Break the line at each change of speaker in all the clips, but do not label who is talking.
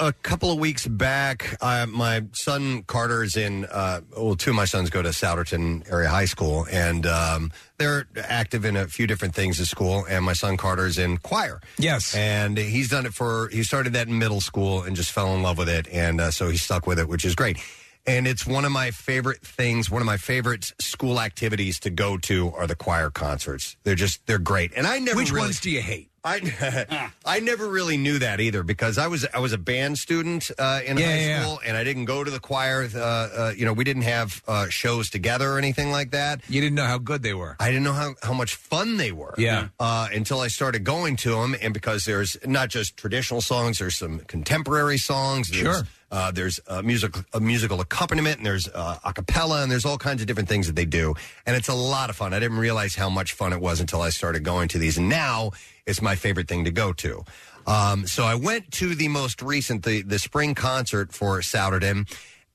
A couple of weeks back, uh, my son Carter's in, uh, well, two of my sons go to Souderton Area High School, and um, they're active in a few different things at school. And my son Carter's in choir.
Yes.
And he's done it for, he started that in middle school and just fell in love with it. And uh, so he stuck with it, which is great. And it's one of my favorite things, one of my favorite school activities to go to are the choir concerts. They're just, they're great. And I never
Which
really-
ones do you hate?
I I never really knew that either because I was I was a band student uh, in
Yeah,
high
yeah, yeah.
school and I didn't go to the choir. Uh, uh, you know, we didn't have uh, shows together or anything like that.
You didn't know how good they were.
I didn't know how, how much fun they were.
Yeah.
Uh, until I started going to them, and because there's not just traditional songs, there's some contemporary songs. There's,
Sure.
Uh, there's a music a musical accompaniment, and there's uh, a cappella, and there's all kinds of different things that they do, and it's a lot of fun. I didn't realize how much fun it was until I started going to these, and now it's my favorite thing to go to. Um, so I went to the most recent the the spring concert for Souderton,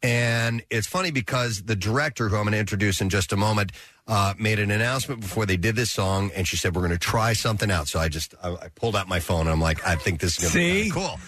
and it's funny because the director, who I'm going to introduce in just a moment, uh, made an announcement before they did this song, and she said we're going to try something out. So I just I, I pulled out my phone and I'm like, I think this is going to be
See?
kinda cool.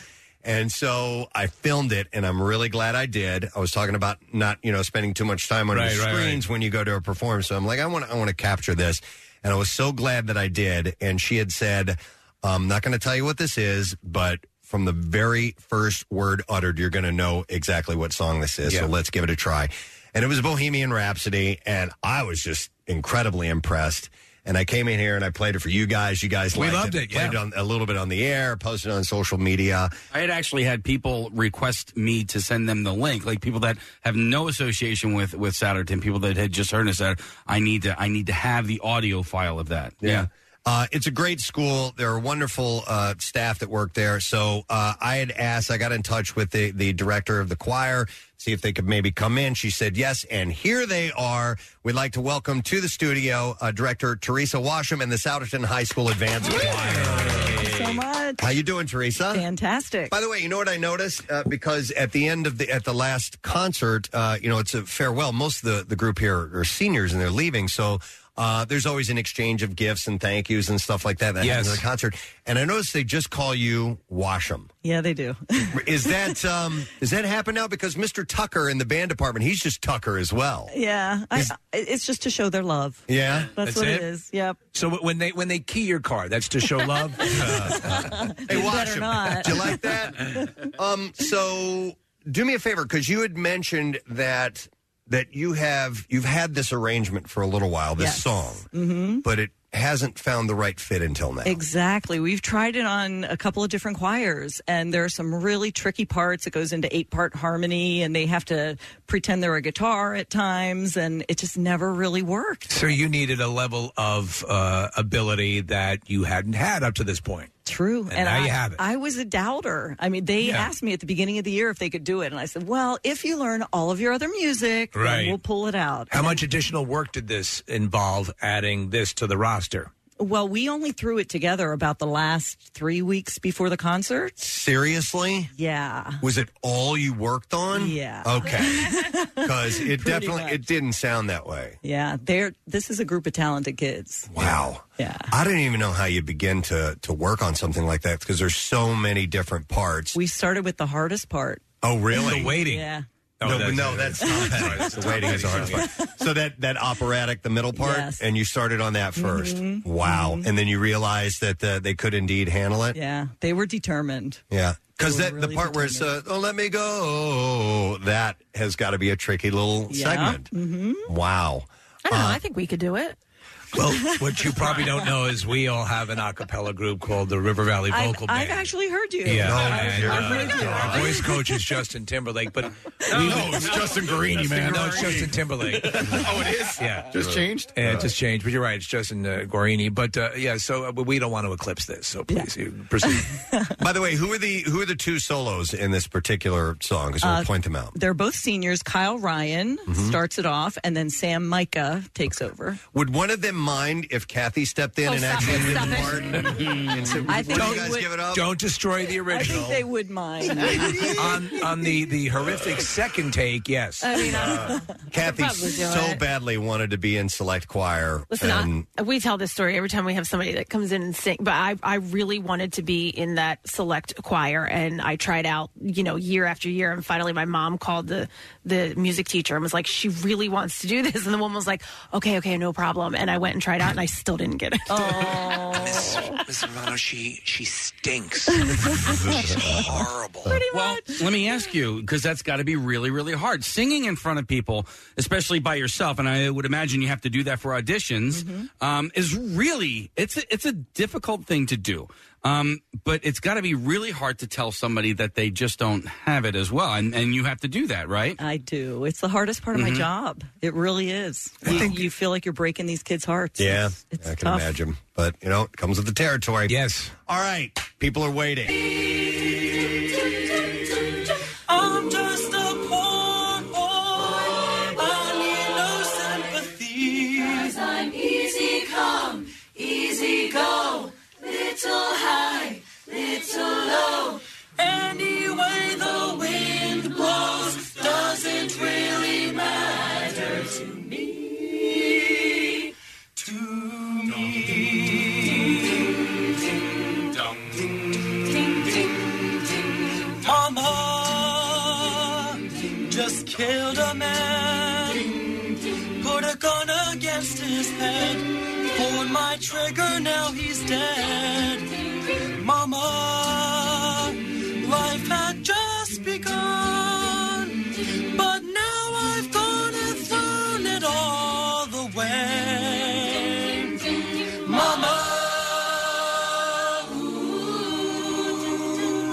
And so I filmed it, and I'm really glad I did. I was talking about not you know spending too much time on
Right,
your
right, right.
screens when you go to a performance. So I'm like, I want I want to capture this, and I was so glad that I did. And she had said, "I'm not going to tell you what this is, but." From the very first word uttered, you're going to know exactly what song this is. So let's give it a try. And it was Bohemian Rhapsody, and I was just incredibly impressed. And I came in here and I played it for you guys. You guys
We
liked
loved it,
Played
yeah.
it on, a little bit on the air, posted on social media.
I had actually had people request me to send them the link, like people that have no association with with Satterton, people that had just heard us. Saturday, I need to I need to have the audio file of that.
Yeah. Uh, it's a great school. There are wonderful uh, staff that work there. So uh, I had asked, I got in touch with the, the director of the choir, see if they could maybe come in. She said yes, and here they are. We'd like to welcome to the studio uh, director Teresa Washam and the Souderton High School Advanced Choir.
so much.
How you doing, Teresa?
Fantastic.
By the way, you know what I noticed? Uh, because at the end of the at the last concert, uh, you know, it's a farewell. Most of the the group here are seniors and they're leaving, so. Uh, there's always an exchange of gifts and thank yous and stuff like that that happens
Yes.
at the concert. And I noticed they just call you Washem.
Yeah, they do.
Is that um, does that happen now? Because Mr. Tucker in the band department, he's just Tucker as well.
yeah, I, it's just to show their love.
Yeah,
That's,
That's
what
it?
it is. Yep.
So wh- when they when they key your car, that's to show love.
Hey,
You
watch
better
him.
not.
Do you like that? um, so do me a favor because you had mentioned that that you have you've had this arrangement for a little while, this
Yes.
song,
Mm-hmm.
but it hasn't found the right fit until now.
Exactly. We've tried it on a couple of different choirs, and there are some really tricky parts. It goes into eight part harmony, and they have to pretend they're a guitar at times, and it just never really worked.
so you needed a level of uh, ability that you hadn't had up to this point.
True. And,
now
I,
you have it.
I was a doubter. I mean, they
Yeah.
asked me at the beginning of the year if they could do it, and I said, well, if you learn all of your other music, then
Right.
we'll pull it out.
How much additional work did this involve? Adding this to the roster.
Well, we only threw it together about the last three weeks before the concert.
Seriously,
Yeah.
was it all you worked on?
Yeah.
Okay, because it
Pretty
definitely
much.
it didn't sound that way.
Yeah. They're, this is a group of talented kids.
Wow.
Yeah.
I don't even know how you begin to to work on something like that because there's so many different parts.
We started with the hardest part.
oh, really?
The waiting.
Yeah.
no, but no, Oh, that's not that. the waiting is the hardest part. So that that operatic, the middle part,
Yes. Mm-hmm.
and you started on that 1st Wow! And then you realized that uh, they could indeed handle it.
Yeah. They were determined.
Yeah, because
They
that
were
the
really
part where it's uh,
determined.
"Oh, let me go," that has got to be a tricky little segment.
hmm
Wow!
Mm-hmm. I don't know. I think we could do it.
Well, what you probably don't know is we all have an a cappella group called the River Valley
I've,
Vocal
I've
Band.
actually heard you.
yeah,
No,
and,
you're-
uh, our voice coach is Justin Timberlake, but we would-
it's Justin Guarini, man.
no, it's Justin Timberlake.
oh, it is.
Yeah.
just changed.
Yeah, it just changed. But you're right. It's Justin uh, Guarini. But uh, yeah, so uh, we don't want to eclipse this. So please you proceed.
By the way, who are the who are the two solos in this particular song? Because we'll
Uh,
point them out.
They're both
Mm-hmm.
seniors. Kyle Ryan starts it off, and then Sam Micah takes over.
Would one of them mind if Kathy stepped in
Oh,
and
stop
actually
it,
did
stop
the
it.
part? and said,
I think
"Would you
they
guys
would-
give it up?
Don't destroy the
I
original.
think they would mind.
on on the the horrific second take, yes.
I mean, I-
Uh, Kathy
Probably do
so
it.
badly wanted to be in select choir. Uh,
Listen,
and
I, we tell this story every time we have somebody that comes in and sing, but I, I really wanted to be in that select choir, and I tried out, you know, year after year, and finally my mom called the the music teacher and was like, "She really wants to do this," and the woman was like, "Okay, okay, no problem," and I went and tried out, and I still didn't get
Oh.
it.
Miss, Miss Romano, she she stinks. She's horrible.
well, let me ask you because that's got to be really, really hard singing in front of people, especially by yourself. And I would imagine you have to do that for auditions. Um, is really it's a, it's a difficult thing to do. Um, but it's got to be really hard to tell somebody that they just don't have it as well, and and you have to do that, right?
I do. It's the hardest part of
Mhm.
my job. It really is. You, you feel like you're breaking these kids' hearts.
yeah,
It's- it's
I can
tough.
imagine. But, you know, it comes with the territory.
Yes.
All right. People are waiting.
I'm just a poor boy. I need no sympathy. Cause I'm easy come, easy go. Little high, little low. Any way the wind blows doesn't really matter to me. To me. Ding, ding, ding. Mama just killed a man. Put a gun against his head. Pulled my trigger, now he's dead. Mama, life had just begun. But now I've gone and thrown it all away. Mama.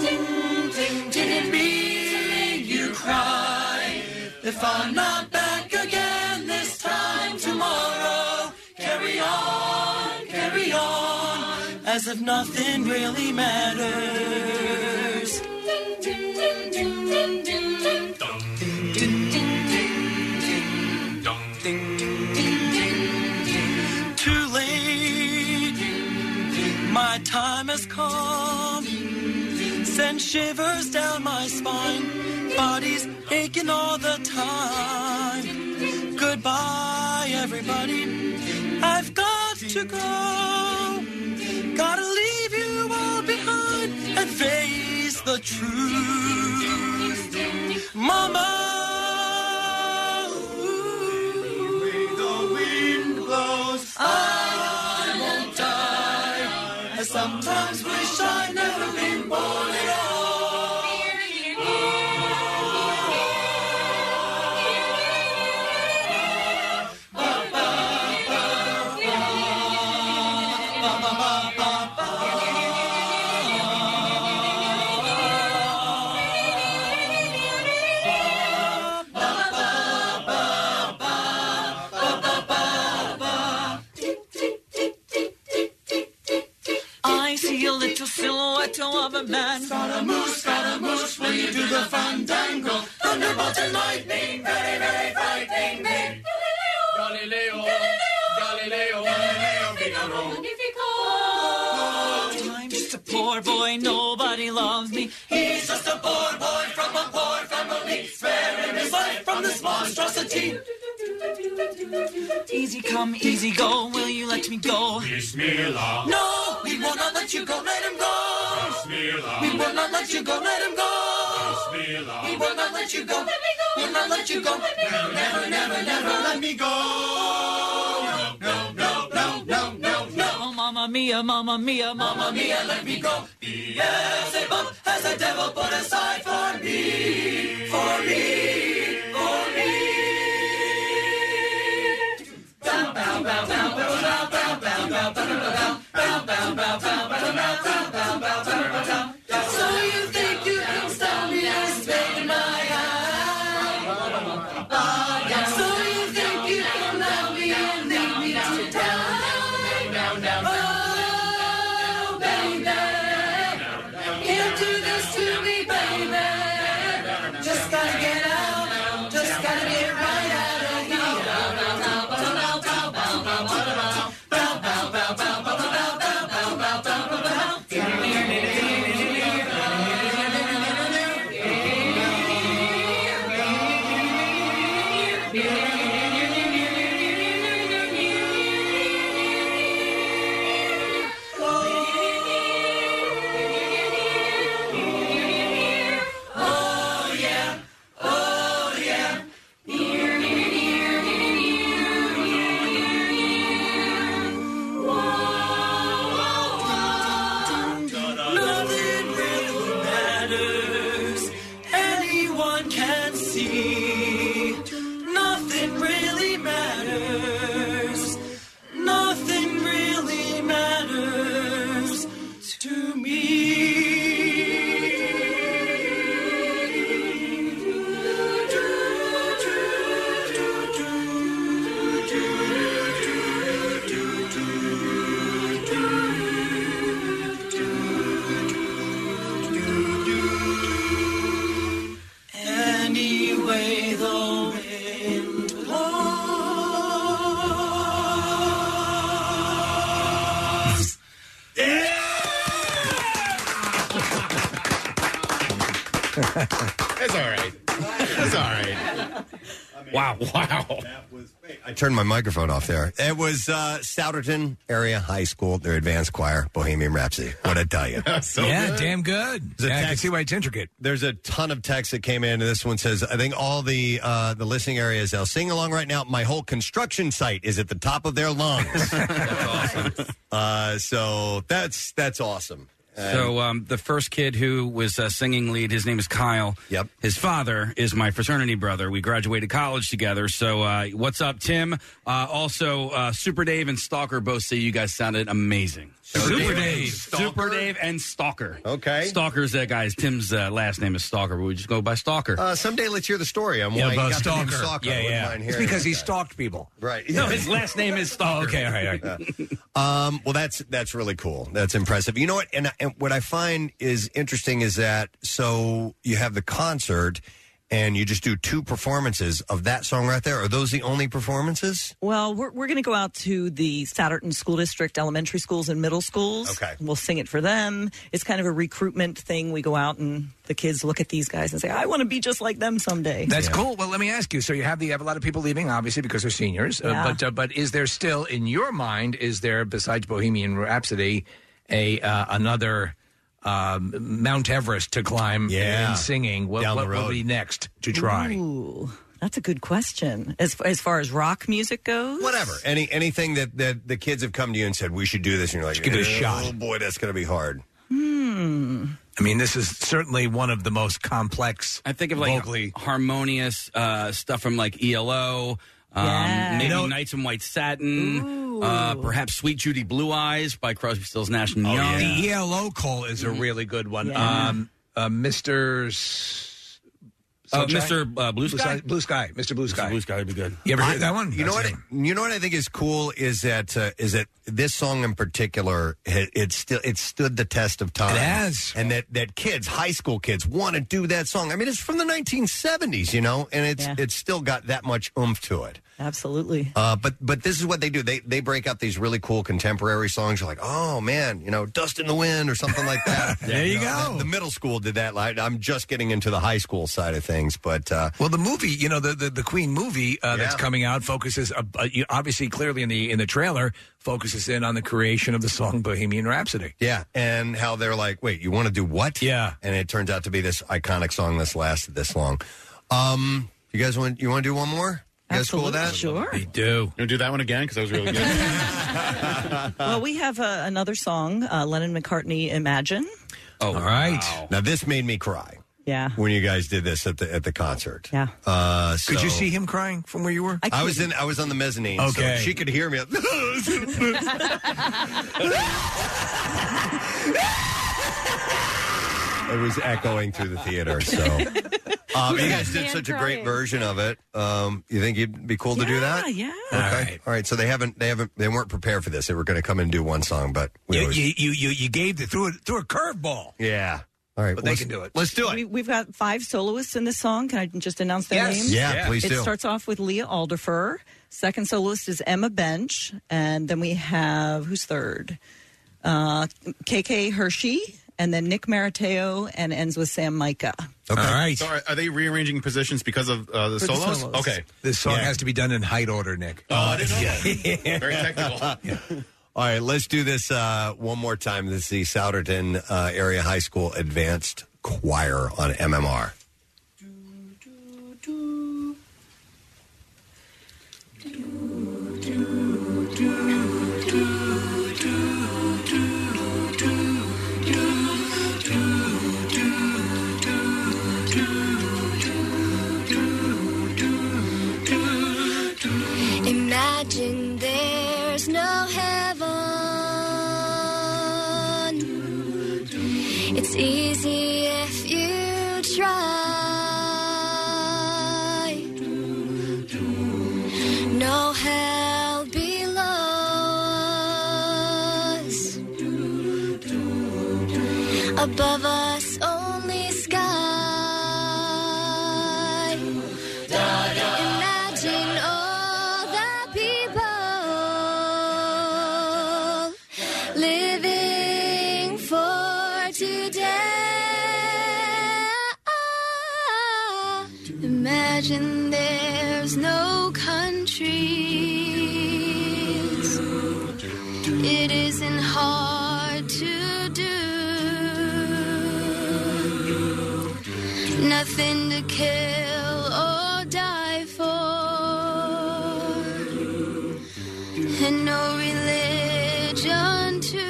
Did it mean you cry? If I'm not back again this time tomorrow, carry on, carry on, as if nothing really matters. Too late, my time has come send shivers down my spine. Body's aching all the time. Goodbye, everybody. I've got to go. Gotta leave you all behind and face the truth. Mama. The wind blows. I won't die. I sometimes wish I'd never been born at all. I see a little silhouette of a man. Scaramouche, Scaramouche, will you do the fandango? Thunderbolt and lightning, very, very frightening me. Galileo, Galileo, Galileo, Galileo, Figaro. I'm just a poor boy, nobody loves me. He's just a poor boy from a poor family, sparing his life from this monstrosity. Easy come, easy go. Will you let me go?
Bismillah.
No, we will not let you go. Let him go.
Bismillah.
We will not let you go. Let him go.
Bismillah.
We will not let you go. Will not let you go. Never, never, never, never let me go. No, no, no, no, no, no.
Oh, Mamma Mia, Mamma Mia,
Mamma mia, let me go. Yes, a bump has a devil put aside for me, for me, for me. Bow, bow, bow, bow, bow, bow, bow, bow, bow, bow, bow, bow, bow, bow, bow, bow, bow, bow, bow, bow, bow, bow, bow. So you think you can stop me? I spade in my eye. So you think you can love me and leave me to die? Oh, baby. Can't do this to me, baby. Just gotta get see. Nothing really matters. Nothing really matters to Anyway, the wind blows.
It's all right. It's all right.
Wow, wow.
I turned my microphone off there. It was uh, Souderton Area High School, their advanced choir, Bohemian Rhapsody. What I tell you.
yeah, damn good.
There's a
yeah, I can
text-
see why it's intricate.
There's a ton of text that came in. This one says, "I think all the uh, the listening area is out sing along right now. My whole construction site is at the top of their lungs." uh, so that's that's awesome. And-
So um, the first kid who was uh, singing lead, his name is Kyle. Yep. His father is my fraternity brother. We graduated college together. So uh, what's up, Tim? Uh, also, uh, Super Dave and Stalker both say you guys sounded amazing.
Super Dave.
Super Dave and Stalker.
Okay.
Stalker's that guy's. Tim's uh, last name is Stalker, but we just go by Stalker.
Uh, someday let's hear the story on
Yeah,
why he
about
got the name
Stalker.
Stalker.
Yeah,
I wouldn't
yeah.
mind
It's
hearing
because
that
he
guy.
stalked people.
Right.
No, his last name is Stalker.
Okay, all right, all Um, well, that's that's really cool. That's impressive. You know what? And, and what I find is interesting is that so you have the concert, and you just do two performances of that song right there. Are those the only performances?
Well, we're, we're going to go out to the Satterton School District elementary schools and middle schools.
Okay.
We'll sing it for them. It's kind of a recruitment thing. We go out and the kids look at these guys and say, I want to be just like them someday.
That's cool. Well, let me ask you. So you have the you have a lot of people leaving, obviously, because they're seniors.
Yeah.
Uh, but uh, but is there still in your mind? Is there besides Bohemian Rhapsody a uh, another um, Mount Everest to climb?
Yeah.
in singing. What,
Down the
what will
road.
be next to try?
Ooh, that's a good question. As, as far as rock music goes?
Whatever. Any anything that that the kids have come to you and said we should do this, and you're like,
give it a
"Oh,
shot."
boy, that's going to be hard.
Hmm.
I mean, this is certainly one of the most complex.
I think of like
vocally.
harmonious uh, stuff from like ELO, um,
Yeah.
maybe
You know-
Nights in White Satin, uh, perhaps Sweet Judy Blue Eyes by Crosby, Stills, Nash
Oh,
Oh,
and Young.
The ELO call is a really good one.
Yeah.
Um, uh, Mr. S-
Uh,
Sunshine?
Mr. uh, Blue Sky?
Blue Sky. Mr. Blue Sky.
Blue Sky would be good.
You ever hear that one?
You know what?
That's
You know what I think is cool is that uh, is that this song in particular it, it still it stood the test of time.
It has.
and that that kids, high school kids, want to do that song. I mean, it's from the 1970s, you know, and it's it's still got that much oomph to it.
Absolutely.
Uh, but but this is what they do. They they break up these really cool contemporary songs. You're like, oh man, you know, dust in the wind or something like that.
There you
know,
go.
The, the middle school did that. Like, I'm just getting into the high school side of things, but uh,
Well, the movie, you know, the the, the Queen movie uh, that's
Yeah.
coming out focuses, uh, uh, you- obviously, clearly in the in the trailer, focuses in on the creation of the song Bohemian Rhapsody.
Yeah, and how they're like, wait, you want to do what? Yeah, and it turns out to be this iconic song that's lasted this long. Um, you guys want you want to do one more? You guys cool with that?
Sure.
We do.
You do that one again because that was really good.
well, we have uh, another song, uh, Lennon McCartney Imagine.
Oh, all
right.
Now this made me cry
Yeah.
when you guys did this at the at the concert.
Yeah.
Uh,
Could you
so-
see him crying from where you were?
I, was in. I was on the mezzanine.
Okay.
so she could hear me. um, It was echoing through the theater. So um, you guys did such a great version of it. Um, you think you'd be cool to do that?
Yeah.
Okay. All right. So they haven't. They haven't. They weren't prepared for this. They were going to come and do one song, but we
You,
always-
you, you, you, you gave the threw a, threw a curveball.
yeah. All right.
But they
let's-
can do it.
Let's do it.
We, we've got five soloists in this song. Can I just announce their
Yes.
names?
Yeah, Yeah. please
it
do.
starts off with Leah Alderfer. Second soloist is Emma Bench. And then we have, who's third? Uh, KK Hershey. And then Nick Marateo. And ends with Sam Micah.
All right. So are, are they rearranging positions because of uh, the
For the
solos?
solos.
Okay.
This song
Yeah.
has to be done in height order, Nick.
Oh, I didn't know that. Very technical.
All right, let's do this uh, one more time. This is the Souderton uh, Area High School Advanced Choir on MMR.
me.
Above us, only sky. Imagine all the people living for today. Imagine there's no countries. It isn't hard to do. Nothing to kill or die for. And no religion to.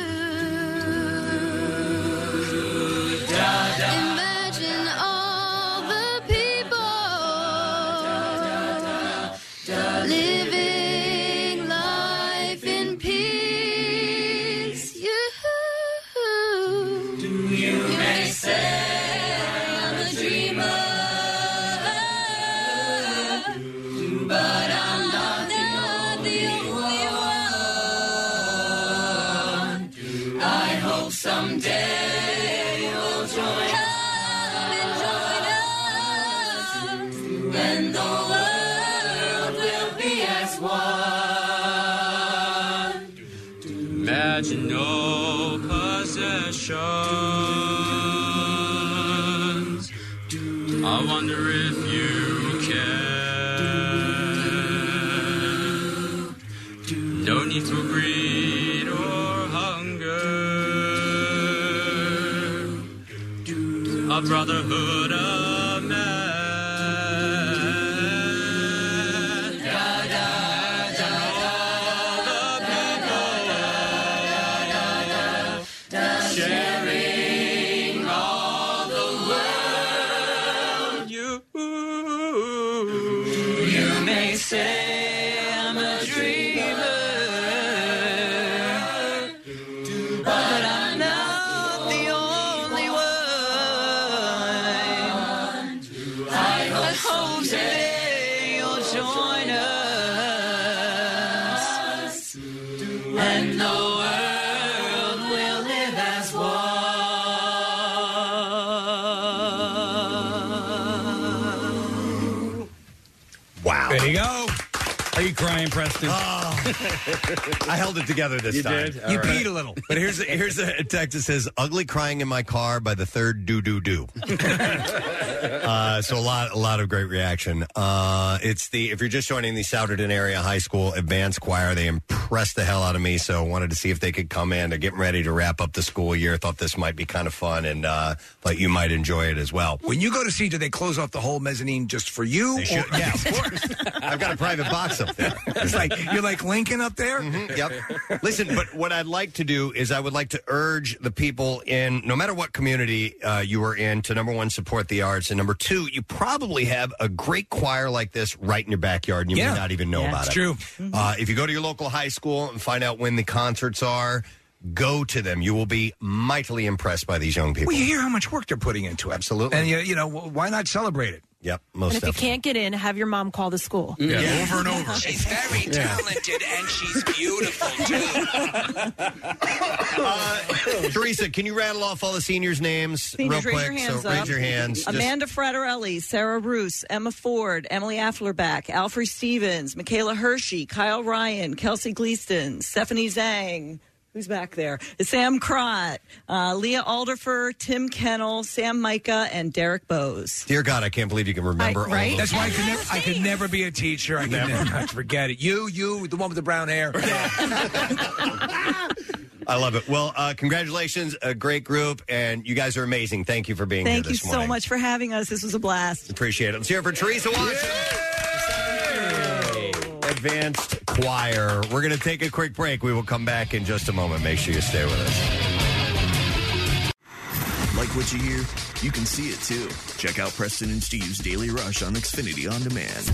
Imagine all the people living life in peace. You, you may say I'm a dreamer, but I'm not the only one. I hope someday you'll join Come and join us, and the world will be as one.
Imagine no possessions. I wonder if you can. No need for greed or hunger. A brotherhood of men. Sharing all the world, you, you may say I'm a dreamer, but I'm not the only one. I hope today you'll join us and the world will live as one.
Wow.
There you go. Are you crying, Preston?
I held it together
Oh.
this
You
time.
did? All You right. peed a little.
But here's here's a text that says "ugly crying in my car" by the third doo doo doo. Uh, so a lot a lot of great reaction. Uh, it's the if you're just joining the Souderton Area High School Advanced Choir, they impressed the hell out of me. So wanted to see if they could come in. They're getting ready to wrap up the school year. Thought this might be kind of fun and uh, thought you might enjoy it as well.
When you go to see, do they close off the whole mezzanine just for you?
They should. yeah, of course. I've got a private box up there.
It's like you're like Lincoln up there.
Mm-hmm. Yep. Listen, but what I'd like to do is I would like to urge the people in, no matter what community uh, you are in, to number one, support the arts, and number two, you probably have a great choir like this right in your backyard, and you
Yeah.
may not even know
Yeah.
about
It's
it.
true.
Uh, if you go to your local high school and find out when the concerts are, go to them. You will be mightily impressed by these young people.
Well, you hear how much work they're putting into it.
Absolutely.
And you, you know, wh- why not celebrate it?
Yep, most
and if you can't get in, have your mom call the school.
Yeah. Over and over.
She's very talented and she's beautiful too.
Uh, Teresa, can you rattle off all the seniors' names
Seniors,
real
raise
quick?
your hands
so
up.
raise your hands. Just-
Amanda Frattarelli, Sarah Roos, Emma Ford, Emily Afflerbach, Alfred Stevens, Michaela Hershey, Kyle Ryan, Kelsey Gleason, Stephanie Zhang. Who's back there? Sam Crott, uh, Leah Alderfer, Tim Kennel, Sam Micah, and Derek Bowes.
Dear God, I can't believe you can remember all of
That's why I could never, I could never be a teacher. I could never. forget it. You, you, the one with the brown hair.
I love it. Well, uh, congratulations, a great group, and you guys are amazing. Thank you for being
Thank
here
you
this
so
morning.
much for having us. This was a blast.
Appreciate it. Let's hear it for Teresa Watson. Advanced Choir. We're going to take a quick break. We will come back in just a moment. Make sure you stay with us.
Like what you hear? You can see it too. Check out Preston and Steve's Daily Rush on Xfinity On Demand.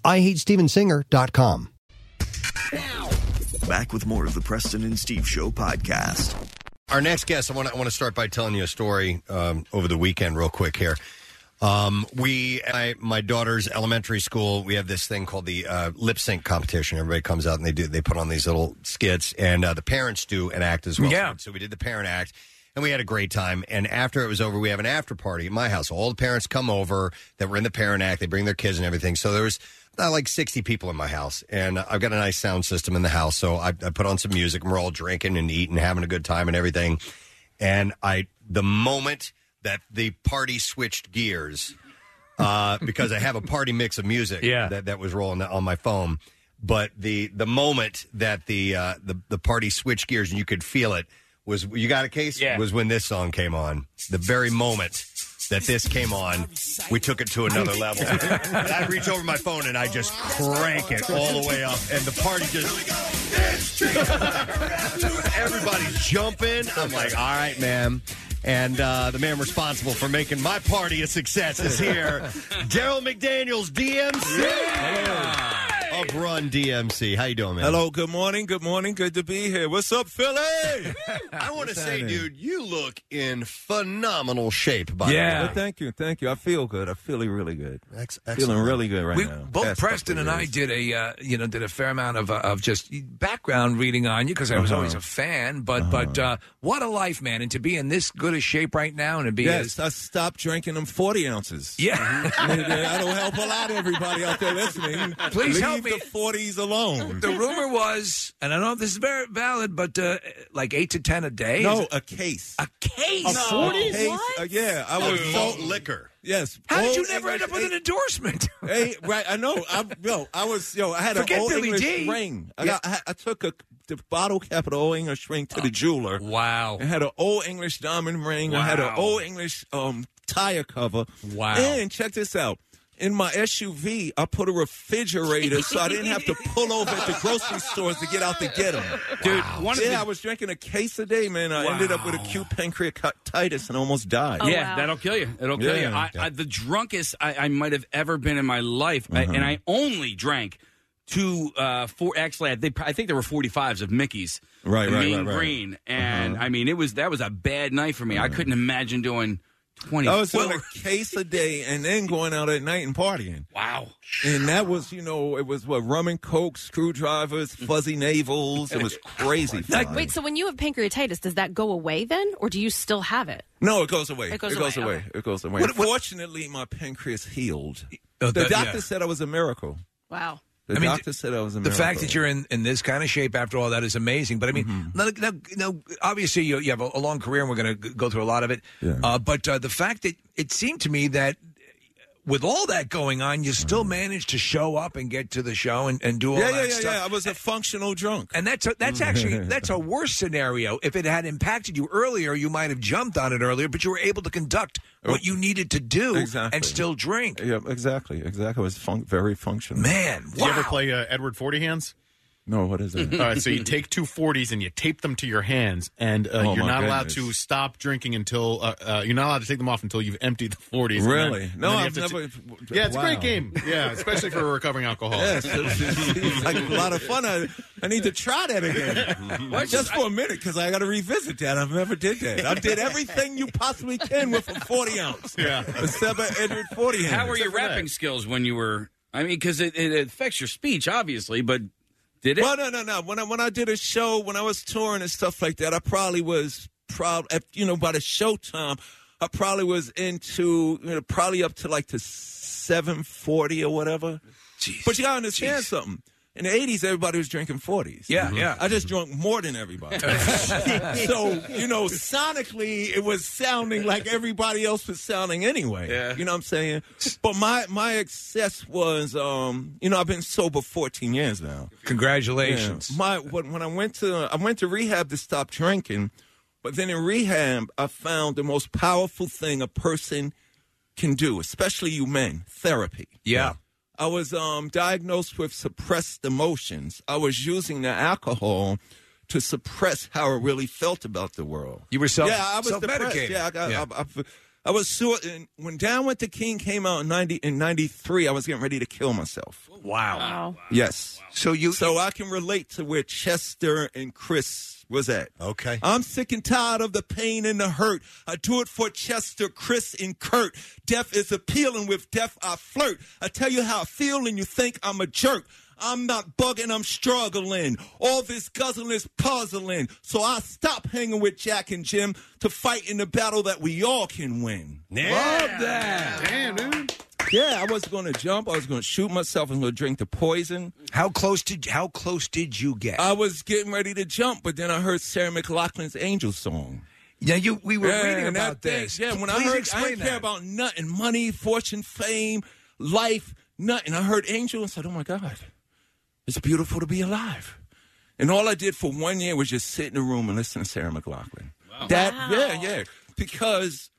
IHateStevensinger.com.
Back with more of the Preston and Steve Show podcast.
Our next guest, I want to I want to start by telling you a story um, over the weekend, real quick here. Um, we, I, my daughter's elementary school, we have this thing called the uh, lip sync competition. Everybody comes out and they do they put on these little skits, and uh, the parents do an act as well.
Yeah.
So we did the parent act, and we had a great time. And after it was over, we have an after party at my house. All the parents come over that were in the parent act. They bring their kids and everything. So there was uh, like sixty people in my house, and I've got a nice sound system in the house. So I, I put on some music, and we're all drinking and eating, having a good time, and everything. And I, the moment that the party switched gears, uh, because I have a party mix of music
Yeah.
that, that was rolling on my phone. But the the moment that the uh, the the party switched gears and you could feel it was you got a case
Yeah.
was when this song came on. The very moment that this came on, we took it to another level. And I reach over my phone and I just crank it all the way up, and the party just everybody's jumping. I'm like, all right, man. And uh, the man responsible for making my party a success is here, Daryl McDaniels, DMC of Run DMC. How you doing, man?
Hello, good morning, good morning, good to be here. What's up, Philly?
I want to say, dude, you look in phenomenal shape. By
yeah.
the
Well,
way.
thank you, thank you. I feel good. I feel really good.
Ex-
Feeling really good right
We-
now.
both
Best
Preston
couple
and
years.
I
did a uh, you know did a fair amount of uh, of just background reading on you because I was
Uh-huh.
always a fan. But but uh, what a life, man! And to be in this good a shape right now and to be
Yes,
as
I stopped drinking them 40 ounces.
yeah.
That'll help a lot, everybody out there listening.
Please
Leave
help me.
the 40s alone.
The rumor was, and I don't know if this is very valid, but uh, like eight to ten a day.
No, a case.
A case.
A 40? Case, uh, yeah, I was
malt liquor.
Yes.
How did
Old
you never end up with an endorsement?
Hey, right. I know. I, yo, I was. Yo, I had
Forget
an old
Billy
English
D.
ring. I,
Yeah.
got, I, I took a the bottle cap of the old English ring to the
Oh,
jeweler.
Wow.
I had an old English diamond ring. I had an
Wow.
old English um tire cover.
Wow.
And check this out. In my SUV, I put a refrigerator so I didn't have to pull over at the grocery stores to get out to get them.
Dude, one of
yeah,
the-
I was drinking a case a day, man. I ended up with acute pancreatitis and almost died.
yeah, that'll kill you. It'll kill
Yeah.
you. I, I, the drunkest I, I might have ever been in my life, I-
Uh-huh.
and I only drank two, uh, four. Actually, I, they, I think there were forty fives of Mickey's,
Right,
the
right,
mean
right, Uh-huh. right.
green, and I mean it was that was a bad night for me. I couldn't imagine doing twenty.
I was doing a case a day and then going out at night and partying.
Wow.
And that was, you know, it was what rum and coke, screwdrivers, fuzzy navels. It was crazy. fun.
Wait, so when you have pancreatitis, does that go away then, or do you still have it?
no, it goes away.
It goes away,
away.
okay.
It goes away. Fortunately, my pancreas healed. the
Uh, that-
doctor
yeah.
said I was a miracle.
Wow.
The
I mean,
doctor said I was a
the
miracle.
fact that you're in, in this kind of shape after all that is amazing. But I mean, now, now, now, obviously you, you have a, a long career, and we're going to go through a lot of it. Uh, but uh, the fact that it seemed to me that with all that going on, you still managed to show up and get to the show and, and do all
Yeah, yeah,
that
yeah,
stuff.
yeah. I was a functional drunk.
And that's a, that's actually that's a worse scenario. If it had impacted you earlier, you might have jumped on it earlier, but you were able to conduct what you needed to do and still drink.
Yeah, exactly, exactly. It was fun- very functional.
Man,
Did you ever play uh, Edward Forty Hands?
No, what is it?
uh, so you take two 40s and you tape them to your hands, and uh,
Oh,
you're
my
not allowed
goodness.
to stop drinking until uh, uh, you're not allowed to take them off until you've emptied the 40s. and then-
Really?
and
No,
then you
I've
have to
never.
t- yeah, it's a great game. Yeah, especially for a recovering alcoholic.
Yes, it's like a lot of fun. I, I need to try that again,
Well, it's
just for a minute, because I got to revisit that. I've never did that. I did everything you possibly can with a forty ounce.
Yeah.
except an Edward forty ounce.
How were your rapping skills when you were? I mean, because it, it affects your speech, obviously, but did it?
Well, no, no, no. When I when I did a show, when I was touring and stuff like that, I probably was proud. At, you know, by the show time, I probably was into you know probably up to like to seven forty or whatever. But you gotta understand something. In the 80s, everybody was drinking 40s.
Yeah, Mhm. yeah.
I just drank more than everybody. so, you know, sonically, it was sounding like everybody else was sounding anyway. Yeah. You know what I'm saying? But my, my excess was, um, you know, I've been sober 14 years now.
Congratulations.
Yeah. My when, when I went to I went to rehab to stop drinking, but then in rehab I found the most powerful thing a person can do, especially you men, therapy.
Yeah.
I was um, diagnosed with suppressed emotions. I was using the alcohol to suppress how I really felt about the world.
You were self-
yeah, I was
self-medicating.
depressed. Yeah, I got.
Yeah.
I, I, I was sure and when Down with the King came out in ninety in ninety three. I was getting ready to kill myself.
Wow.
Yes. So you. So I can relate to where Chester and Chris was at.
Okay.
I'm sick and tired of the pain and the hurt. I do it for Chester, Chris, and Kurt. Death is appealing. With death, I flirt. I tell you how I feel, and you think I'm a jerk. I'm not bugging, I'm struggling. All this guzzling is puzzling. So I stop hanging with Jack and Jim to fight in the battle that we all can win. Love that. Damn, dude. Yeah, I was going to jump. I was going to shoot myself. I was going to drink the poison.
How close did How close did you get?
I was getting ready to jump, but then I heard Sarah McLaughlin's "Angel Song."
Yeah, you. We were
Yeah,
reading
and
about
that thing-
this.
Yeah, when I
Please
heard, I
explain
didn't care
that.
about nothing, money, fortune, fame, life, nothing. I heard "Angel" and said, "Oh my God, it's beautiful to be alive." And all I did for one year was just sit in a room and listen to Sarah McLaughlin. That yeah, yeah. Because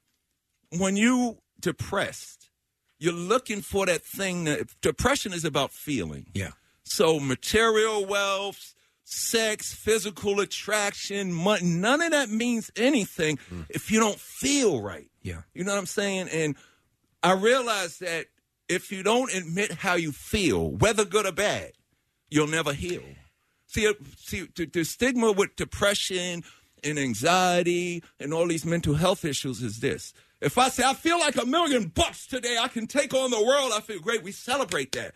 when you depressed, you're looking for that thing that depression is about feeling.
Yeah.
So material wealth, sex, physical attraction, money, none of that means anything if you don't feel right.
Yeah.
You know what I'm saying? And I realized that if you don't admit how you feel, whether good or bad, you'll never heal. See, uh, see the, the stigma with depression and anxiety and all these mental health issues is this. If I say, I feel like a million bucks today, I can take on the world, I feel great, we celebrate that.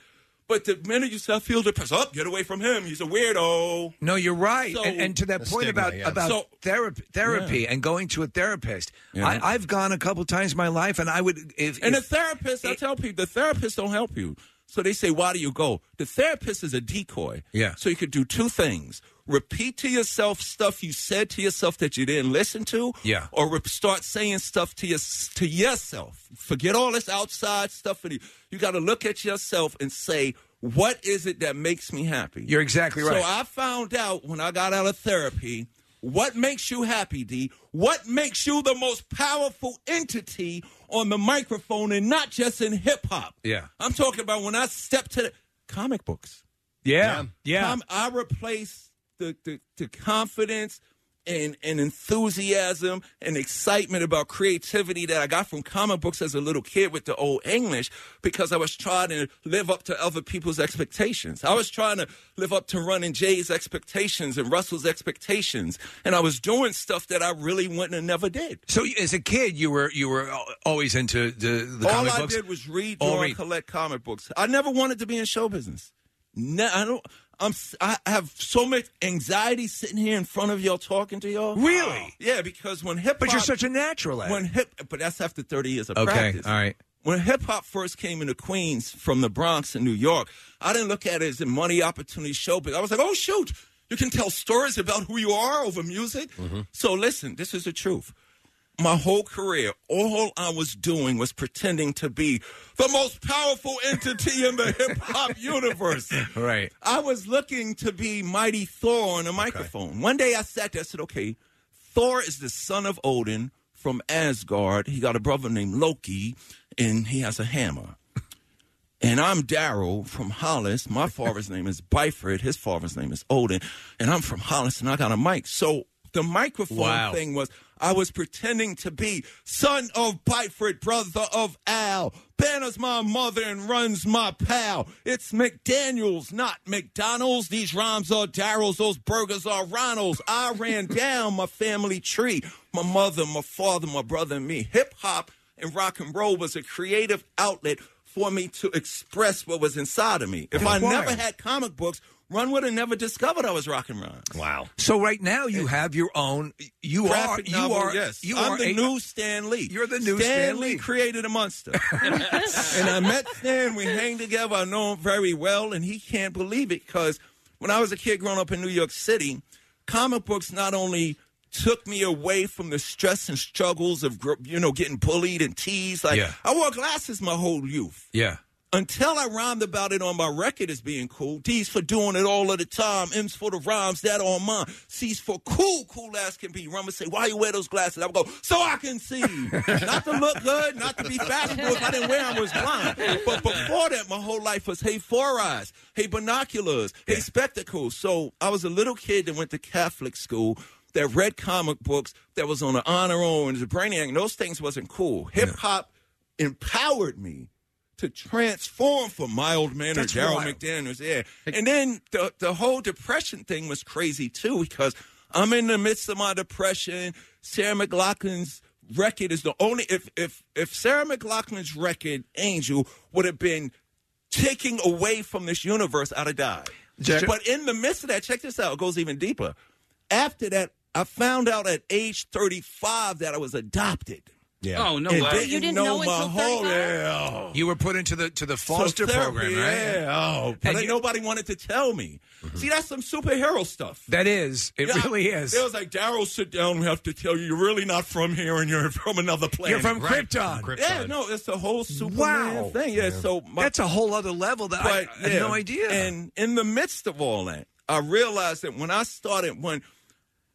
But the minute you say, I feel depressed, oh, get away from him, he's a weirdo.
No, you're right.
So-
and, and to that
The
point
stigma,
about
yeah.
about
So-
therapy, therapy
Yeah.
and going to a therapist.
Yeah.
I, I've gone a couple times in my life, and I would if
And the
if-
therapist, I tell people, the therapist don't help you. So they say, why do you go? The therapist is a decoy.
Yeah.
So you could do two things. Repeat to yourself stuff you said to yourself that you didn't listen to.
Yeah.
Or re- start saying stuff to, your, to yourself. Forget all this outside stuff. For you you got to look at yourself and say, what is it that makes me happy?
You're exactly right.
So I found out when I got out of therapy what makes you happy, D. What makes you the most powerful entity on the microphone and not just in hip hop.
yeah.
I'm talking about when I stepped to the comic books.
Yeah. Yeah.
Com- I replaced the, the, the confidence and, and enthusiasm and excitement about creativity that I got from comic books as a little kid with the old English because I was trying to live up to other people's expectations. I was trying to live up to running Jay's expectations and Russell's expectations. And I was doing stuff that I really wouldn't have never did.
So as a kid, you were you were al- always into the, the
All
comic
I
books.
did was read,
All
draw,
read.
and collect comic books. I never wanted to be in show business. No, I don't. I'm. s- I have so much anxiety sitting here in front of y'all talking to y'all.
Really?
Yeah, because when hip hop.
But you're such a natural at it.
When hip, but that's after 30 years of
Okay,
practice.
all right.
When hip hop first came into Queens from the Bronx in New York, I didn't look at it as a money opportunity show, but I was like, oh shoot, you can tell stories about who you are over music.
Mm.
So listen, this is the truth. My whole career, all I was doing was pretending to be the most powerful entity in the hip hop universe.
Right.
I was looking to be mighty Thor on a microphone. One day I sat there and said, okay, Thor is the son of Odin from Asgard. He got a brother named Loki, and he has a hammer. And I'm Daryl from Hollis. My father's name is Byfred. His father's name is Odin. And I'm from Hollis, and I got a mic. So the microphone
Wow.
thing was I was pretending to be son of Byfred, brother of Al. Banners my mother and runs my pal. It's McDaniels, not McDonald's. These rhymes are Daryl's. Those burgers are Ronald's. I ran down my family tree. My mother, my father, my brother, and me. Hip hop and rock and roll was a creative outlet for me to express what was inside of me. If I
Inquire.
never had comic books, Run would have never discovered I was rocking rhymes. Wow.
So right now you have your own. You are.
Graphic
You
novel,
are.
Yes.
You
I'm
are
the
a-
new Stan Lee. You're the
new Stan Lee.
created a monster. and I met Stan. We hang together. I know him very well, and he can't believe it because when I was a kid growing up in New York City, comic books not only took me away from the stress and struggles of gr- you know getting bullied and teased. Like
Yeah.
I wore glasses my whole youth
Yeah.
until I rhymed about it on my record as being cool. D's for doing it all of the time. M's for the rhymes that on mine. C's for cool, cool ass can be. Rama say, why you wear those glasses? I would go, so I can see. not to look good, not to be fashionable. If I didn't wear them, I was blind. But before that, my whole life was, hey, four eyes, hey, binoculars, hey, spectacles. So I was a little kid that went to Catholic school that read comic books that was on the honor roll and the brainiac. and Those things wasn't cool. Hip hop empowered me to transform from my old man or
That's
Daryl
wild.
McDaniels. Yeah. And then the, the whole depression thing was crazy too because I'm in the midst of my depression. Sarah McLaughlin's record is the only if if if Sarah McLaughlin's record, Angel, would have been taking away from this universe, I'd have died.
Check-
But in the midst of that, check this out, it goes even deeper. After that, I found out at age 35 that I was adopted.
Yeah.
Oh, no And way. didn't You didn't know know until my whole- 35?
You were put into the to the
So
foster
therapy,
program, right?
Yeah. Oh, but
And
like
you-
nobody wanted to tell me. See, that's some superhero stuff.
that is. It
Yeah,
really is.
It was like Daryl, sit down. We have to tell you, you're really not from here, and you're from another planet.
from Right, Krypton. from Krypton.
Yeah, no, it's the whole Superman
Wow.
thing. Yeah,
Yeah.
so my,
That's a whole other level that I- I had no idea.
And in the midst of all that, I realized that when I started, when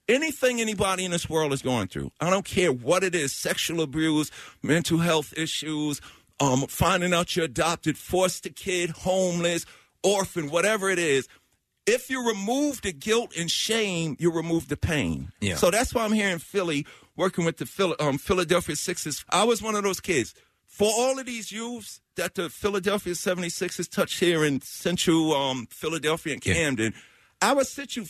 anything anybody in this world is going through. I don't care what it is sexual abuse, mental health issues, um, finding out you're adopted, foster kid, homeless, orphan, whatever it is. If you remove the guilt and shame, you remove the pain.
Yeah.
So that's why I'm here in Philly working with the Phil- um, Philadelphia Sixers. I was one of those kids. For all of these youths that the Philadelphia 76ers touched here in central um, Philadelphia and Camden, our situ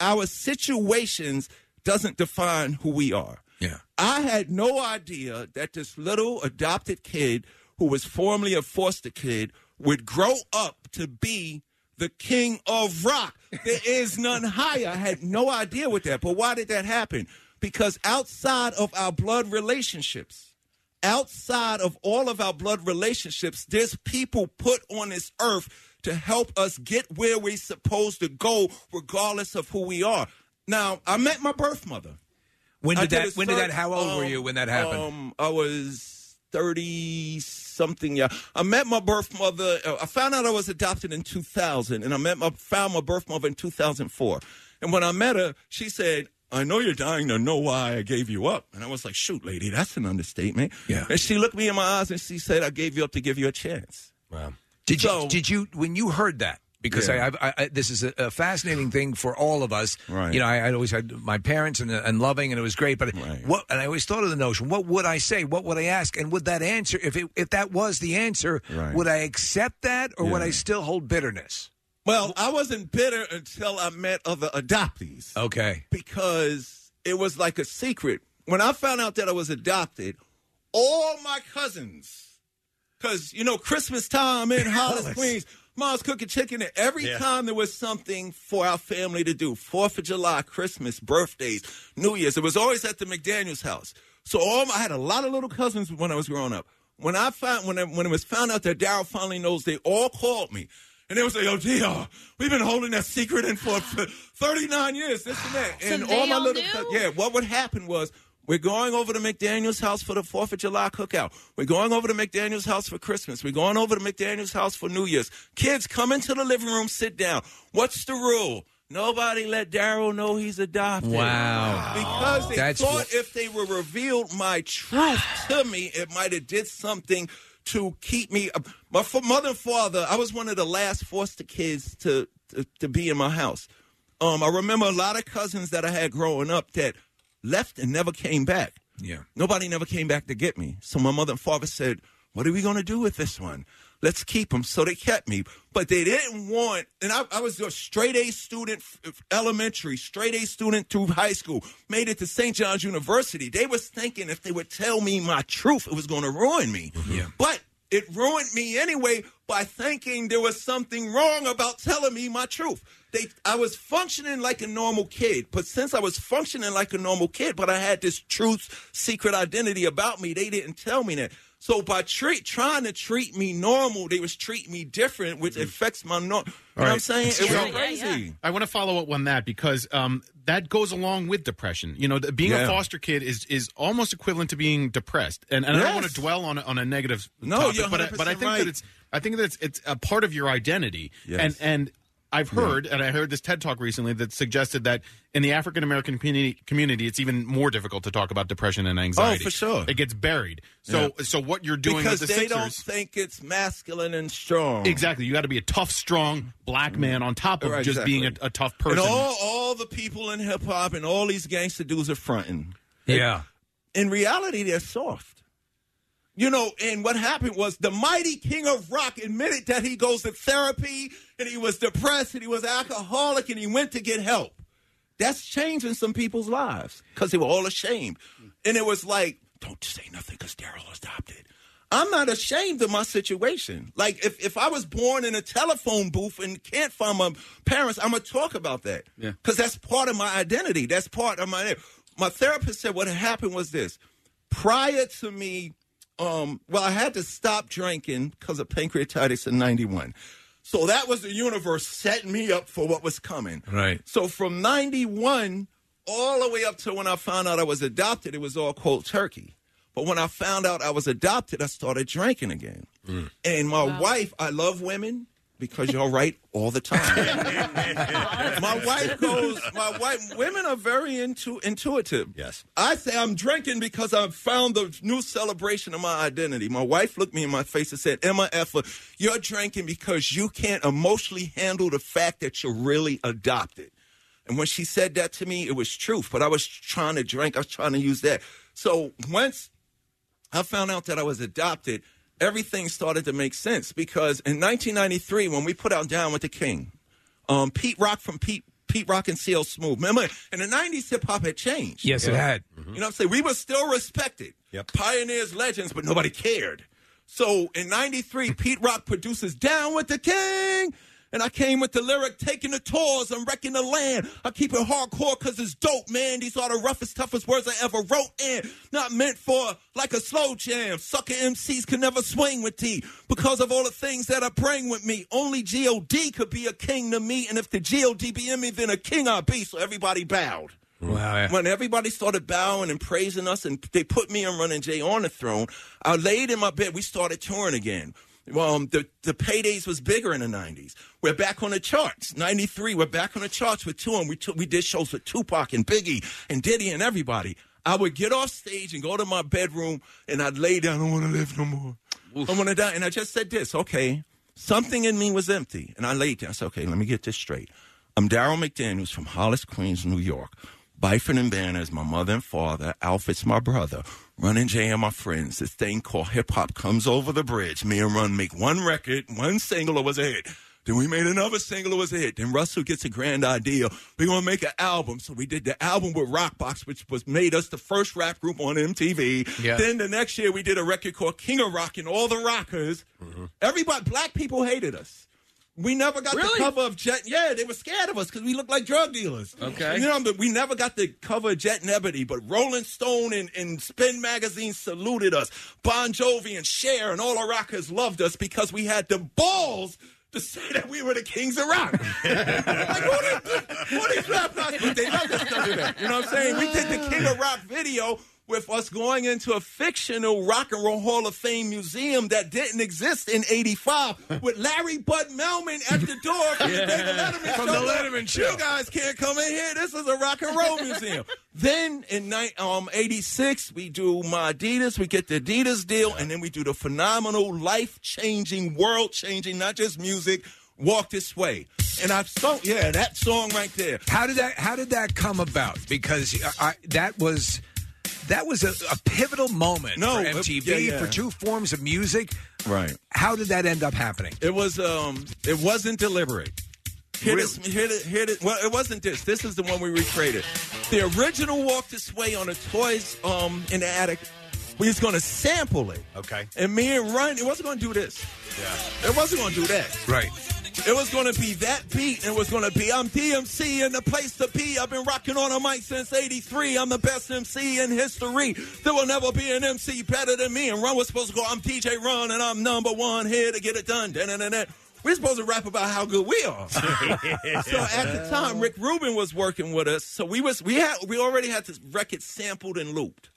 our situations doesn't define who we are.
Yeah.
I had no idea that this little adopted kid who was formerly a foster kid would grow up to be the king of rock. There is none higher. I had no idea with that. But why did that happen? Because outside of our blood relationships, outside of all of our blood relationships, there's people put on this earth to help us get where we're supposed to go, regardless of who we are. Now, I met my birth mother.
When
I
did that-
a
when did that- how old were
um,
you when that happened?
Um, I was thirty something. Yeah, I met my birth mother. uh, I found out I was adopted in two thousand, and I met my found my birth mother in two thousand four. And when I met her, she said. I know you're dying to know why I gave you up. And I was like, shoot, lady, that's an understatement. Yeah. And she looked me in my eyes and she said, I gave you up to give you a chance.
Wow.
Did you did you when you heard that? Because
Yeah.
I, I, I this is a, a fascinating thing for all of us. Right. You know, I, I'd always had my parents and and loving, and it was great. But what? And I always thought of the notion: what would I say? What would I ask? And would that answer, if it, if that was the answer,
Right.
would I accept that, or would I
Yeah.
still hold bitterness?
Well, I wasn't bitter until I met other adoptees.
Okay.
because it was like a secret. When I found out that I was adopted, all my cousins, because you know Christmas time in Hollis,
Hollis.
Queens, mom's cooking chicken, and every
Yeah.
time there was something for our family to do, Fourth of July, Christmas, birthdays, New Year's, it was always at the McDaniel's house. So all my, I had a lot of little cousins when I was growing up. When I found when I, when it was found out that Daryl finally knows, they all called me. And they would say, "Oh, Dr, we've been holding that secret in for, for 39 years, this and that."
So
and
they all
little cou- yeah, what would happen was we're going over to McDaniel's house for the Fourth of July cookout. We're going over to McDaniel's house for Christmas. We're going over to McDaniel's house for New Year's. Kids, come into the living room, sit down. What's the rule? Nobody let Daryl know he's adopted.
Wow.
Because they
That's
thought if they were revealed my truth to me, it might have did something to keep me. My f- mother and father, I was one of the last foster kids to to, to be in my house. Um, I remember a lot of cousins that I had growing up that left and never came back.
Yeah.
Nobody never came back to get me. So my mother and father said, What are we going to do with this one? Let's keep him. So they kept me. But they didn't want, and I, I was a straight A student, f- elementary, straight A student through high school, made it to St. John's
Mm-hmm.
University. They was thinking if they would tell me my truth, it was going to ruin me. But It ruined me anyway by thinking there was something wrong about telling me my truth. They, I was functioning like a normal kid, but since I was functioning like a normal kid, but I had this truth, secret identity about me, they didn't tell me that. So by treat, trying to treat me normal, they was treating me different,
Mm-hmm.
which affects my norm. You know what I'm saying? It was crazy.
I want to follow up on that because um, that goes along with depression. You know, th- being a
Yeah.
foster kid is is almost equivalent to being depressed. And, and I don't want to dwell on a- on a negative
No,
topic,
you're
but I, but I
100%
think
right.
that it's I think that it's, it's a part of your identity.
Yes.
And and I've heard and I heard this TED talk recently that suggested that in the African American community, community it's even more difficult to talk about depression and anxiety.
Oh, for sure.
It gets buried. So so what you're doing
because
with the
they
Sixers
don't think it's masculine and strong. Mm-hmm.
Exactly. You got to be a tough, strong black man on top of
Right,
just
exactly.
being a, a tough person.
And all, all the people in hip hop and all these gangster dudes are fronting.
Yeah.
In reality, they're soft. You know, and what happened was the mighty king of rock admitted that he goes to therapy and he was depressed and he was alcoholic and he went to get help. That's changing some people's lives because they were all ashamed. And it was like, don't say nothing because Daryl is adopted. I'm not ashamed of my situation. Like, if, if I was born in a telephone booth and can't find my parents, I'm going to talk about that.
Yeah.
Because that's part of my identity. That's part of my. My therapist said what happened was this. Prior to me, um, well, I had to stop drinking because of pancreatitis in 91. So that was the universe setting me up for what was coming.
Right.
So from 91 all the way up to when I found out I was adopted, it was all cold turkey. But when I found out I was adopted, I started drinking again. And my wife, I love women because y'all right all the time. my wife goes, my wife, women are very intu- intuitive. Yes. I say I'm drinking because I found the new celebration of my identity. My wife looked me in my face and said, Emma Effa, you're drinking because you can't emotionally handle the fact that you're really adopted. And when she said that to me, it was truth, but I was trying to drink, I was trying to use that. So once I found out that I was adopted, everything started to make sense because in 1993, when we put out Down with the King, um, Pete Rock from Pete Pete Rock and CL Smooth. Remember, in the 90s, hip hop had changed.
Yes, it Yeah. had.
You know what I'm saying? We were still respected. Pioneers, legends, but nobody cared. So in 93, Pete Rock produces Down with the King. And I came with the lyric, taking the tours, I'm wrecking the land. I keep it hardcore because it's dope, man. These are the roughest, toughest words I ever wrote, and not meant for like a slow jam. Sucker MCs can never swing with D because of all the things that I bring with me. Only G.O.D. could be a king to me, and if the G.O.D. be in me, then a king I be. So everybody bowed.
Wow. yeah.
When everybody started bowing and praising us, and they put me and Running Jay on the throne, I laid in my bed. We started touring again. Um, the the paydays was bigger in the '90s. We're back on the charts. '93, we're back on the charts with touring. We took, we did shows with Tupac and Biggie and Diddy and everybody. I would get off stage and go to my bedroom, and I'd lay down. I don't want to live no more. I want to die. And I just said this. Okay, something in me was empty, and I laid down. I said, okay, let me get this straight. I'm Daryl McDaniels from Hollis, Queens, New York. Byford and Banner is my mother and father. Alfred's my brother. Run and Jay are my friends. This thing called hip hop comes over the bridge. Me and Run make one record, one single that was a hit. Then we made another single that was a hit. Then Russell gets a grand idea. We're going to make an album. So we did the album with Rockbox, which was made us the first rap group on MTV.
Yeah.
Then the next year we did a record called King of Rock and all the rockers. Everybody, black people hated us. We never got the cover of Jet. Yeah, they were scared of us because we looked like drug dealers.
Okay.
You know, but we never got the cover of Jet and Ebony, but Rolling Stone and, and Spin Magazine saluted us. Bon Jovi and Cher and all our rockers loved us because we had the balls to say that we were the kings of rock. like, who did, who did rap rock? But they loved us 'cause of that. You know what I'm saying? We did the King of Rock video with us going into a fictional rock and roll Hall of Fame museum that didn't exist in 85 with Larry Bud Melman at the door from the David Letterman
From
show.
the Letterman show.
You guys can't come in here. This is a rock and roll museum. then in ni- um, 86, we do my Adidas. We get the Adidas deal, and then we do the phenomenal, life changing, world changing, not just music, Walk This Way. And I've so, yeah, that song right there.
How did that How did that come about? Because I, I, that was that was a, a pivotal moment
No,
for
it-
MTV
yeah, yeah.
for two forms of music.
Right.
How did that end up happening?
It was um it wasn't deliberate. Here this, here this, here this, well, it wasn't this. This is the one we recreated. The original Walk This Way on a Toys um in the Attic We're just going to sample it.
Okay.
And me and Run, it wasn't going to do this. Yeah. It wasn't going to do that.
Right.
It was going to be that beat, and it was going to be I'm DMC and the place to be. I've been rocking on a mic since '83. I'm the best MC in history. There will never be an MC better than me. And Run was supposed to go. I'm DJ Run, and I'm number one here to get it done. Da-na-na-na. We're supposed to rap about how good we are. so at the time, Rick Rubin was working with us. So we was we had we already had this record sampled and looped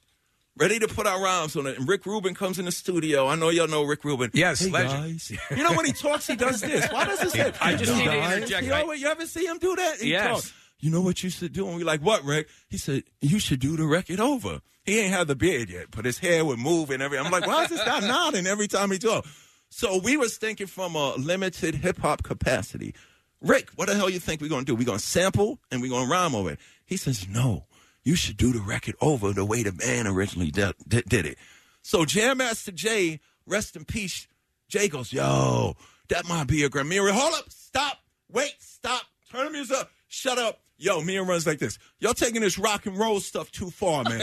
ready to put our rhymes on it. And Rick Rubin comes in the studio. I know y'all know Rick Rubin.
Yes,
Hey,
legend.
guys. You know when he talks, he does this. Why does this? happen?
I just
Hey,
need to
guys.
interject.
You,
I-
always- you ever see him do that? He
Yes.
talks. You know what you should do? And we like, what, Rick? He said, you should do the record over. He ain't had the beard yet, but his hair would move and everything. I'm like, why is this guy nodding every time he talks? So we was thinking from a limited hip-hop capacity. Rick, what the hell you think we're going to do? We're going to sample and we're going to rhyme over it. He says, no, you should do the record over the way the man originally did, did, did it. So Jam Master Jay, rest in peace, Jay goes, yo, that might be a Grammy. Hold up, stop, wait, stop, turn the music up, shut up. Yo, me and runs like this. Y'all taking this rock and roll stuff too far, man.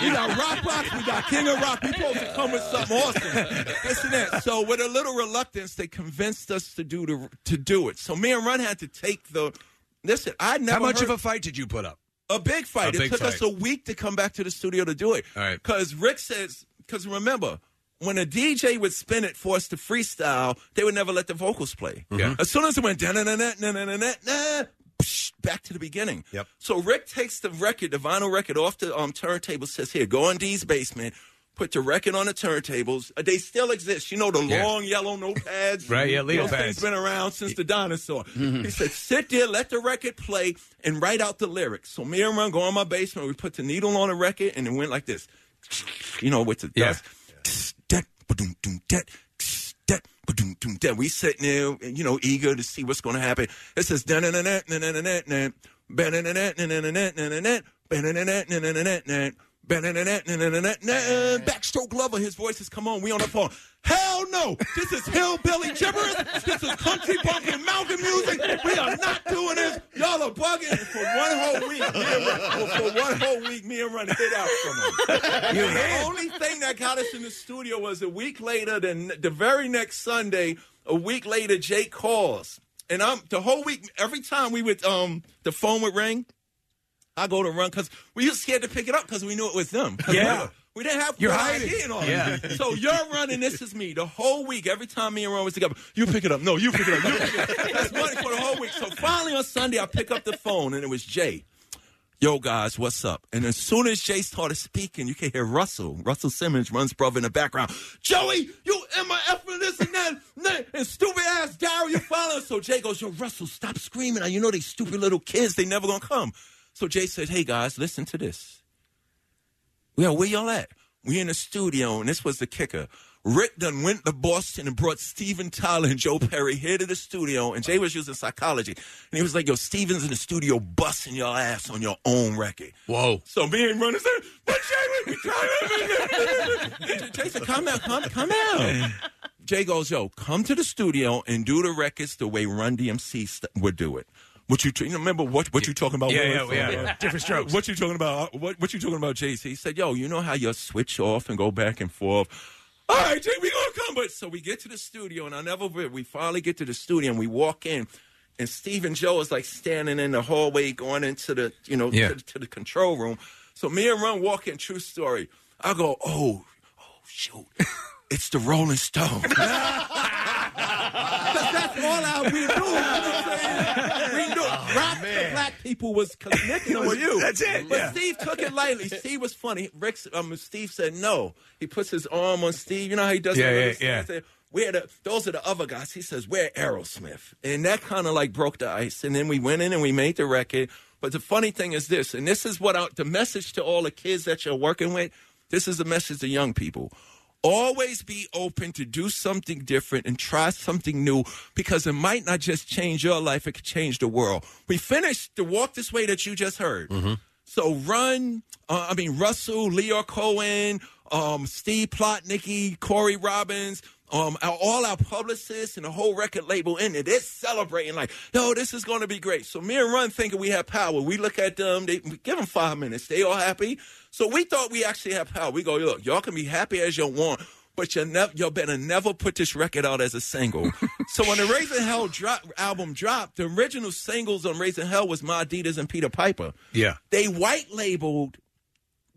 you got rock rocks, we got king of rock. We supposed to come with something awesome. This and that. So with a little reluctance, they convinced us to do the, to do it. So me and Run had to take the. Listen, I never.
How much
heard-
of a fight did you put up?
a big fight.
A
it
big
took us
fight.
a week to come back to the studio to do it. All right. Because Rick says, because remember, when a DJ would spin it for us to freestyle, they would never let the vocals play.
Yeah.
As soon as it went da na na na na na na na na, psh, back to the beginning. Yep. So Rick takes the record, the vinyl record, off the um, turntable. Says, "Here, go in D's basement." Put the record on the turntables. Uh, They still exist. You know the
Yeah.
long yellow notepads.
Right, yeah, Leo
Those
pads. Mm-hmm.
things been around since the dinosaur. He said, sit there, let the record play, and write out the lyrics. So me and Run go in my basement. We put the needle on the record, and it went like this. You know, with the dust. Dat, ba-doom, doom, dat, dat, ba-doom, doom, dat. We sitting there, you know, eager to see what's going to happen. It says, na na na na na na na na na na na na na na na na na Backstroke lover, his voice has come on. We on the phone. Hell no! This is hillbilly gibberish. This is country bumpkin mountain music. We are not doing this. Y'all are bugging. And For one whole week, me and Run, for one whole week, me and Run hid out from him.
You
the only thing that got us in the studio was a week later. Then the very next Sunday, a week later, Jake calls, and I'm the whole week. Every time we would, um, the phone would ring. I go to run because we were scared to pick it up because we knew it was them. 'Cause
Yeah.
we were- We didn't have
You're
your
hiding.
ID and all that.
Yeah.
So you're running, this is me. The whole week, every time me and Ron was together, you pick it up. No, you pick it up. You pick it up. That's money for the whole week. So finally on Sunday, I pick up the phone and it was Jay. Yo, guys, what's up? And as soon as Jay started speaking, you can hear Russell, Russell Simmons, runs brother in the background. Joey, you MIF and this and that, and that, and stupid ass Daryl, you following. So Jay goes, Yo, Russell, stop screaming. You know these stupid little kids, they never gonna come. So Jay said, Hey guys, listen to this. Yeah, where y'all at? We in the studio, and this was the kicker. Rick done went to Boston and brought Steven Tyler and Joe Perry here to the studio, and Jay was using psychology. And he was like, Yo, Steven's in the studio busting your ass on your own record. Whoa. So me and Runner said, But Jay, we Jay said, Come out, come, come out. Jay goes, Yo, come to the studio and do the records the way Run DMC st- would do it. What you, t- you remember what, what you talking about?
Yeah,
Will?
yeah, yeah, yeah. Different strokes.
What you talking about? Uh, What, what you talking about, Jay Z? He said, "Yo, you know how you switch off and go back and forth." All right, Jay, we gonna come. But so we get to the studio, and I never. forget, We finally get to the studio, and we walk in, and Steve and Joe is like standing in the hallway, going into the you know
Yeah.
to, to the control room. So me and Run walk in. True story. I go, oh, oh shoot, it's the Rolling Stones. that's all I we knew. You know what I'm saying? We knew rock to black people was connecting
It was-
with you.
Oh, that's it,
But
yeah.
Steve took it lightly. Steve was funny. Rick, um, Steve said no. He puts his arm on Steve. You know how he does
Yeah,
it.
yeah,
Steve
yeah.
said, We're the, those are the other guys. He says, We're Aerosmith. And that kind of like broke the ice. And then we went in and we made the record. But the funny thing is this, and this is what I, the message to all the kids that you're working with, this is the message to young people. Always be open to do something different and try something new because it might not just change your life, it could change the world. We finished the walk this way that you just heard. So Run, uh, I mean Russell, Leo Cohen, um, Steve Plotnicki, Corey Robbins, um, our, all our publicists and the whole record label in it. They're celebrating like, no, this is going to be great. So me and Run thinking we have power. We look at them. They we give them five minutes. They all happy. So we thought we actually have power. We go, look, y'all can be happy as you want. But you never, you better never put this record out as a single. so when the Raising Hell drop, album dropped, the original singles on Raising Hell was My Adidas and Peter Piper.
Yeah.
They white labeled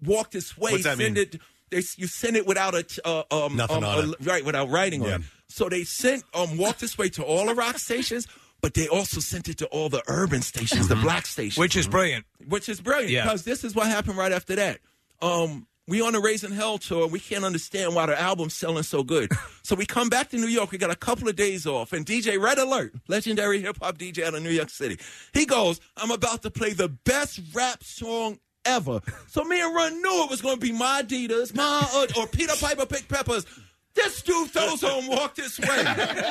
walk this way.
What's that
send
mean?
it. They, you send it without a uh, um,
Nothing
um,
on
a-
it.
right without writing
Yeah.
on it. So they sent um, walk this way to all the rock stations, but they also sent it to all the urban stations, the black stations,
Which is brilliant.
which is brilliant
Mm-hmm. Yeah.
because this is what happened right after that. Um, we on the Raising Hell tour. We can't understand why the album's selling so good. so we come back to New York. We got a couple of days off, and DJ Red Alert, legendary hip hop DJ out of New York City, he goes, "I'm about to play the best rap song." Ever. So me and Run knew it was going to be my Adidas, my uh, or Peter Piper Pick Peppers. This dude throws on Walk This Way.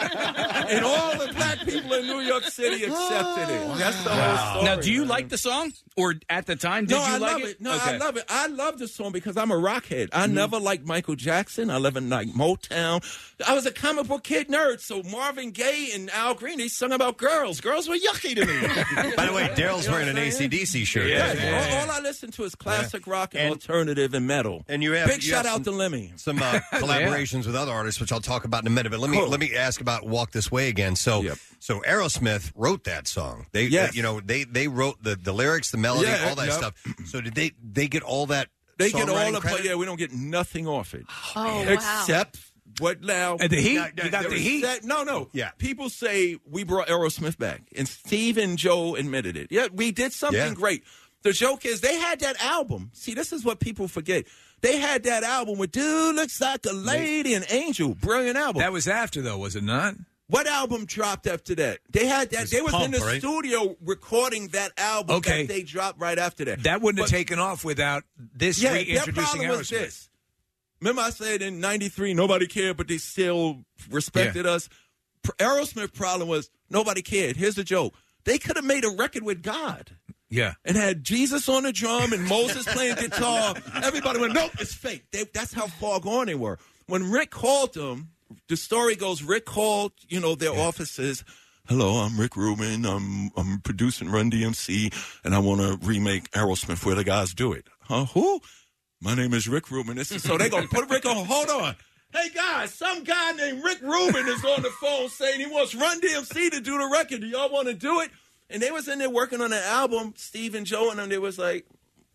and all the black people in New York City accepted it. That's the whole story.
Now, do you like the song? Or at the time, did
no,
you
I
like
love
it? Mm-hmm.
it. No, I love it. I love this song because I'm a rockhead. I never liked Michael Jackson. I never liked Motown. I was a comic book kid nerd. So Marvin Gaye and Al Green, they sung about girls. Girls were yucky to me.
By the way, Daryl's wearing an ACDC shirt.
Yeah, All, all I listen to is classic rock and, alternative and metal.
And you have
big
you
shout
have some-
out to Lemmy.
Some uh, collaborations with other artists, which I'll talk about in a minute. But let me let me ask about "Walk This Way" again. So, so Aerosmith wrote that song. They,
Yes.
they- you know, they they wrote the the lyrics, the melody,
Yeah,
all that
yep.
stuff. So did they they get all that?
They get all
songwriting
the play.
credit?
Yeah, we don't get nothing off it.
Oh, man. wow.
Except what now?
And the heat.
No, no,
You got
there
the
was
heat.
that- no, no.
Yeah.
People say we brought Aerosmith back, and Steve and Joe admitted it. Yeah, we did something
Yeah.
great. The joke is they had that album. See, this is what people forget. They had that album with "Dude Looks Like a Lady" and "Angel." Brilliant album.
That was after, though, was it not?
What album dropped after that? They had that. They was in
Pump,
the
right?
studio recording that album.
Okay.
that they dropped right after that.
That wouldn't
But-
have taken off without this
yeah, their
reintroducing
problem was
Aerosmith.
this. Remember, I said in '93 nobody cared, but they still respected us. Pr- Aerosmith problem was nobody cared. Here's the joke: they could have made a record with God
Yeah.
and had Jesus on the drum and Moses playing guitar. Everybody went, "Nope, it's fake." They, that's how far gone they were. When Rick called them, the story goes: Rick called, you know, their offices. Hello, I'm Rick Rubin. I'm I'm producing Run DMC, and I want to remake Aerosmith. Where the guys do it? Huh? Who? My name is Rick Rubin. This is, so they gonna put Rick on. Hold on. Hey guys, some guy named Rick Rubin is on the phone saying he wants Run DMC to do the record. Do y'all want to do it? And they was in there working on an album. Steve and Joe and them. They was like,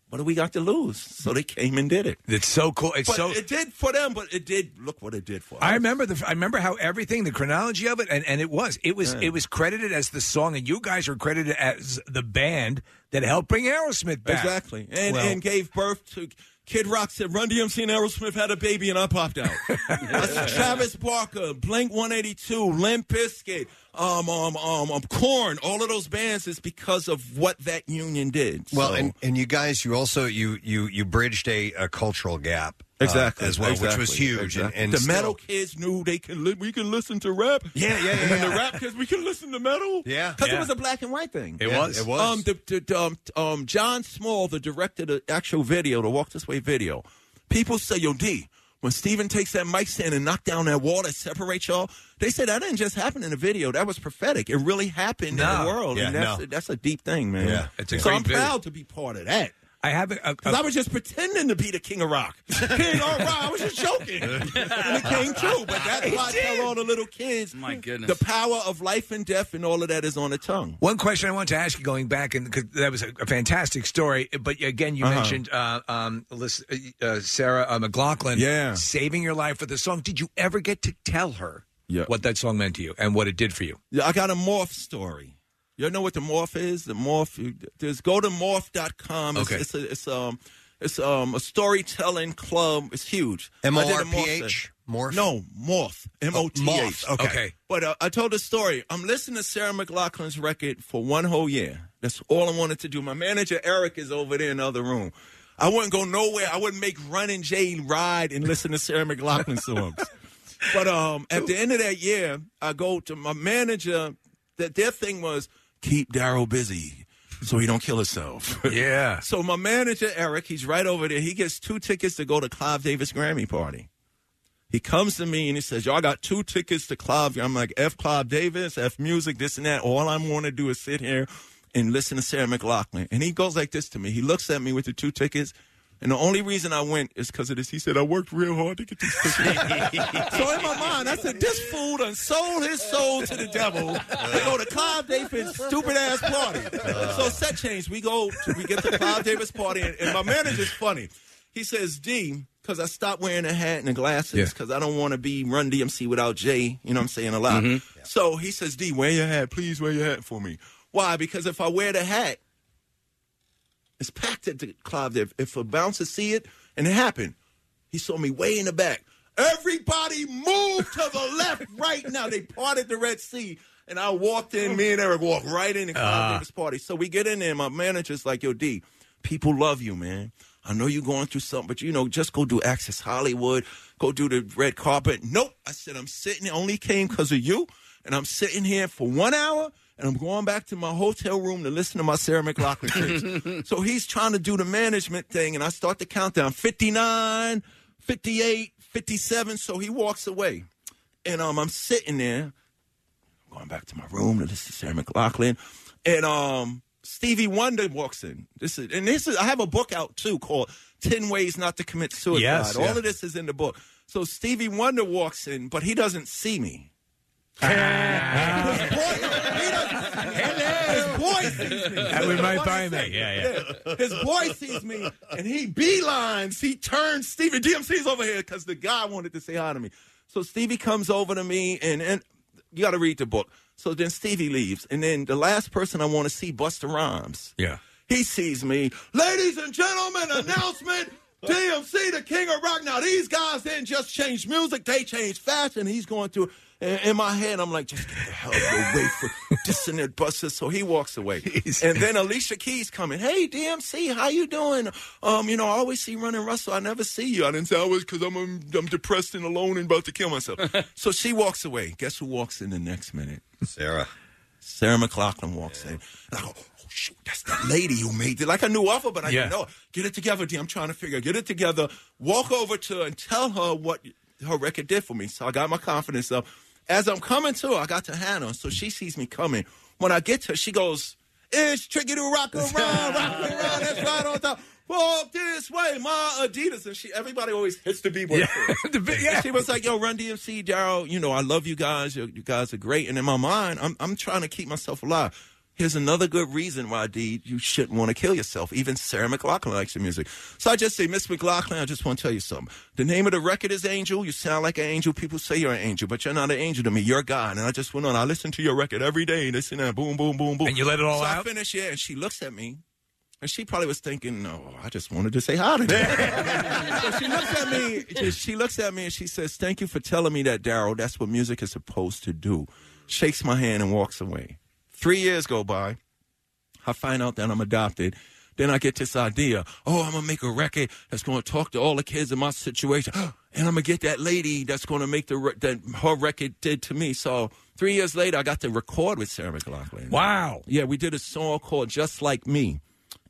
"What do we got to lose?" So they came and did it.
It's so Oh, cool. It's
but
so.
it did for them, but it did look what it did for. us.
I remember the. I remember how everything, the chronology of it, and, and it was. It was. It was credited as the song, and you guys were credited as the band that helped bring Aerosmith back.
Exactly. And
Well-
and gave birth to Kid Rock said Run DMC and Aerosmith had a baby and I popped out. That's Travis Barker, Blink 182, Limp Bizkit, um, um, um, um, Korn, all of those bands is because of what that union did.
Well,
So-
and, and you guys, you also you you you bridged a, a cultural gap uh, as well, which was
exactly,
huge.
exactly.
And, and
the
still-
metal kids knew they can li- we can listen to rap.
Yeah, yeah,
And then
yeah.
the rap kids, we can listen to metal.
Yeah,
because
yeah.
it was a black and white thing.
It Yeah, was. it was.
Um, the, the, um, um, John Small, the director of the actual video, the Walk This Way video. People say, "Yo, D." When Steven takes that mic stand and knock down that wall that separates y'all, they said that didn't just happen in a video. That was prophetic. It really happened in
No.
the world.
Yeah,
and that's,
no.
that's a deep thing, man.
Yeah. It's a
so
great
I'm
video.
proud to be part of that.
I have a, a,
Because I was just pretending to be the king of rock. King of rock. I was just joking. and it came true. But that's why I tell all the little kids
My goodness.
the power of life and death and all of that is on the tongue.
One question I want to ask you, going back, and because that was a, a fantastic story, but again, you
Uh-huh.
mentioned uh, um, Alyssa- uh, Sarah uh, McLaughlin,
Yeah.
saving your life with the song. Did you ever get to tell her
Yeah.
what that song meant to you and what it did for you?
Yeah, I got a morph story. You know what the morph is? The morph. you- Just go to morph.com. It's,
Okay.
It's, a, it's, um, it's um, a storytelling club. It's huge. I did a morph
M-O-R-P-H?
thing. No, morph. M O T H.
Morph, okay. Okay.
But uh, I told the story. I'm listening to Sarah McLaughlin's record for one whole year. That's all I wanted to do. My manager Eric is over there in the other room. I wouldn't go nowhere. I wouldn't make Run and Jay ride and listen to Sarah McLaughlin songs. But um, at the end of that year, I go to my manager. That their thing was keep Daryl busy so he don't kill himself.
Yeah.
so my manager Eric, he's right over there. He gets two tickets to go to Clive Davis Grammy party. He comes to me and he says, Y'all got two tickets to Clive. I'm like, F. Clive Davis, F. Music, this and that. All I want to do is sit here and listen to Sarah McLaughlin. And he goes like this to me. He looks at me with the two tickets. And the only reason I went is because of this. He said, I worked real hard to get these tickets. so in my mind, I said, This fool done sold his soul to the devil to go to Clive Davis' stupid ass party. So set change. We go, to, we get to Clive Davis' party. And, and my manager's funny. He says, D, because I stopped wearing a hat and the glasses because I don't want to be Run DMC without Jay, you know what I'm saying, a lot.
Mhm.
So he says, D, wear your hat. Please wear your hat for me. Why? Because if I wear the hat, it's packed at the club. If, if a bouncer see it, and it happened, he saw me way in the back. Everybody move to the left right now. They parted the Red Sea. And I walked in, me and Eric walked right in the Clive
Ah.
Davis party. So we get in there, and my manager's like, yo, D, people love you, man. I know you're going through something, but you know, just go do Access Hollywood, go do the red carpet. Nope. I said, I'm sitting there, only came because of you, and I'm sitting here for one hour, and I'm going back to my hotel room to listen to my Sarah McLaughlin tapes. so he's trying to do the management thing, and I start the countdown 59, 58, 57. So he walks away, and um, I'm sitting there going back to my room to listen to Sarah McLaughlin. And um Stevie Wonder walks in. This is and this is I have a book out too called Ten Ways Not to Commit Suicide.
Yes,
All
yeah.
of this is in the book. So Stevie Wonder walks in, but he doesn't see me. His boy sees me.
we might
find that.
Yeah, yeah.
His boy sees me and he beelines. He turns Stevie. DMC's over here because the guy wanted to say hi to me. So Stevie comes over to me and, and you got to read the book. So then Stevie leaves. And then the last person I want to see, Buster Rhymes.
Yeah.
He sees me. Ladies and gentlemen, announcement. DMC, the king of rock. Now, these guys didn't just change music, they changed fashion. He's going through. In in my head, I'm like, just get the hell away from this and that buster. So he walks away. And then Alicia Keys coming. Hey, DMC, how you doing? Um, you know, I always see Running Russell. I never see you. I didn't say I was because I'm, um, I'm depressed and alone and about to kill myself. so she walks away. Guess who walks in the next minute?
Sarah.
Sarah McLaughlin walks in. And I go, oh, shoot, that's that lady who made it. Like I knew off her, but I
Yeah.
didn't know. her. Get it together, D. I'm trying to figure. Get it together. Walk over to her and tell her what her record did for me. So I got my confidence up. As I'm coming to her, I got to Hannah. So she sees me coming. When I get to her, she goes, It's tricky to rock around, rock around. That's right on top. Walk this way, my Adidas. And she, everybody always hits the B-boy. yeah. She was like, yo, Run DMC, Daryl, you know, I love you guys. You, you guys are great. And in my mind, I'm, I'm trying to keep myself alive. Here's another good reason why, D, you shouldn't want to kill yourself. Even Sarah McLaughlin likes your music. So I just say, Miss McLaughlin, I just want to tell you something. The name of the record is Angel. You sound like an angel. People say you're an angel, but you're not an angel to me. You're God. And I just went on. I listen to your record every day. This and that. Boom, boom, boom, boom.
And you let it all
So I
out?
finish it, and she looks at me. And she probably was thinking, no, I just wanted to say hi to them. So she looks at me. She, she looks at me and she says, "Thank you for telling me that, Daryl. That's what music is supposed to do." Shakes my hand and walks away. Three years go by. I find out that I'm adopted. Then I get this idea. Oh, I'm gonna make a record that's gonna talk to all the kids in my situation, and I'm gonna get that lady that's gonna make the re- that her record did to me. So three years later, I got to record with Sarah McLaughlin. Wow. Yeah, we did a song called "Just Like Me."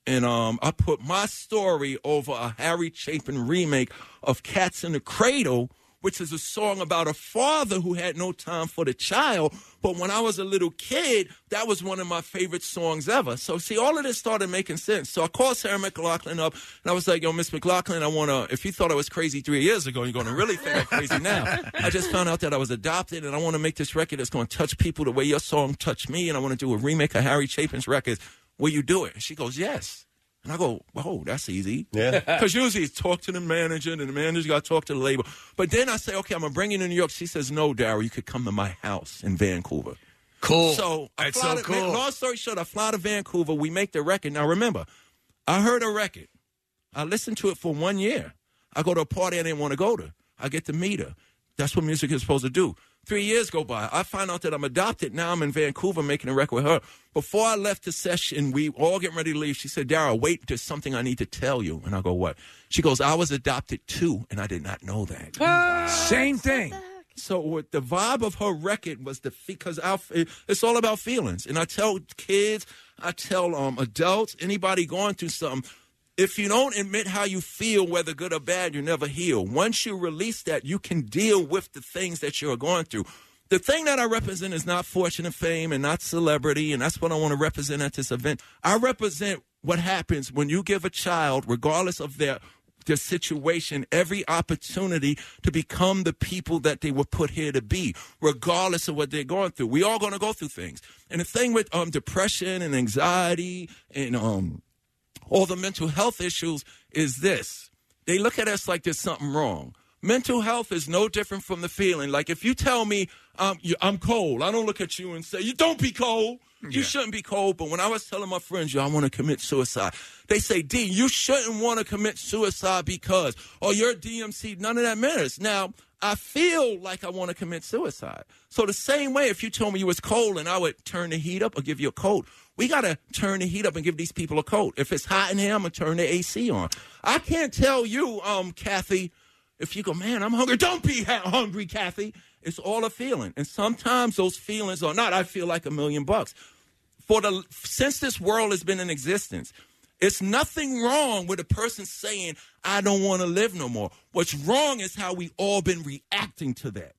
and um, I put my story over a Harry Chapin remake of Cats in the Cradle, which is a song about a father who had no time for the child. But when I was a little kid, that was one of my favorite songs ever. So, see, all of this started making sense. So I called Sarah McLaughlin up and I was like, Yo, Miss McLaughlin, I want to, if you thought I was crazy three years ago, you're going to really think I'm crazy now. I just found out that I was adopted and I want to make this record that's going to touch people the way your song touched me. And I want to do a remake of Harry Chapin's records. Will you do it? And she goes, Yes. And I go, Oh, that's easy.
Yeah.
Because usually it's talk to the manager, and the manager's got to talk to the label. But then I say, Okay, I'm going to bring you to New York. She says, No, Daryl, you could come to my house in Vancouver.
Cool.
So I
That's
fly
so
to- man,
cool.
long story short, I fly to Vancouver. We make the record. Now remember, I heard a record. I listened to it for one year. I go to a party I didn't want to go to. I get to meet her. That's what music is supposed to do. Three years go by. I find out that I'm adopted. Now I'm in Vancouver making a record with her. Before I left the session, we all getting ready to leave. She said, Daryl, wait, there's something I need to tell you. And I go, what? She goes, I was adopted too, and I did not know that. Same thing. So what the vibe of her record was the because our, it's all about feelings, and I tell kids, I tell um adults, anybody going through something, If you don't admit how you feel, whether good or bad, you never heal. Once you release that, you can deal with the things that you're going through. The thing that I represent is not fortune and fame and not celebrity, and that's what I want to represent at this event. I represent what happens when you give a child, regardless of their their situation, every opportunity to become the people that they were put here to be, regardless of what they're going through. We all going to go through things, and the thing with um, depression and anxiety and um, all the mental health issues is this: they look at us like there's something wrong. Mental health is no different from the feeling. Like if you tell me um, you, I'm cold, I don't look at you and say you don't be cold. You shouldn't be cold. But when I was telling my friends, yo, I want to commit suicide, they say, D, you shouldn't want to commit suicide because, or you're DMC. None of that matters. Now, I feel like I want to commit suicide. So the same way, if you told me you was cold and I would turn the heat up or give you a coat, we got to turn the heat up and give these people a coat. If it's hot in here, I'm going to turn the AC on. I can't tell you, um, Kathy, if you go, man, I'm hungry. Don't be ha- hungry, Kathy. It's all a feeling. And sometimes those feelings are not, I feel like a million bucks. For the since this world has been in existence, it's nothing wrong with a person saying, I don't want to live no more. What's wrong is how we all been reacting to that.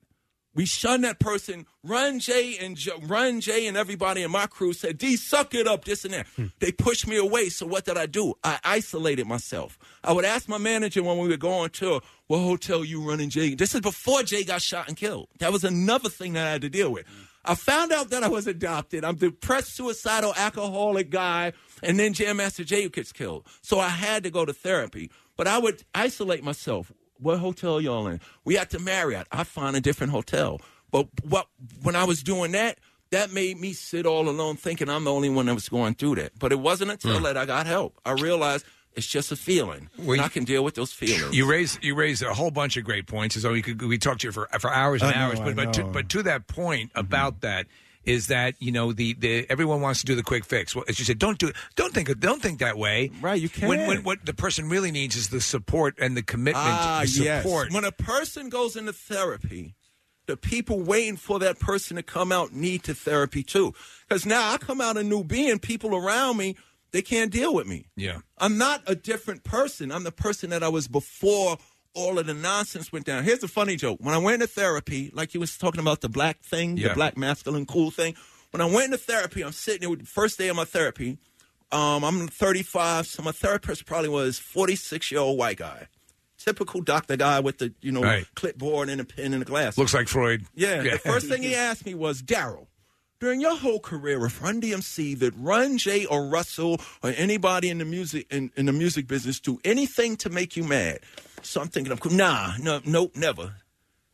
We shun that person. Run Jay and Jo- Run Jay and everybody in my crew said, "D, suck it up, this and that." They pushed me away. So what did I do? I isolated myself. I would ask my manager when we were going to what hotel you running Jay. This is before Jay got shot and killed. That was another thing that I had to deal with. I found out that I was adopted. I'm depressed, suicidal, alcoholic guy, and then Jam Master Jay gets killed. So I had to go to therapy. But I would isolate myself. What hotel y'all in? We at the Marriott. I find a different hotel. But what when I was doing that, that made me sit all alone thinking I'm the only one that was going through that. But it wasn't until
Hmm.
that I got help. I realized it's just a feeling.
Well,
and
you-
I can deal with those feelings.
You raise you raise a whole bunch of great points. So we could we talked to you for for hours and
I know,
hours. But
I
but to,
know. Mm-hmm.
but to that point about that is that you know the, the everyone wants to do the quick fix. Well, as you said, don't do don't think don't think that way. Right, you When, when
can't.
what the person really needs is the support and the commitment,
Ah,
the
yes.
support.
When a person goes into therapy, the people waiting for that person to come out need to therapy too. Because now I come out a new being, people around me, they can't deal with me.
Yeah.
I'm not a different person. I'm the person that I was before all of the nonsense went down. Here's a funny joke. When I went into therapy, like you was talking about the black thing,
Yeah.
the black masculine cool thing. When I went into therapy, I'm sitting there with the first day of my therapy. Um, I'm 35, so my therapist probably was 46 year old white guy, typical doctor guy with the you know
Right.
clipboard and a pen and a glass.
Looks like Freud.
Yeah. The first thing he asked me was, Daryl, during your whole career with Run DMC, did Run J or Russell or anybody in the music in, in the music business do anything to make you mad? So I'm thinking, I'm cool. Nah, no, nope, never.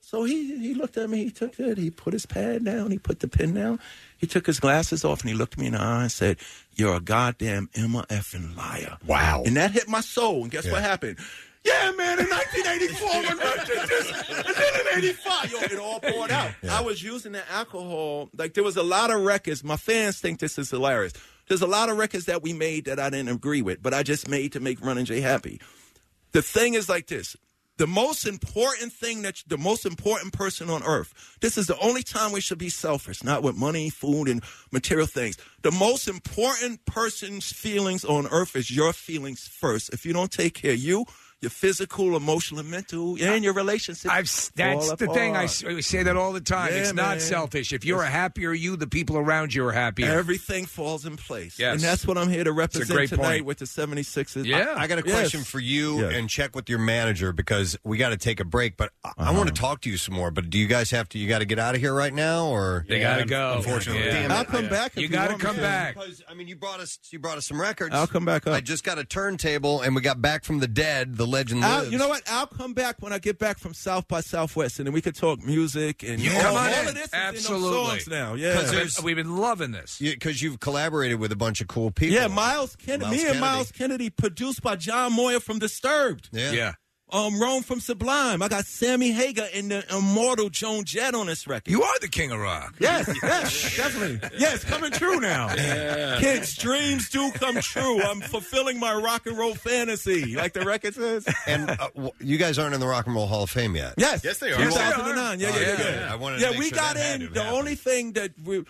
So he he looked at me. He took it. He put his pad down. He put the pen down. He took his glasses off and he looked me in the eye and said, "You're a goddamn Emma effing liar." Wow. And that hit my soul. And guess what happened? Yeah, man. In 1984, when Run did this, and then in '85, yo, it all poured out. I was using the alcohol. Like there was a lot of records. My fans think this is hilarious. There's a lot of records that we made that I didn't agree with, but I just made to make Run and Jay happy. The thing is like this. The most important thing that the most important person on earth. This is the only time we should be selfish, not with money, food, and material things. The most important person's feelings on earth is your feelings first. If you don't take care of you, your physical, emotional, and mental, and your relationship. I've,
That's the thing. I s- I say that all the time.
Yeah,
it's not
man.
selfish. If you're
It's-
happier, you the people around you are happier.
Everything falls in place.
Yes.
And that's what I'm here
It's
to
a
represent
great
tonight
point.
with the 76ers.
I, I got a question for you and check with your manager because we got to take a break. But I, I
Uh-huh.
want to talk to you some more. But do you guys have to? You got to get out of here right now, or
They gotta go.
Unfortunately,
Yeah.
Damn it.
I'll come
I-
back if You you gotta want me come to. back.
Because, I mean, you brought us you brought us some records.
I'll come back up.
I just got a turntable, and we got back from the dead. The legend
I'll-
lives.
you know what? I'll come back when I get back from South by Southwest, and then we could talk music and
Yeah,
all,
come on
all
in.
of this.
Absolutely.
is in those songs now. Yeah,
'Cause there's-
We've been loving this.
Because you've collaborated with a bunch of cool people.
Yeah, Miles Kennedy. me and Miles Kennedy, produced by John Moyer from Disturbed.
Yeah. Yeah.
Um, Rome from Sublime. I got Sammy Hagar and the immortal Joan Jett on this record.
You are the king of rock.
Yes, yes, definitely. Yes, coming true now.
Yeah.
Kids, dreams do come true. I'm fulfilling my rock and roll fantasy, like the record says.
And uh, w- you guys aren't in the Rock and Roll Hall of Fame yet.
Yes.
Yes, they are.
2009. Yeah,
Oh,
yeah, yeah.
yeah.
yeah.
I wanted to
yeah,
make
we
sure
got
that had
in. The only thing that we,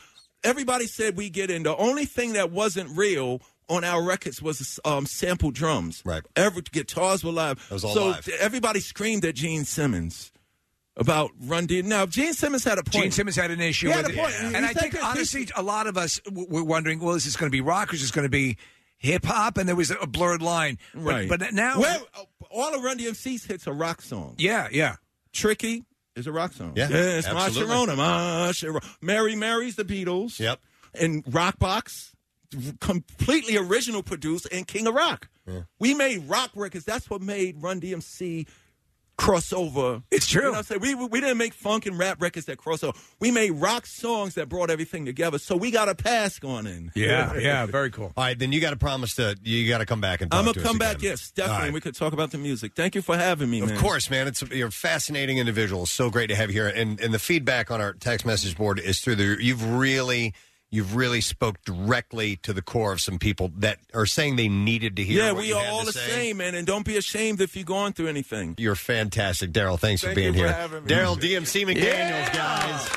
everybody said we get in. The only thing that wasn't real on our records was um, sample drums.
Right.
Every guitars were live.
was all
so
live.
everybody screamed at Gene Simmons about Run D. Now Gene Simmons had a point.
Gene Simmons had an issue
He
with
had
it.
a point. He
And I
said
think,
that this-
honestly, a lot of us w- were wondering, well, is this going to be rock or is this going to be hip hop? And there was a blurred line. But-
Right.
But, now. oh,
Well, all of Run DMC's hits are rock songs.
yeah, yeah.
Tricky is a rock song.
Yeah,
yes, my
absolutely.
Sharona, my Sharona. Mary Mary's the Beatles. Yep. And Rockbox, completely original produced, and King of Rock. We made rock records. That's what made Run DMC crossover.
It's true.
You know what I'm saying? We, we, we didn't make funk and rap records that crossover. We made rock songs that brought everything together. So we got a pass going in.
very cool.
All right, then you got to promise to you got to come back and. Talk
I'm
to
gonna
us
come back.
again.
Yes, definitely.
All right.
We could talk about the music. Thank you for having me. man.
Of course, man. It's you're a fascinating individual. It's so great to have you here. And and the feedback on our text message board is through the you've really you've really spoke directly to the core of some people that are saying they needed to hear.
Yeah,
what
we
you
are
had
all
to
the
say.
same, man. And don't be ashamed if you're going through anything.
You're fantastic, Daryl. Thanks
Thank
for being
you for
here.
having me.
Daryl DMC McDaniels,
Yeah.
guys.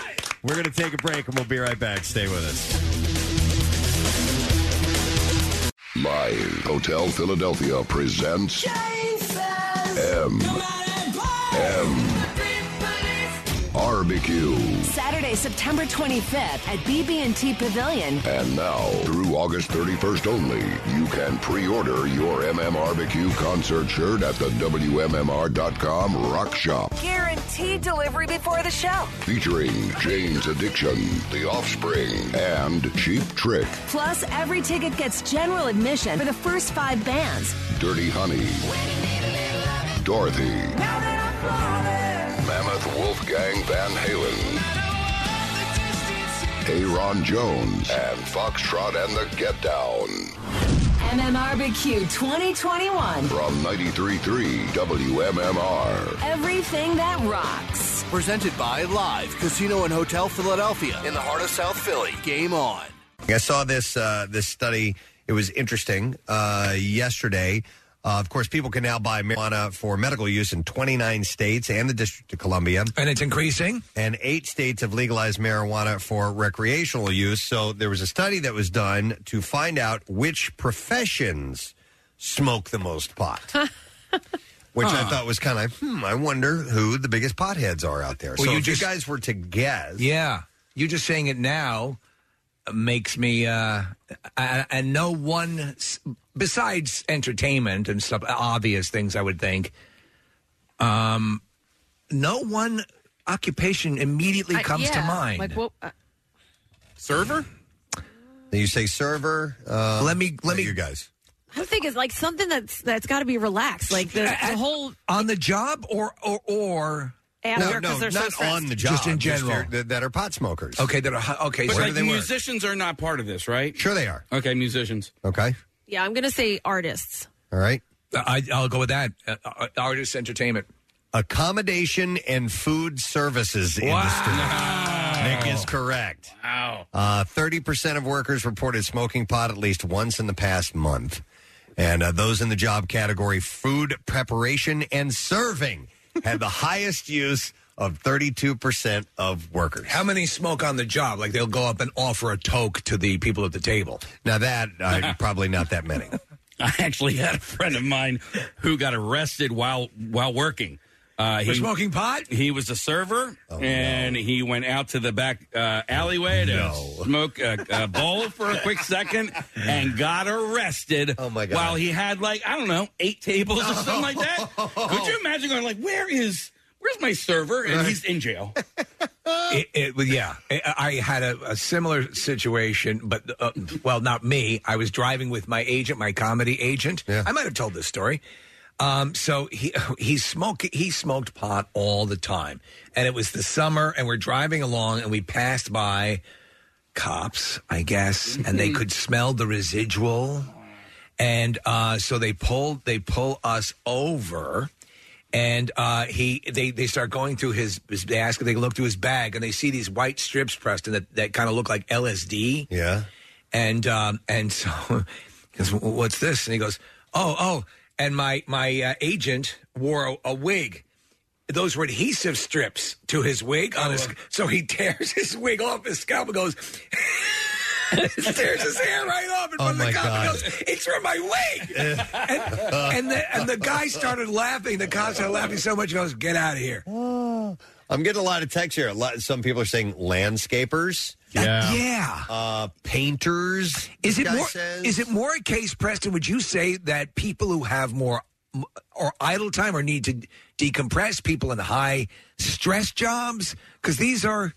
We're gonna take a break and we'll be right back. Stay with us.
Live Hotel Philadelphia presents M.
Oh,
M. Barbecue.
Saturday, September 25th at BB&T Pavilion.
And now, through August 31st only, you can pre-order your MMRBQ concert shirt at the WMMR.com Rock Shop.
Guaranteed delivery before the show.
Featuring Jane's Addiction, The Offspring, and Cheap Trick,
Plus, every ticket gets general admission for the first five bands.
Dirty Honey, Dorothy, Mammoth Wolfgang Van Halen, Aaron Jones, and Foxtrot and the Get Down.
MMRBQ 2021.
From 93.3 WMMR.
Everything that rocks.
Presented by Live Casino and Hotel Philadelphia in the heart of South Philly. Game on.
I saw this uh, this study. It was interesting uh, yesterday. Uh, of course, people can now buy marijuana for medical use in 29 states and the District of Columbia.
And it's increasing.
And eight states have legalized marijuana for recreational use. So there was a study that was done to find out which professions smoke the most pot. Which I
Huh.
thought was kind of, hmm, I wonder who the biggest potheads are out there.
Well,
so
you
if
just-
you guys were to guess,
Yeah. You just saying it now makes me, uh, I- and no one, s- besides entertainment and stuff, obvious things I would think, um, no one occupation immediately
I-
comes to
yeah,
mind.
Like what? Uh,
server. You say server. Uh, let me let me you guys.
I think it's like something that's that's got to be relaxed. Like the, the whole
on the job or or or
after because
no, no,
they're
not
so
on
stressed.
the job.
Just in general.
your- that, that are pot smokers.
Okay, that are okay.
Where
But
do
like
uh, they work?
musicians are not part of this, right?
Sure, they are.
Okay, musicians.
Okay,
Yeah, I'm gonna say artists.
all right.
I, I'll go with that. Uh, uh, artist entertainment.
Accommodation and food services industry. Nick is correct.
Wow.
Uh, 30% of workers reported smoking pot at least once in the past month. And uh, those in the job category, food preparation and serving, had the highest use of 32% of workers.
How many smoke on the job? Like they'll go up and offer a toke to the people at the table.
Now that uh, probably not that many.
I actually had a friend of mine who got arrested while while working. Uh,
For smoking pot.
He was a server, and he went out to the back uh, alleyway to smoke a, a bowl for a quick second, and got arrested. Oh my
God.
While he had like I don't know eight tables or something like that. Could you imagine going like, where is where's my server? And he's in jail.
It, it, well, yeah, I, I had a, a similar situation, but uh, well, not me. I was driving with my agent, my comedy agent. I might have told this story. Um, so he he smoked he smoked pot all the time, and it was the summer, and we're driving along, and we passed by cops, I guess, and they could smell the residual, and uh, so they pulled they pull us over, and uh, he they they start going through his, his they ask they look through his bag and they see these white strips Preston that that kind of look like LSD.
Yeah,
and um, and so he goes, "Wh- what's this? And he goes, oh oh, and my my uh, agent wore a, a wig. Those were adhesive strips to his wig on his, so he tears his wig off his scalp and goes. tears his hair right off in
Oh,
front of
my
the cop
God.
and goes, It's from my wig. and,
Uh.
and, the, and the guy started laughing. The cop started laughing so much, he goes, Get out of here.
I'm getting a lot of text here. A lot, some people are saying landscapers.
Yeah. Yeah.
Uh, painters. this
Is it
guy
more?
says.
Is it more a case, Preston? Would you say that people who have more m- or idle time or need to decompress, people in high stress jobs, because these are,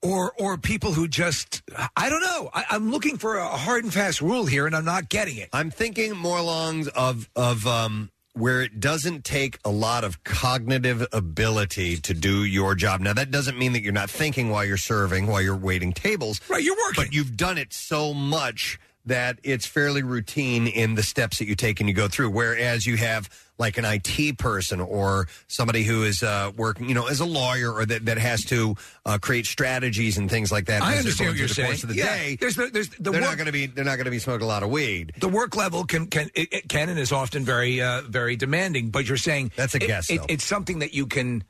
or or people who just I don't know. I, I'm looking for a hard and fast rule here, and I'm not getting it.
I'm thinking more along of of um, where it doesn't take a lot of cognitive ability to do your job. Now that doesn't mean that you're not thinking while you're serving, while you're waiting tables.
Right, you're working.
But you've done it so much that it's fairly routine in the steps that you take and you go through. Whereas you have like an IT person or somebody who is uh, working, you know, as a lawyer or that, that has to uh, create strategies and things like that. as
I
they're
understand
going
what
through
you're
the
saying.
course of the
yeah,
day.
there's the, there's the
they're
work
not going to be they're not going to be smoking a lot of weed.
the work level can can it, it can and is often very uh, very demanding. But you're saying that's
a guess,
It,
though.
it's something that you can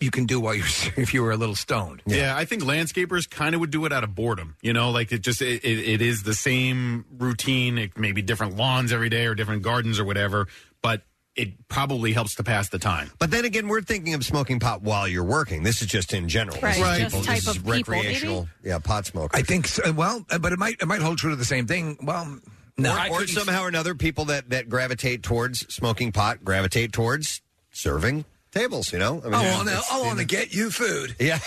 you can do while you're if you were a little stoned.
Yeah, I think landscapers kind of would do it out of boredom. You know, like it just it, it, it is the same routine. It may be different lawns every day or different gardens or whatever, but it probably helps to pass the time.
But then again, we're thinking of smoking pot while you're working. This is just in general. This
Right,
is
Right. just
people- this
type
is
of people, maybe?
recreational. yeah, pot smoker.
I think so. Well, uh, but it might it might hold true to the same thing. Well, no, I
or, or
couldn't-
somehow or another, people that that gravitate towards smoking pot gravitate towards serving tables. You know,
I wanna-
it's-
I wanna get you food.
Yeah,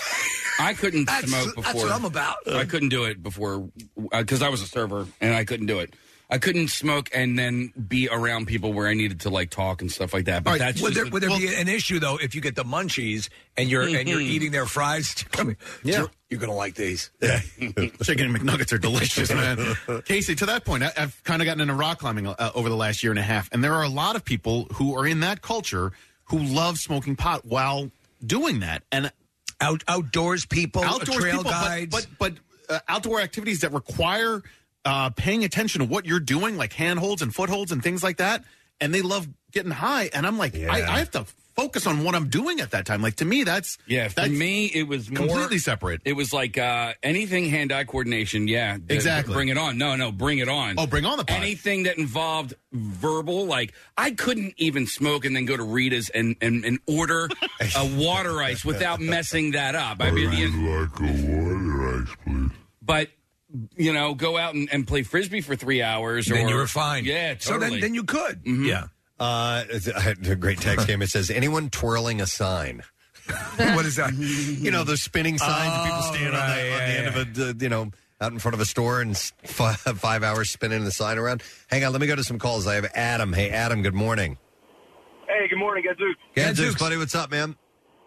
I couldn't
That's-
smoke before.
that's what I'm about.
I couldn't do it before because I was a server and I couldn't do it. I couldn't smoke and then be around people where I needed to like talk and stuff like that. But
All right,
that's
would
just
there,
the-
would there be an issue though if you get the munchies and you're and you're
Mhm.
eating their fries? Coming, yeah, you're, you're gonna like these.
Chicken McNuggets are delicious, man. Casey, to that point, I, I've kind of gotten into rock climbing uh, over the last year and a half, and there are a lot of people who are in that culture who love smoking pot while doing that, and
out outdoors people,
outdoors
trail
people,
guides.
but but, but uh, outdoor activities that require uh, paying attention to what you're doing, like handholds and footholds and things like that, and they love getting high, and I'm like, I, I have to focus on what I'm doing at that time. Like to me, that's
Yeah, for
that's
me it was more,
completely separate.
It was like uh, anything hand-eye coordination. Yeah, th-
Exactly.
Bring it on. No, no, bring it on.
Oh, bring on the pot.
anything that involved verbal. Like I couldn't even smoke and then go to Rita's and and, and order a water ice without messing that up. I mean, the,
like a water ice, please.
but you know, go out and, and play frisbee for three hours.
Then
or,
you were fine.
Yeah,
So then-
totally.
then
you could.
yeah. Uh, it's- I had a great text game. It says, "Anyone twirling a sign."
what is that?
You know those spinning signs that people
Oh,
stand on, the, on the end of a, uh, you know, out in front of a store and s- five, five hours spinning the sign around. Hang on, let me go to some calls. I have Adam. Hey, Adam. Good morning.
Hey, good morning, Gadzooks.
Gadzooks, buddy. What's up, man?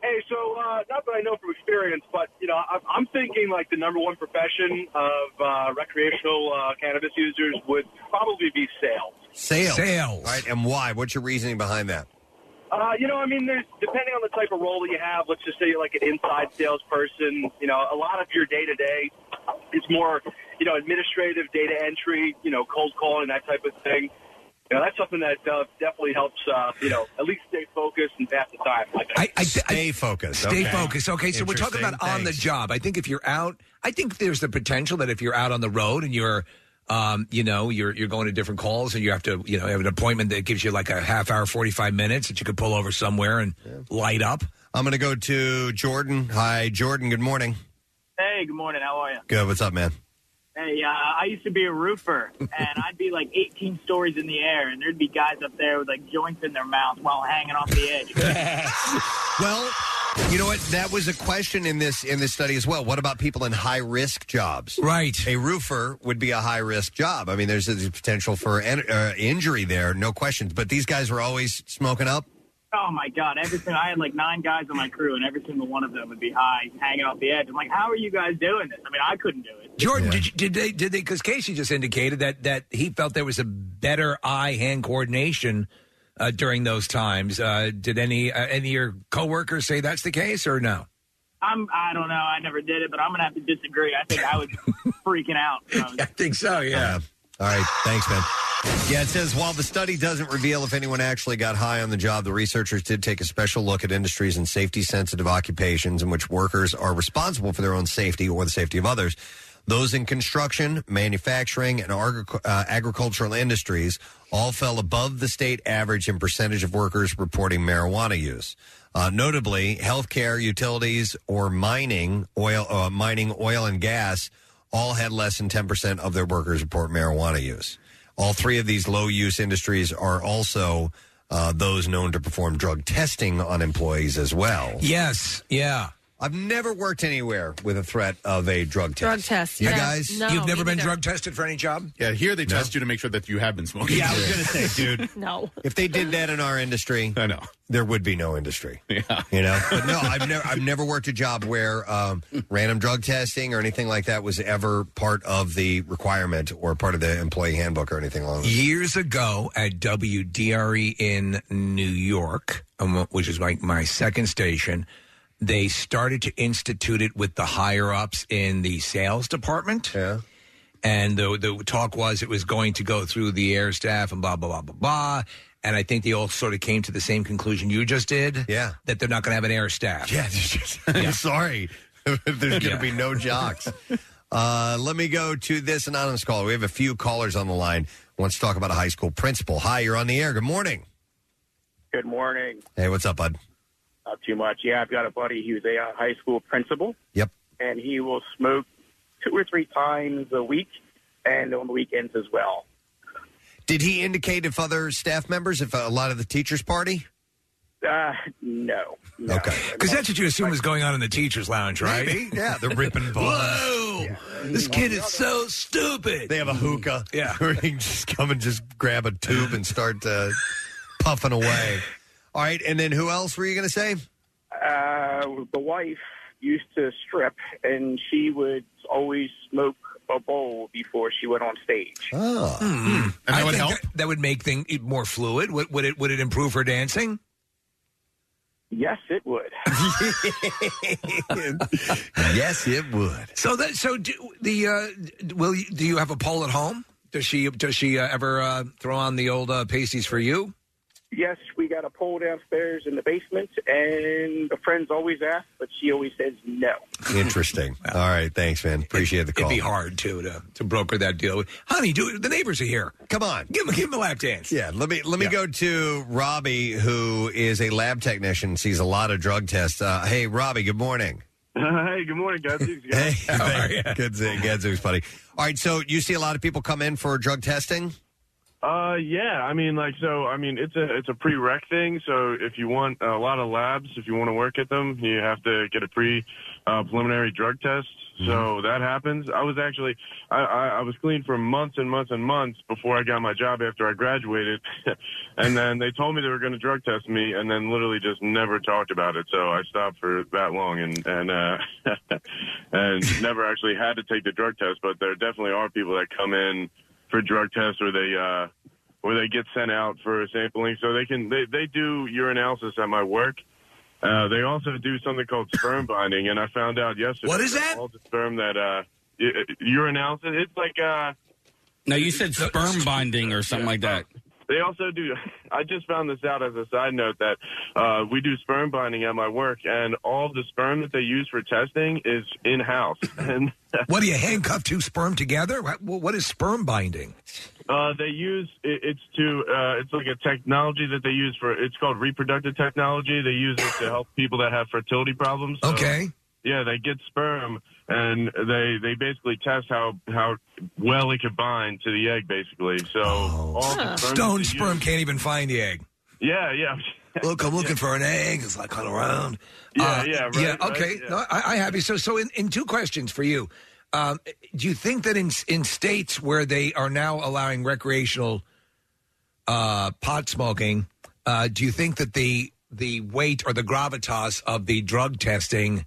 Hey, so uh, not that I know from experience, but you know, I'm, I'm thinking like the number one profession of uh, recreational uh, cannabis users would probably be sales.
Sales.
Sales.
All right, and why? What's your reasoning behind that?
Uh, you know, I mean, there's depending on the type of role that you have. Let's just say you're like an inside salesperson. You know, a lot of your day to day is more, you know, administrative data entry. You know, cold calling that type of thing. You know, that's something that uh, definitely helps. Uh, you know, at least stay focused and pass the time. Like
I, I,
stay focused.
Stay
Okay.
focused. Okay, so we're talking about
Interesting.
on the job. I think if you're out, I think there's the potential that if you're out on the road and you're, um, you know, you're you're going to different calls and you have to, you know, have an appointment that gives you like a half hour, forty five minutes that you could pull over somewhere and light up.
I'm going to go to Jordan. Hi, Jordan. Good morning.
Hey, good morning. How are you?
Good. What's up, man?
Hey, uh, I used to be a roofer, and I'd be like 18 stories in the air, and there'd be guys up there with like joints in their mouth while hanging off the edge.
well, you know what? That was a question in this in this study as well. What about people in high risk jobs?
Right.
A roofer would be a high risk job. I mean, there's a potential for en- uh, injury there, no questions. But these guys were always smoking up.
oh my god! Every single I had like nine guys on my crew, and every single one of them would be high, hanging off the edge. I'm like, how are you guys doing this? I mean, I couldn't do it.
Jordan, did, you, did they did they? Because Casey just indicated that that he felt there was a better eye hand coordination uh, during those times. Uh, did any uh, any of your coworkers say that's the case or no?
I'm, I don't know. I never did it, but I'm gonna have to disagree. I think I was freaking out. when I was
I think so. Yeah.
All right. Thanks, man. Yeah, it says while the study doesn't reveal if anyone actually got high on the job, the researchers did take a special look at industries and safety sensitive occupations in which workers are responsible for their own safety or the safety of others. Those in construction, manufacturing, and agric- uh, agricultural industries all fell above the state average in percentage of workers reporting marijuana use. Uh, notably, healthcare, utilities, or mining, oil, uh, mining, oil and gas, all had less than 10% of their workers report marijuana use. All three of these low use industries are also uh, those known to perform drug testing on employees as well.
Yes. Yeah.
I've never worked anywhere with a threat of a drug test.
Drug test.
You
yeah.
guys?
No,
You've never
me
been
neither.
drug
tested for any job?
Yeah, here they test you to make sure that you have been smoking.
Yeah, I was gonna say, dude.
No.
If they did that in our industry,
I know
there would be no industry.
Yeah,
you know. But no, I've never I've never worked a job where um, random drug testing or anything like that was ever part of the requirement or part of the employee handbook or anything along. Those.
Years ago at WDRE E in New York, um, which is like my second station, they started to institute it with the higher ups in the sales department.
Yeah.
And the, the talk was it was going to go through the air staff and blah, blah, blah, blah, blah. And I think they all sort of came to the same conclusion you just did.
Yeah.
That they're not going to have an air staff.
Yeah. Sorry, there's going to
Yeah.
be no jocks. Uh, let me go to this anonymous caller. We have a few callers on the line. Wants to talk about a high school principal. Hi, you're on the air. Good morning.
Good morning.
Hey, what's up, bud?
Not too much. Yeah, I've got a buddy. He was a uh, high school principal.
Yep.
And he will smoke two or three times a week and on the weekends as well.
Did he indicate if other staff members, if a lot of the teachers party?
Uh, no.
Okay.
Because that's what you assume is going on in the teacher's lounge, right?
Maybe, yeah, they're ripping balls.
Whoa! This kid is so stupid. Mm-hmm.
They have a hookah.
Yeah.
Where you can just come and just grab a tube and start uh, puffing away. All right. And then who else were you going to say?
Uh, the wife used to strip, and she would always smoke a bowl before she went on stage.
Oh.
that would help. Hmm. That, that would make things more fluid. Would, would it? Would it improve her dancing?
Yes, it would.
yes, it would.
So that. So do, the. Uh, d- will you, do you have a poll at home? Does she? Does she uh, ever uh, throw on the old uh, pasties for you?
Yes, we got a pole downstairs in the basement, and the friends always ask, but she always says no.
Interesting. All right. Thanks, man. Appreciate the call.
It'd be hard too to, to broker that deal. Honey, do it. The neighbors are here.
Come on,
give him give him a lap dance.
Yeah, let me let me go to Robbie, who is a lab technician, sees a lot of drug tests. Uh, hey, Robbie, good morning.
hey, good morning, guys.
Hey, how are you? Good, to- good, to- buddy. All right, so you see a lot of people come in for drug testing.
Uh, yeah. I mean, like, so I mean, it's a it's a prereq thing. So if you want a lot of labs, if you want to work at them, you have to get a pre uh, preliminary drug test. So that happens. I was actually I, I, I was clean for months and months and months before I got my job after I graduated, and then they told me they were going to drug test me, and then literally just never talked about it. So I stopped for that long, and and uh, and never actually had to take the drug test. But there definitely are people that come in for drug tests or they uh or they get sent out for sampling so they can they, they do urinalysis at my work uh, they also do something called sperm binding and i found out yesterday
What is that?
all the sperm that uh u- urinalysis it's like uh
Now you said sperm binding or something like that.
they also do. I just found this out as a side note that uh, we do sperm binding at my work, and all the sperm that they use for testing is in house. And uh,
What do you handcuff two sperm together? What, what is sperm binding?
Uh, they use it, it's to uh, it's like a technology that they use for it's called reproductive technology. They use it to help people that have fertility problems. So,
Okay.
Yeah, they get sperm and they they basically test how how well it could bind to the egg, basically. So all the sperm
Oh. Stone
that they
sperm can't even find the egg.
Yeah, yeah.
Look, I'm looking for an egg. It's like kind of round. Uh,
Yeah, yeah, right,
yeah.
right,
Okay,
yeah.
No, I, I have you. So, so in, in two questions for you, um, do you think that in in states where they are now allowing recreational uh, pot smoking, uh, do you think that the the weight or the gravitas of the drug testing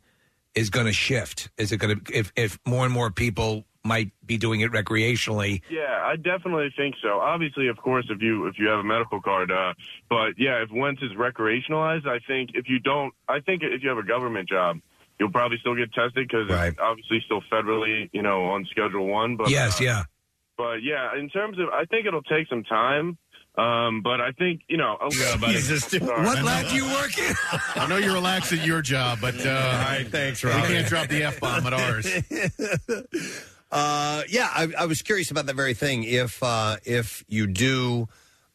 is going to shift? Is it going to if if more and more people might be doing it recreationally?
Yeah, I definitely think so. Obviously, of course, if you if you have a medical card, uh, but yeah, if once it's recreationalized, I think if you don't, I think if you have a government job, you'll probably still get tested because it's obviously still federally, you know, on Schedule One. But
yes,
uh,
yeah.
But yeah, in terms of, I think it'll take some time. Um, but I think you know. Jesus,
What lab do you work in?
I know you're relaxed at your job, but uh,
all right, thanks,
We
Robbie.
can't drop the f bomb at ours.
Uh, yeah, I, I was curious about that very thing. If uh, if you do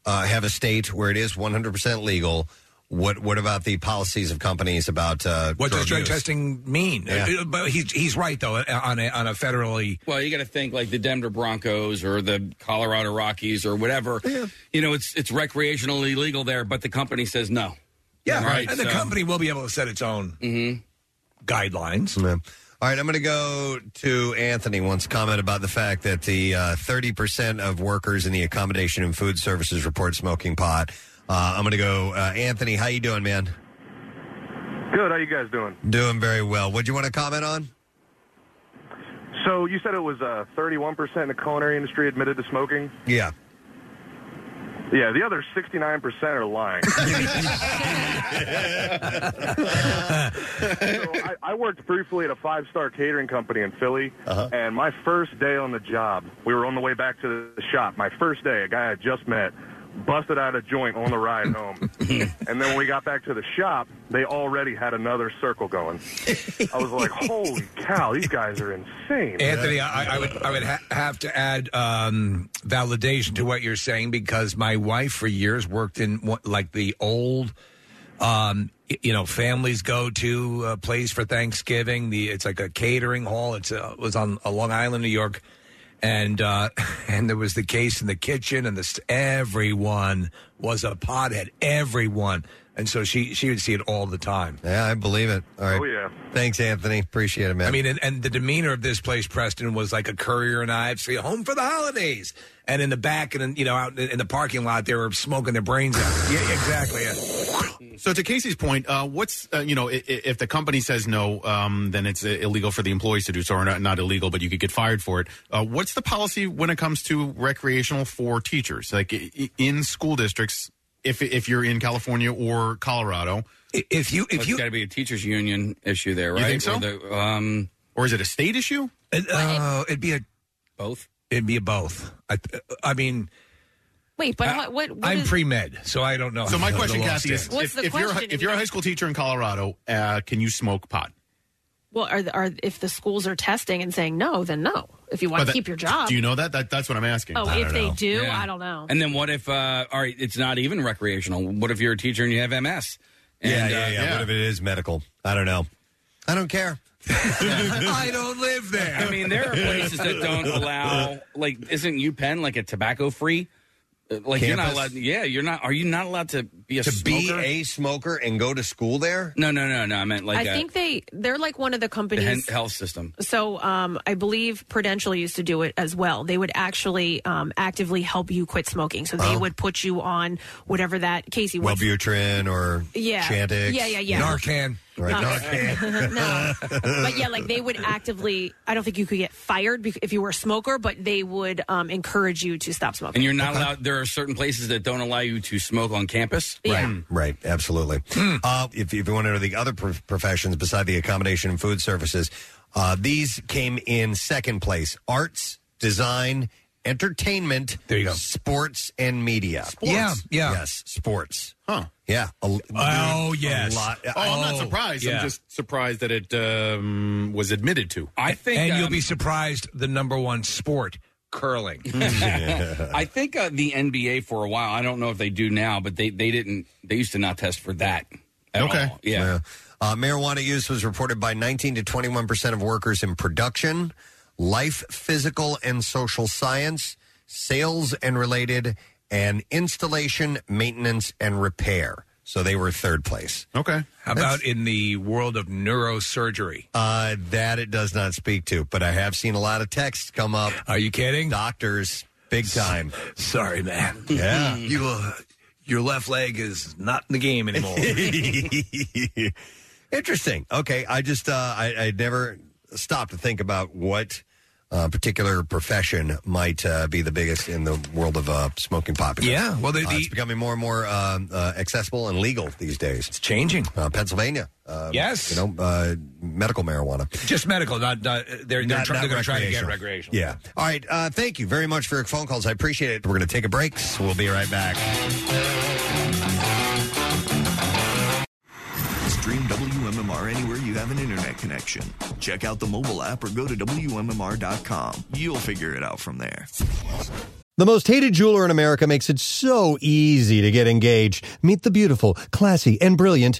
uh, have a state where it is 100 percent legal, what what about the policies of companies about uh,
What does drug
use?
testing mean?
Yeah.
Uh, But he's he's right though uh, on a on a federally.
Well, you got to think like the Denver Broncos or the Colorado Rockies or whatever. You know, it's it's recreationally legal there, but the company says no. All right.
and the
so-
company will be able to set its own guidelines.
All right, I'm going to go to Anthony. Wants to comment about the fact that the uh, 30% of workers in the accommodation and food services report smoking pot. Uh, I'm going to go, uh, Anthony. How you doing, man?
Good. How you guys doing?
Doing very well. What do you want to comment on?
So you said it was uh, 31% in the culinary industry admitted to smoking.
Yeah.
Yeah, the other 69% are lying. so I, I worked briefly at a five-star catering company in Philly, and my first day on the job, we were on the way back to the shop. My first day, a guy I just met busted out a joint on the ride home, and then when we got back to the shop, they already had another circle going. I was like, "Holy cow, these guys are insane!"
Anthony, I, I would I would ha- have to add um, validation to what you're saying because my wife for years worked in what, like the old, um, y- you know, families go to uh, place for Thanksgiving. The it's like a catering hall. It's uh, it was on uh, Long Island, New York, and uh, and there was the case in the kitchen, and this everyone was a pothead. Everyone, and so she she would see it all the time.
Yeah, I believe it. All right.
Oh, yeah.
Thanks, Anthony. Appreciate it, man.
I mean, and, and the demeanor of this place, Preston, was like a courier and I see home for the holidays. And in the back, and in- you know, out in in the parking lot, they were smoking their brains out. yeah, exactly.
So to Casey's point, uh, what's uh, you know i- i- if the company says no, um, then it's uh, illegal for the employees to do so, or not, not illegal, but you could get fired for it. Uh, what's the policy when it comes to recreational for teachers, like i- i- in school districts? If if you're in California or Colorado,
if you
Well, it's got to be a teachers union issue there,
You
right?
think so?
Or, the, um,
or is it a state issue?
It, uh, it'd be a
both.
It'd be a both. I, I mean,
Wait, but what? What? what
I'm
is-
pre med, so I don't know.
So my
how the
question,
law
Kathy, is
stands.
if,
What's the
if you're a-
question?
if you're a high school teacher in Colorado, uh, can you smoke pot?
Well, are, the- are if the schools are testing and saying no, then no. If you want
But
to
that-
keep your job,
Do you know that? that that's what I'm asking.
Oh, if they do,
Yeah.
I don't know.
And then what if? Uh, all right, it's not even recreational. What if you're a teacher and you have MS? And,
yeah,
uh,
yeah, yeah. What if it is medical? I don't know. I don't care.
I don't live there.
I mean, there are places that don't allow. Like, isn't UPenn like a tobacco free? Like you're not
Campus?
allowed. Yeah, you're not. Are you not allowed to be a
to be
smoker?
a smoker and go to school there?
No, no, no, no. I meant like
I
uh,
think they they're like one of the
the
companies.
hen- health system.
So um, I believe Prudential used to do it as well. They would actually um, actively help you quit smoking. So they
Oh.
would put you on whatever that Casey what's-
Wellbutrin or
Yeah.
Chantix.
Yeah, yeah, yeah.
Narcan.
Right,
Uh,
Narcan.
no. But yeah, like they would actively. I don't think you could get fired bec- if you were a smoker, but they would um, encourage you to stop smoking.
And you're not allowed. There are certain places that don't allow you to smoke on campus.
Hmm.
Right, right, absolutely. Uh, if, if you want to know the other prof- professions beside the accommodation and food services, uh, these came in second place: arts, design, entertainment. There you go. Sports and media. Sports.
Yeah, yeah.
Yes, sports.
Huh.
Yeah. A,
Oh
yes.
Oh, I'm not surprised.
yeah.
I'm just surprised that it um, was admitted to.
I think,
and you'll
um,
be surprised. The number one sport, curling.
I think uh, the NBA for a while. I don't know if they do now, but they they didn't. They used to not test for that. at
Okay.
all. Yeah.
Uh, marijuana use was reported by 19 to 21 percent of workers in production, life, physical, and social science, sales and related, and installation, maintenance, and repair. So they were third place.
Okay.
How about in the world of neurosurgery?
Uh, that it does not speak to, but I have seen a lot of texts come up.
Are you kidding?
Doctors, big time.
Sorry, man.
Yeah.
you uh, your left leg is not in the game anymore.
Interesting. Okay, I just uh, I, I never stopped to think about what uh, particular profession might uh, be the biggest in the world of uh, smoking pot. because,
Yeah, well, the-
uh, it's becoming more and more uh, uh, accessible and legal these days. It's
changing.
Uh, Pennsylvania, uh,
Yes.
you know, uh, medical marijuana.
Just medical, not, not uh, they're, they're,
Not-
try-
not
they're going to try to get
recreational.
recreational.
Yeah. All right. Uh, thank you very much for your phone calls. I appreciate it. We're going to take a break. So we'll be right back.
Stream WMMR anywhere you have an internet connection. Check out the mobile app or go to WMMR.com. You'll figure it out from there.
The most hated jeweler in America makes it so easy to get engaged. Meet the beautiful, classy, and brilliant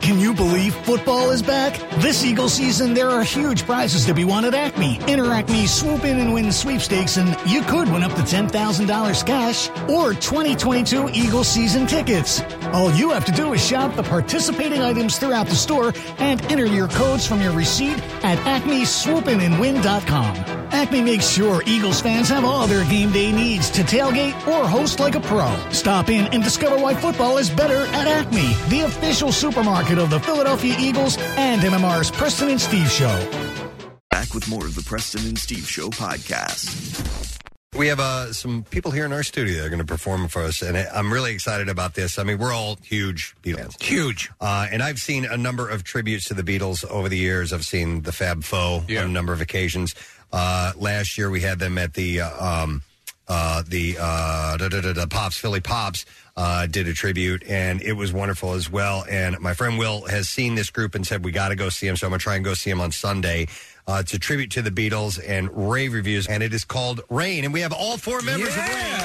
Can you believe football is back? This Eagle season, there are huge prizes to be won at Acme. Enter Acme's Swoop In and Win sweepstakes, and you could win up to $10,000 cash or 2022 Eagle season tickets. All you have to do is shop the participating items throughout the store and enter your codes from your receipt at acmeswoopinandwin.com. Acme makes sure Eagles fans have all their game day needs to tailgate or host like a pro. Stop in and discover why football is better at Acme, the official supermarket of the Philadelphia Eagles and MMR's Preston and Steve Show.
Back with more of the Preston and Steve Show podcast.
We have uh, some people here in our studio that are going to perform for us, and I- I'm really excited about this. I mean, we're all huge Beatles fans. Huge. Uh, and I've seen a number of tributes to the Beatles over the years. I've seen the Fab Four on a number of occasions. Uh, last year, we had them at the uh, um, uh, the uh, da, da, da, da, Pops, Philly Pops, uh, did a tribute, and it was wonderful as well. And my friend Will has seen this group and said, We got to go see him. So I'm going to try and go see him on Sunday. Uh, it's a tribute to the Beatles and rave reviews, and it is called Rain. And we have all four members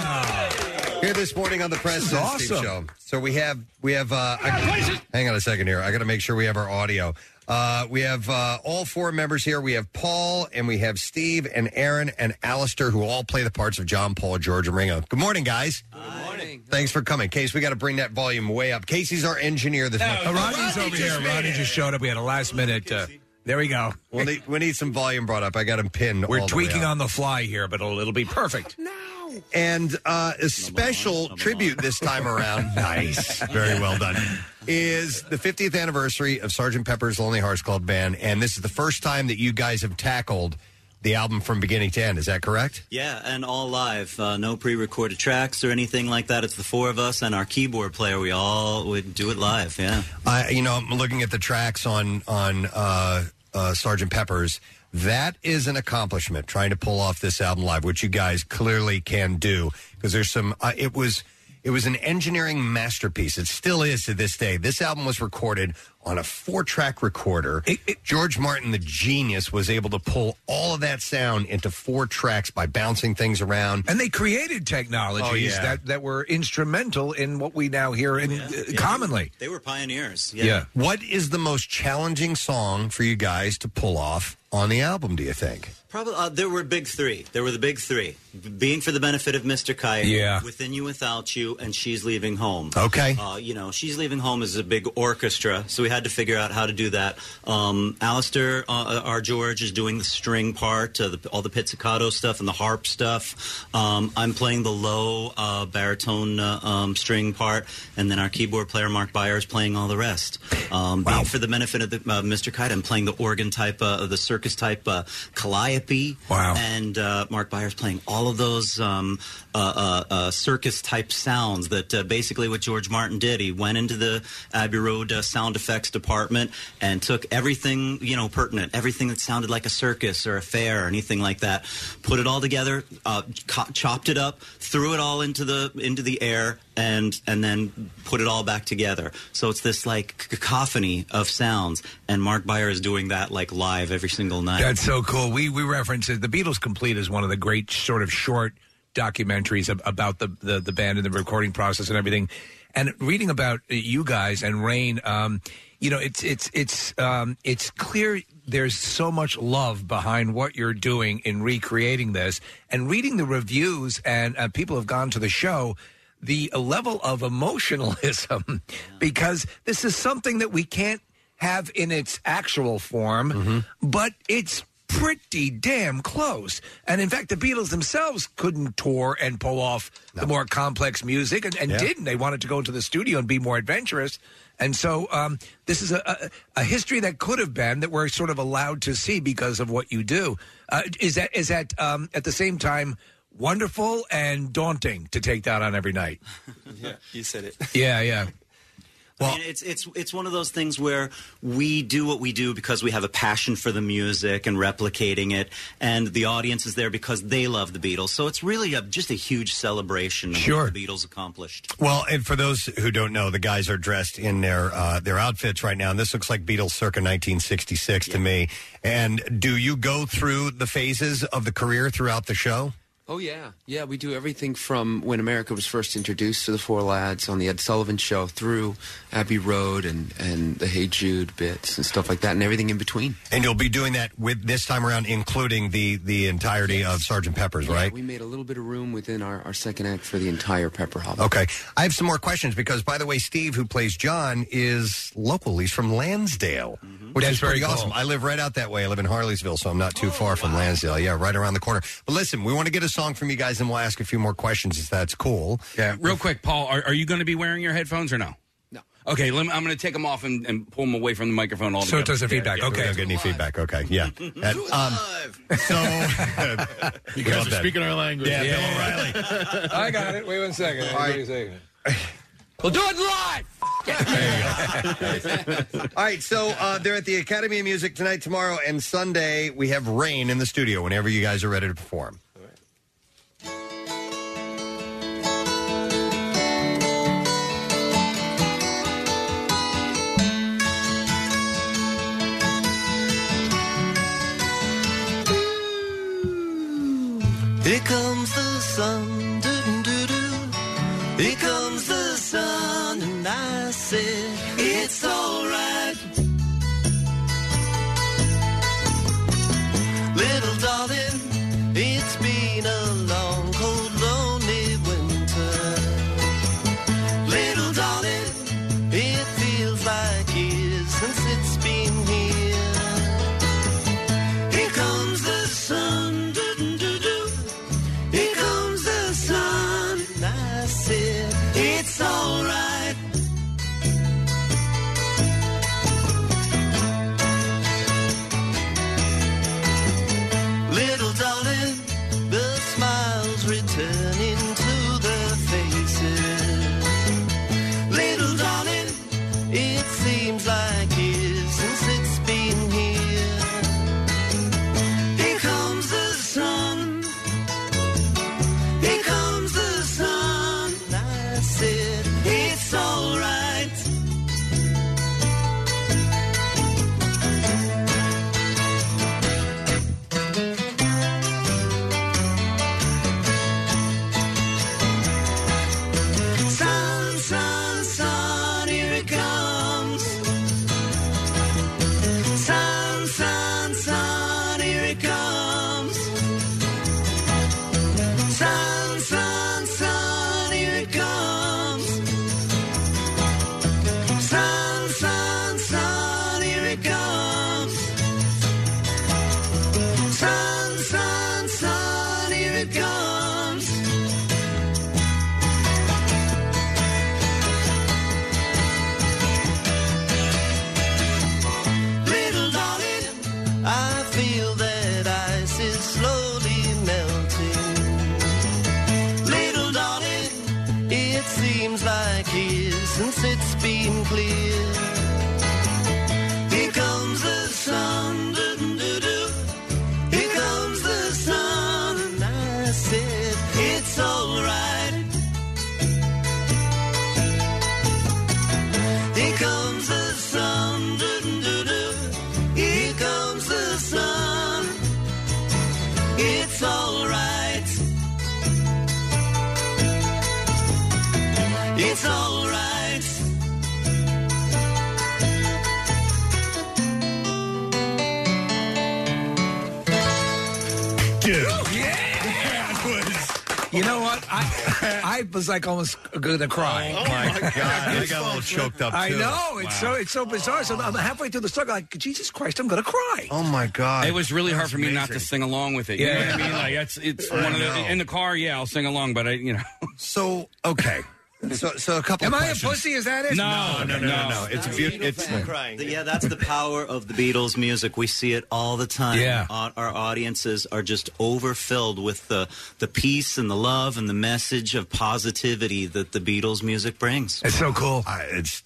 of Rain here this morning on the Press and Steve
awesome.
Show. So we have, we have, uh, I- hang on a second here. I got to make sure we have our audio. Uh, we have uh, all four members here. We have Paul, and we have Steve, and Aaron, and Alistair, who all play the parts of John, Paul, George, and Ringo. Good morning, guys. Good morning. Thanks for coming. Case, we got to bring that volume way up. Casey's our engineer this morning.
Uh, Rodney's over here. Rodney just showed up. We had a last minute. Uh, there we go.
We'll need, we need some volume brought up. I got him pinned.
We're
all the way
tweaking
up.
on the fly here, but it'll, it'll be perfect.
And uh, a special tribute this time around. nice. Very well done. Is the 50th anniversary of Sgt. Pepper's Lonely Hearts Club Band. And this is the first time that you guys have tackled the album from beginning to end. Is that correct?
Yeah, and all live, uh, no pre-recorded tracks or anything like that. It's the four of us and our keyboard player. We all would do it live. Yeah.
I, you know, I'm looking at the tracks on on uh, uh, Sergeant Pepper's. That is an accomplishment trying to pull off this album live, which you guys clearly can do because there's some. Uh, it was it was an engineering masterpiece. It still is to this day. This album was recorded on a four track recorder. George Martin, the genius, was able to pull all of that sound into four tracks by bouncing things around.
And they created technologies
Oh, yeah.
that, that were instrumental in what we now hear in, uh, commonly.
They were pioneers. Yeah.
What is the most challenging song for you guys to pull off on the album, do you think?
Probably uh, there were big three. There were the big three: B- being for the benefit of Mr. Kite,
Yeah.
within you, without you, and she's leaving home.
Okay.
Uh, you know, she's leaving home is a big orchestra, so we had to figure out how to do that. Um, Alistair, uh, our George, is doing the string part, uh, the, all the pizzicato stuff and the harp stuff. Um, I'm playing the low uh, baritone uh, um, string part, and then our keyboard player Mark Byer is playing all the rest. Um, Being for the benefit of the, uh, Mr. Kite, I'm playing the organ type, uh, the circus type uh, calliope. Wow! And uh, Mark Byers playing all of those um, uh, uh, uh, circus type sounds that uh, basically what George Martin did. He went into the Abbey Road uh, sound effects department and took everything you know pertinent, everything that sounded like a circus or a fair or anything like that, put it all together, uh, co- chopped it up, threw it all into the into the air, and and then put it all back together. So it's this like cacophony of sounds, and Mark Byer is doing that like live every single night.
That's so cool. We we reference it. The Beatles Complete is one of the great sort of short documentaries ab- about the, the the band and the recording process and everything. And reading about uh, you guys and Rain, um, you know, it's it's it's um, it's clear there's so much love behind what you're doing in recreating this. And reading the reviews and uh, people have gone to the show the level of emotionalism because this is something that we can't have in its actual form, but it's pretty damn close. And in fact, the Beatles themselves couldn't tour and pull off the more complex music, and, and
Yeah.
didn't. They wanted to go into the studio and be more adventurous. And so um, this is a, a, a history that could have been that we're sort of allowed to see because of what you do. Uh, is that is that um, at the same time wonderful and daunting to take that on every night?
yeah, you said it.
Yeah, yeah.
I mean, it's it's it's one of those things where we do what we do because we have a passion for the music and replicating it, and the audience is there because they love the Beatles. So it's really a, just a huge celebration of
Sure.
what the Beatles accomplished.
Well, and for those who don't know, the guys are dressed in their uh, their outfits right now, and this looks like Beatles circa 1966 to me. And do you go through the phases of the career throughout the show?
Oh yeah, yeah. We do everything from when America was first introduced to the Four Lads on the Ed Sullivan Show through Abbey Road and and the Hey Jude bits and stuff like that, and everything in between.
And you'll be doing that with this time around, including the the entirety of Sergeant Pepper's,
Yeah,
right?
we made a little bit of room within our, our second act for the entire Pepper Hop.
Okay. I have some more questions because, by the way, Steve, who plays John, is local. He's from Lansdale, which
That's
is pretty
very cool.
awesome. I live right out that way. I live in Harleysville, so I'm not too far from Lansdale. Yeah, right around the corner. But listen, we want to get a song from you guys, and we'll ask a few more questions if that's cool.
Yeah. Real quick, Paul, are, are you going to be wearing your headphones or no? No. Okay, let me, I'm going to take them off and, and pull them away from the microphone altogether.
So it doesn't feedback. Okay. We don't get any feedback. Okay. Yeah. And, um, so,
You
We
guys
love
are
that.
speaking our language.
Yeah, Bill O'Reilly.
I got it. Wait one second.
All right.
Wait a second.
We'll do it live.
All right, so uh, they're at the Academy of Music tonight, tomorrow, and Sunday. We have Rain in the studio whenever you guys are ready to perform.
Here comes the sun, doo doo doo. Here comes the sun, and I said, It's alright. Little darling, it's been a long, cold, lonely winter. Little darling, it feels like years since it's been here. Here comes the sun, doo doo doo. Here comes the sun, and I said, It's alright. Little darling, the smiles returning to their faces. Little darling, it seems like years since it's been here. Here comes the sun. Here comes the sun. I said, it's alright. Sun, sun, sun, here it comes. Sun, sun, sun, here it comes. Sun, sun, sun, here it comes. Sun, sun, sun, here it comes. Sun, sun, sun, here it comes. Little darling, I feel that ice is slowly melting. Little darling, it seems like years since it's been clear. Here comes the sun, doo-doo-doo. Here comes the sun, and I said, it's alright. Here comes the sun, doo-doo-doo. Here comes the sun. It's alright. It's alright.
Dude.
Yeah. That was. You know what? I I I was like almost gonna cry.
Oh, my God. I got a little choked up,
I
too.
know it's so it's so bizarre. So I'm halfway through the song, I'm like Jesus Christ, I'm gonna cry.
Oh my God!
It was really hard for me not to sing along with it. You
Yeah.
know what I mean? Like it's it's
I
one of
know.
the in the car. Yeah, I'll sing along, but I you know.
So okay. So, so a couple.
Am
of
I a
questions.
pussy? Is that it? No,
no, no, no. no, no. It's beautiful. It's
Yeah, that's the power of the Beatles music. We see it all the time.
Yeah.
Our, our audiences are just overfilled with the, the peace and the love and the message of positivity that the Beatles music brings.
It's so cool.
I, it's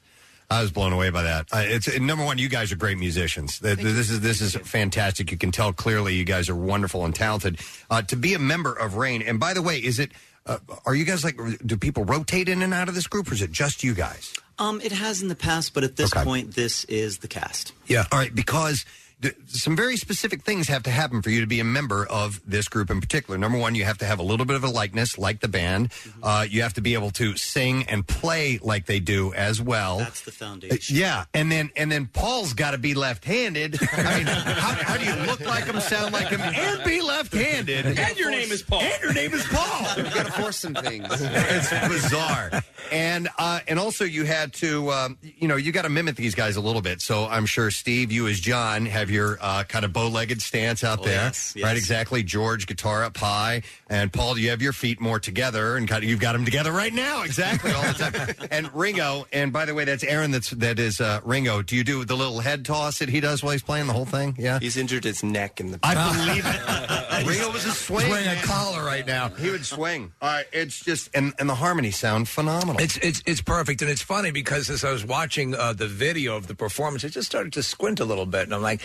I was blown away by that. I, it's and number one. You guys are great musicians. Th- th- This is this is fantastic. You can tell clearly you guys are wonderful and talented. Uh, to be a member of Rain, and by the way, is it? Uh, are you guys like? Do people rotate in and out of this group, or is it just you guys?
Um, it has in the past, but at this point, this is the cast.
Yeah. All right, because th- some very specific things have to happen for you to be a member of this group in particular. Number one, you have to have a little bit of a likeness, like the band.
Mm-hmm.
Uh, you have to be able to sing and play like they do as well. Uh,
That's the foundation.
yeah, and then and then Paul's got to be left-handed. I mean, how, how do you look like him, sound like him, and be left-handed?
And your name is Paul.
And your name is Paul.
We've got to force some things.
it's bizarre. And uh, and also you had to um, you know you got to mimic these guys a little bit. So I'm sure Steve, you as John, have your uh, kind of bow-legged stance
Oh,
out there,
yes, yes.
right? Exactly. George, guitar up high, and Paul, you have your feet more together, and kind of you've got them together right now, exactly all the time. and Ringo, and by the way, that's Aaron. That's that is uh, Ringo. Do you do the little head toss that he does while he's playing the whole thing? Yeah.
He's injured his neck in the.
I believe it. Ringo was a swing.
He's wearing a
man.
collar
right now. He would swing. All right, it's just and and the harmonies sound phenomenal.
It's it's it's perfect, and it's funny because as I was watching uh, the video of the performance, I just started to squint a little bit, and I'm like,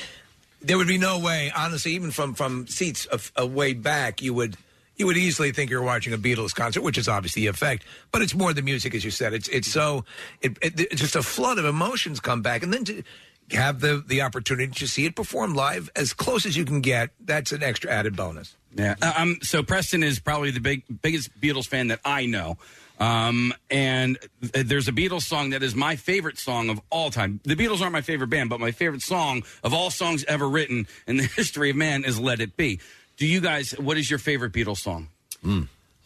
there would be no way, honestly, even from from seats of, away back, you would you would easily think you're watching a Beatles concert, which is obviously the effect, but it's more the music, as you said. It's it's so it, it it's just a flood of emotions come back, and then to have the the opportunity to see it performed live as close as you can get, that's an extra added bonus.
Yeah. Uh, um, so Preston is probably the big biggest Beatles fan that I know. Um, and th- there's a Beatles song that is my favorite song of all time. The Beatles aren't my favorite band, but my favorite song of all songs ever written in the history of man is Let It Be. Do you guys, what is your favorite Beatles song?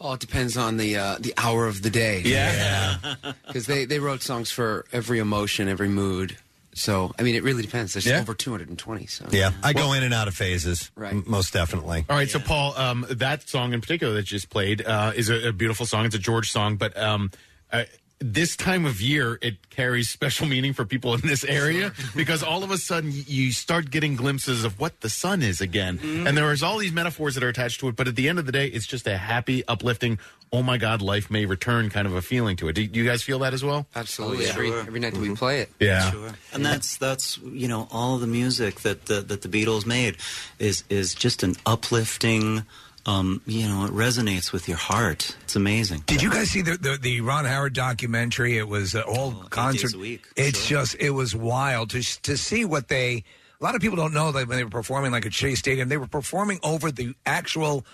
Oh, it depends on the uh, the hour of the day.
Yeah.
Because they, they wrote songs for every emotion, every mood. So, I mean, it really depends. There's
Yeah.
over 220. So.
Yeah, I go in and out of phases,
Right.
m- most definitely.
All right, so Paul, um, that song in particular that you just played uh, is a, a beautiful song. It's a George song, but um, uh, this time of year, it carries special meaning for people in this area because all of a sudden y- you start getting glimpses of what the sun is again, and there is all these metaphors that are attached to it. But at the end of the day, it's just a happy, uplifting, oh my God, life may return kind of a feeling to it. Do, do you guys feel that as well? Mm-hmm.
Absolutely. Every, every night that we play it.
Yeah.
And that's that's you know all the music that the, that the Beatles made is is just an uplifting. Um, you know, it resonates with your heart. It's amazing.
Did you guys see the the, the Ron Howard documentary? It was uh, all concert.
days a week,
It's just it was wild to to see what they. A lot of people don't know that when they were performing like at Shea Stadium, they were performing over the actual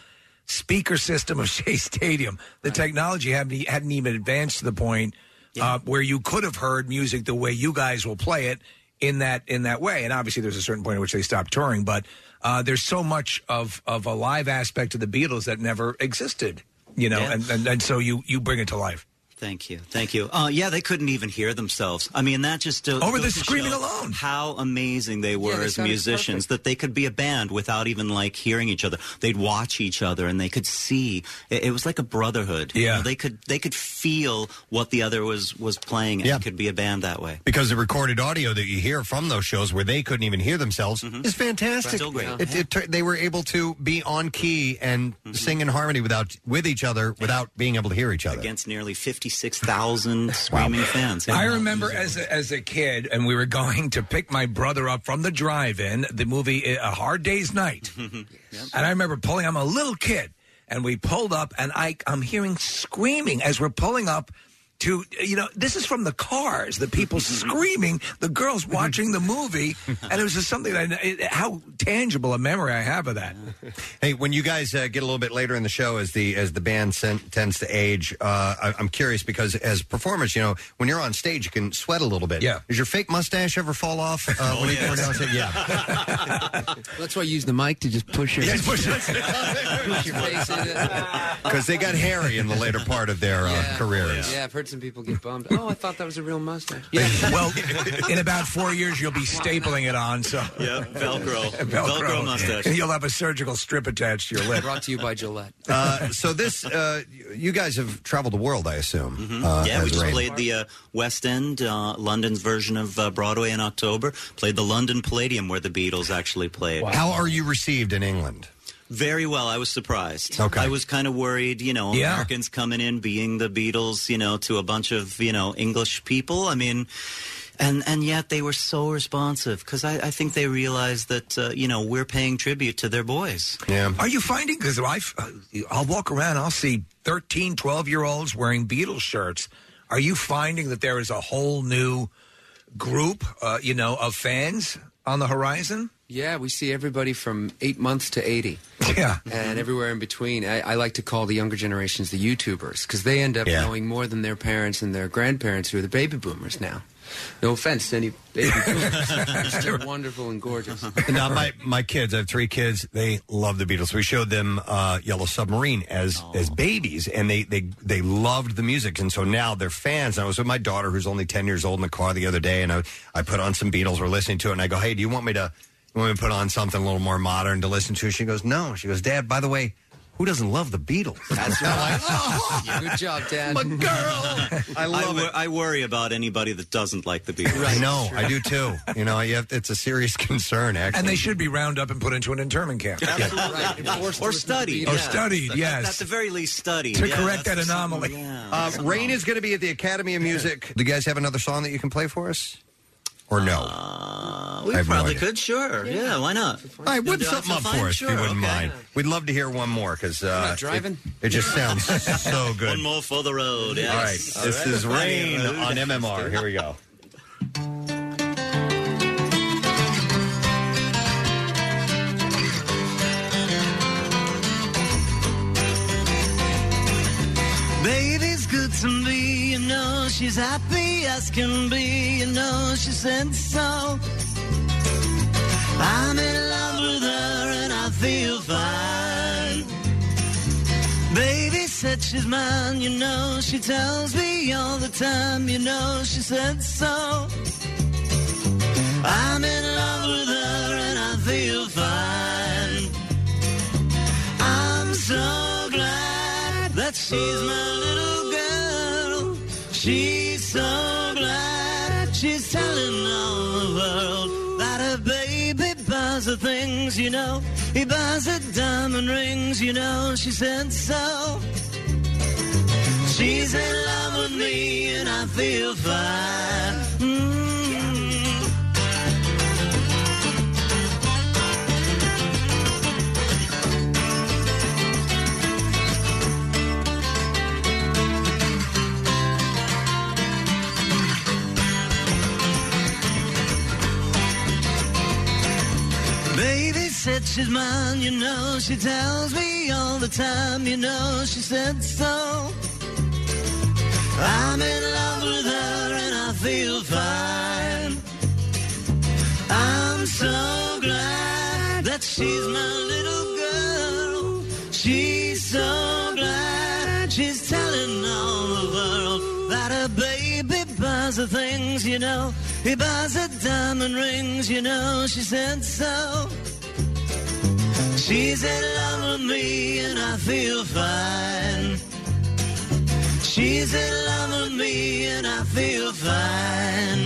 speaker system of Shea Stadium. The technology hadn't e, hadn't even advanced to the point uh, where you could have heard music the way you guys will play it in that in that way. And obviously, there's a certain point at which they stopped touring, but uh, there's so much of of a live aspect of the Beatles that never existed. You know,
Yeah.
and, and and so you you bring it to life.
Thank you, thank you. Uh, yeah, they couldn't even hear themselves. I mean, that just uh,
Over the
goes to
Oh, screaming
show
alone.
How amazing they were
they
as
sounded
musicians
perfect.
that they could be a band without even like hearing each other. They'd watch each other and they could see. It, it was like a brotherhood. You
Yeah.
know, they could they could feel what the other was was playing and
Yeah.
could be a band that way.
Because the recorded audio that you hear from those shows where they couldn't even hear themselves is fantastic.
Mm-hmm. Still great.
It, it tur- they were able to be on key and
Mm-hmm.
sing in harmony without with each other without being able to hear each other.
against nearly 56,000 screaming fans.
I remember as a, as a kid, and we were going to pick my brother up from the drive-in. The movie uh, A Hard Day's Night, and I remember pulling. I'm a little kid, and we pulled up, and I I'm hearing screaming as we're pulling up. to you know this is from the cars the people screaming the girls watching the movie and it was just something that I, it, how tangible a memory i have of that
Hey, when you guys uh, get a little bit later in the show, as the as the band sen- tends to age, uh, I, I'm curious because as performers, you know, when you're on stage, you can sweat a little bit. Yeah. Does your fake mustache ever fall off uh, when you go down? stage? Yeah.
Oh, That's why I use the mic to just push your.
Because they got hairy in the later part of their uh, careers.
Yeah, I've heard some people get bummed. Oh, I thought that was a real mustache.
well in about four years you'll be stapling it on so
Yeah, Velcro. Velcro mustache.
and you'll have a surgical strip attached to your lip
Brought to you by Gillette.
Uh, so this, uh, you guys have traveled the world, I assume.
Mhm.
uh,
yeah, we
as
just
Rain.
played the uh, West End, uh, London's version of uh, Broadway in October. Played the London Palladium where the Beatles actually played.
How are you received in England?
Very well. I was surprised.
Okay.
I was kind of worried, you know,
Yeah.
Americans coming in being the Beatles, you know, to a bunch of, you know, English people. I mean, and and yet they were so responsive because I, I think they realized that, uh, you know, we're paying tribute to their boys.
Yeah.
Are you finding, because uh, I'll walk around, I'll see 13, 12 year olds wearing Beatles shirts. Are you finding that there is a whole new group, uh, you know, of fans on the horizon?
Yeah, we see everybody from eight months to 80.
Yeah.
And everywhere in between. I, I like to call the younger generations the YouTubers because they end up knowing more than their parents and their grandparents who are the baby boomers now. No offense to any baby boomers. They're still wonderful and gorgeous.
now my my kids, I have three kids. They love the Beatles. We showed them uh, Yellow Submarine as as babies, and they they they loved the music, and so now they're fans. And I was with my daughter, who's only ten years old, in the car the other day, and I I put on some Beatles. We're listening to it, and I go, Hey, do you want me to you want me to put on something a little more modern to listen to? She goes, No. She goes, Dad. By the way, who doesn't love the Beatles? That's right.
Good job, Dad.
My girl. I
love it. I worry about anybody that doesn't like the Beatles.
I know. I do too. You know, you have, it's a serious concern. Actually,
And they should be round up and put into an internment camp.
Or studied.
Or
yeah.
Oh, studied,
At-
yes.
At the very least, studied.
To
yeah,
correct that
that's something-
anomaly.
Uh, Rain is going to be at the Academy of Music. Do you guys have another song that you can play for us? Or no?
Uh, We
I have no
probably
idea.
could, sure. Yeah, why not?
All right, whip
Yeah,
something
feel
up
fine,
for us
sure,
if you wouldn't
okay.
mind. We'd love to hear one more because uh, it-
driving?
It, just sounds so good.
One more for the road.
All right,
yes.
this is Rain
Road.
on MMR. Here we go.
Baby's good to me, you know she's happy as can be, you know she said so. I'm in love with her and I feel fine. Baby said she's mine, you know she tells me all the time, you know she said so. I'm in love with her and I feel fine. I'm so glad that she's my little girl. She's so glad she's telling all the world that her baby buys her things, you know. He buys her diamond rings, you know. She said so. She's in love with me and I feel fine. Mm. Baby said she's mine, you know. She tells me all the time, you know. She said so. I'm in love with her and I feel fine. I'm so glad that she's my little girl. She's so glad she's telling all the world that her baby buys her things, you know. He buys her diamond rings, you know. She said so. She's in love with me and I feel fine. She's in love with me and I feel fine.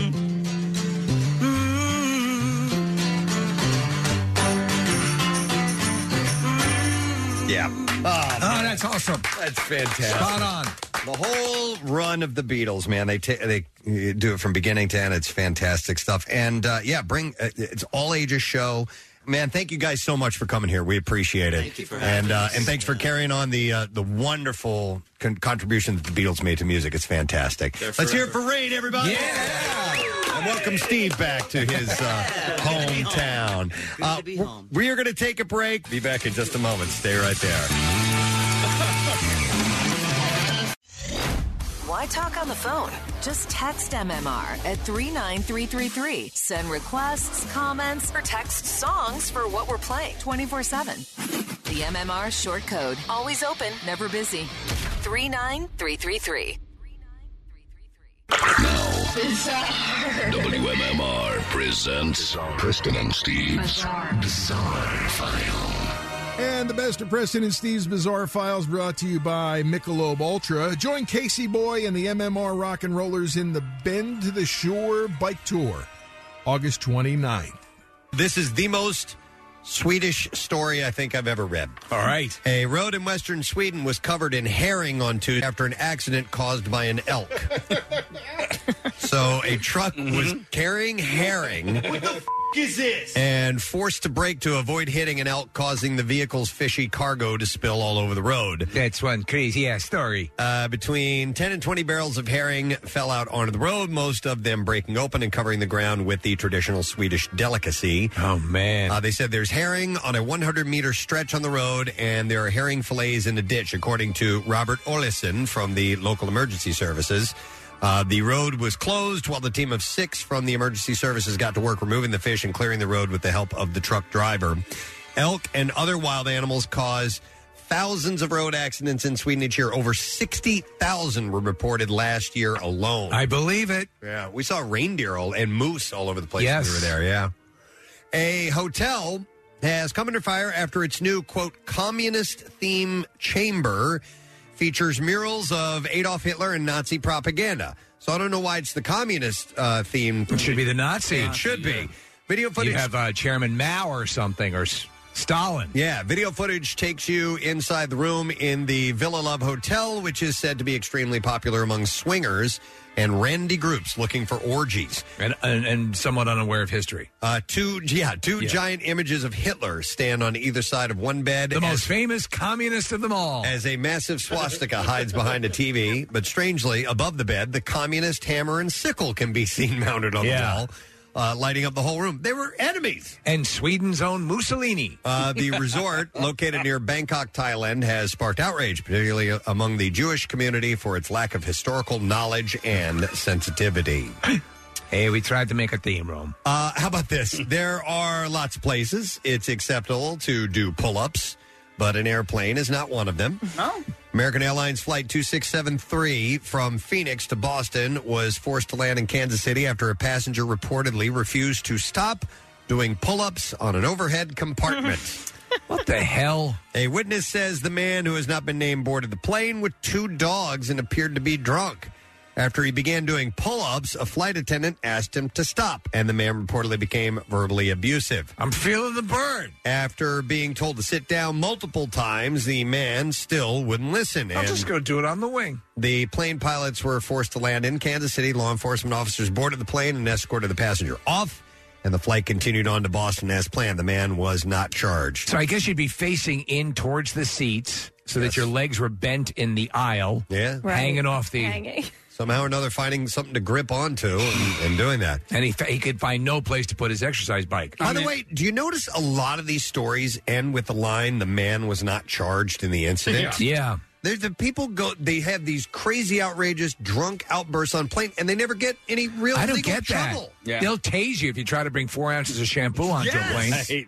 Yeah. Oh,
that's awesome.
That's fantastic.
Spot on.
The whole run of the Beatles, man. They ta they uh, do it from beginning to end. It's fantastic stuff. And uh, yeah, bring uh, it's all ages show. man, thank you guys so much for coming here. We appreciate it. Thank you for and uh, and thanks for carrying on the uh, the wonderful con- contribution that the Beatles made to music. It's fantastic. Let's hear it for Rain, everybody. And welcome Steve back to his uh, hometown. Uh, we are going to take a break. Be back in just a moment. Stay right there.
Why talk on the phone? Just text MMR at 39333. Send requests, comments, or text songs for what we're playing 24 7. The MMR short code. Always open, never busy. 39333.
WMMR presents Preston and Steve's Bizarre File.
And the best of Preston and Steve's Bizarre Files brought to you by Michelob Ultra. Join Casey Boy and the MMR Rock and Rollers in the Bend to the Shore Bike Tour, August 29th.
This is the most Swedish story I think I've ever read.
All right.
A road in western Sweden was covered in herring on Tuesday after an accident caused by an elk. so a truck was carrying herring
is this?
and forced to brake to avoid hitting an elk, causing the vehicle's fishy cargo to spill all over the road.
That's one crazy ass story.
Uh, between 10 and 20 barrels of herring fell out onto the road, most of them breaking open and covering the ground with the traditional Swedish delicacy.
Oh, man.
Uh, they said there's herring on a 100 meter stretch on the road, and there are herring fillets in a ditch, according to Robert Oleson from the local emergency services. Uh, the road was closed while the team of six from the emergency services got to work removing the fish and clearing the road with the help of the truck driver. Elk and other wild animals cause thousands of road accidents in Sweden each year. Over 60,000 were reported last year alone.
I believe it.
Yeah, we saw reindeer all, and moose all over the place
Yes.
when we were there, yeah. A hotel has come under fire after its new, quote, communist theme chamber features murals of Adolf Hitler and Nazi propaganda. So I don't know why it's the communist uh, theme. It
should be the Nazi.
It should be.
Yeah.
Video footage.
You have uh, Chairman Mao or something, or S- Stalin.
Yeah, video footage takes you inside the room in the Villa Love Hotel, which is said to be extremely popular among swingers and randy groups looking for orgies.
And, and, and somewhat unaware of history.
Uh, two, yeah, two giant images of Hitler stand on either side of one bed.
The most famous communist of them all.
As a massive swastika hides behind a TV, but strangely, above the bed, the communist hammer and sickle can be seen mounted on
Yeah.
the wall, uh, lighting up the whole room. They were enemies.
And Sweden's own Mussolini.
Uh, the resort, located near Bangkok, Thailand, has sparked outrage, particularly among the Jewish community, for its lack of historical knowledge and sensitivity.
Hey, we tried to make a theme room.
Uh, how about this? There are lots of places it's acceptable to do pull ups, but an airplane is not one of them.
Oh.
American Airlines Flight 2673 from Phoenix to Boston was forced to land in Kansas City after a passenger reportedly refused to stop doing pull ups on an overhead compartment.
What the hell?
A witness says the man who has not been named boarded the plane with two dogs and appeared to be drunk. After he began doing pull ups, a flight attendant asked him to stop, and the man reportedly became verbally abusive.
I'm feeling the burn.
After being told to sit down multiple times, the man still wouldn't listen.
I'm
and-
just going to do it on the wing.
the plane pilots were forced to land in Kansas City. Law enforcement officers boarded the plane and escorted the passenger off, and the flight continued on to Boston as planned. The man was not charged.
So I guess you'd be facing in towards the seats so that your legs were bent in the aisle.
Yeah.
Hanging off the.
Hanging.
Somehow or another, finding something to grip onto and, and doing that.
And he, fa- he could find no place to put his exercise bike.
By the way, do you notice a lot of these stories end with the line, the man was not charged in the incident?
Yeah. Yeah.
There's the people go, they have these crazy, outrageous, drunk outbursts on plane, and they never get any real
I don't
legal
get that.
trouble.
They'll tase you if you try to bring four ounces of shampoo onto a plane.
Right.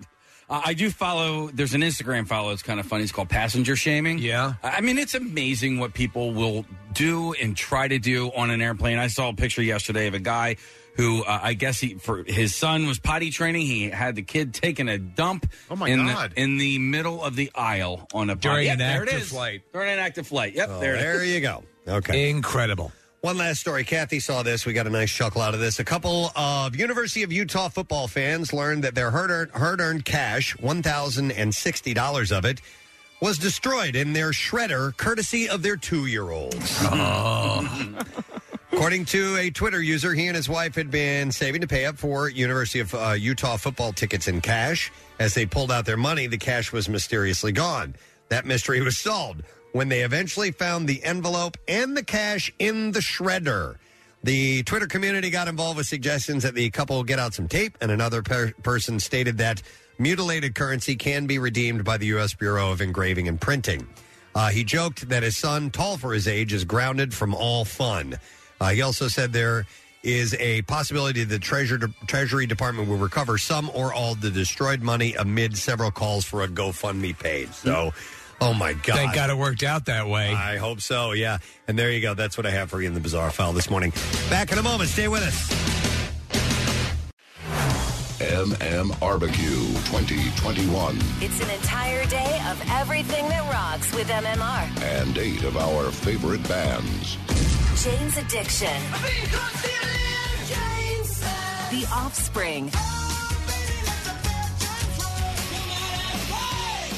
Uh, I do follow. There's an Instagram follow. It's kind of funny. It's called Passenger Shaming. Yeah. I I mean, it's amazing what people will do and try to do on an airplane. I saw a picture yesterday of a guy who uh, I guess he for his son was potty training. He had the kid taking a dump. Oh
my
in
God.
The, in the middle of the aisle on a potty.
During
Yep,
an
there it
active
is.
flight.
During an active flight. Yep.
Oh,
there. It is.
there you go. Okay.
Incredible.
One last story. Kathy saw this. We got a nice chuckle out of this. A couple of University of Utah football fans learned that their hard earned, hard earned cash, $1,060 of it, was
Uh-huh.
destroyed in their shredder courtesy of their two year old. According to a Twitter user, he and his wife had been saving to pay up for University of uh, Utah football tickets in cash. As they pulled out their money, the cash was mysteriously gone. That mystery was solved when they eventually found the envelope and the cash in the shredder. The Twitter community got involved with suggestions that the couple get out some tape, and another per- person stated that mutilated currency can be redeemed by the U.S. Bureau of Engraving and Printing. Uh, he joked that his son, tall for his age, is grounded from all fun. Uh, he also said there is a possibility the Treasure Treasury Department will recover some or all the destroyed money amid several calls for a GoFundMe page. So, oh my God.
Thank God it worked out that way.
I hope so, yeah. And there you go. That's what I have for you in the bizarre file this morning. Back in a moment. Stay with us.
MM Barbecue 2021.
It's an entire day of everything that rocks with MMR.
And eight of our favorite bands.
Jane's Addiction. The Offspring.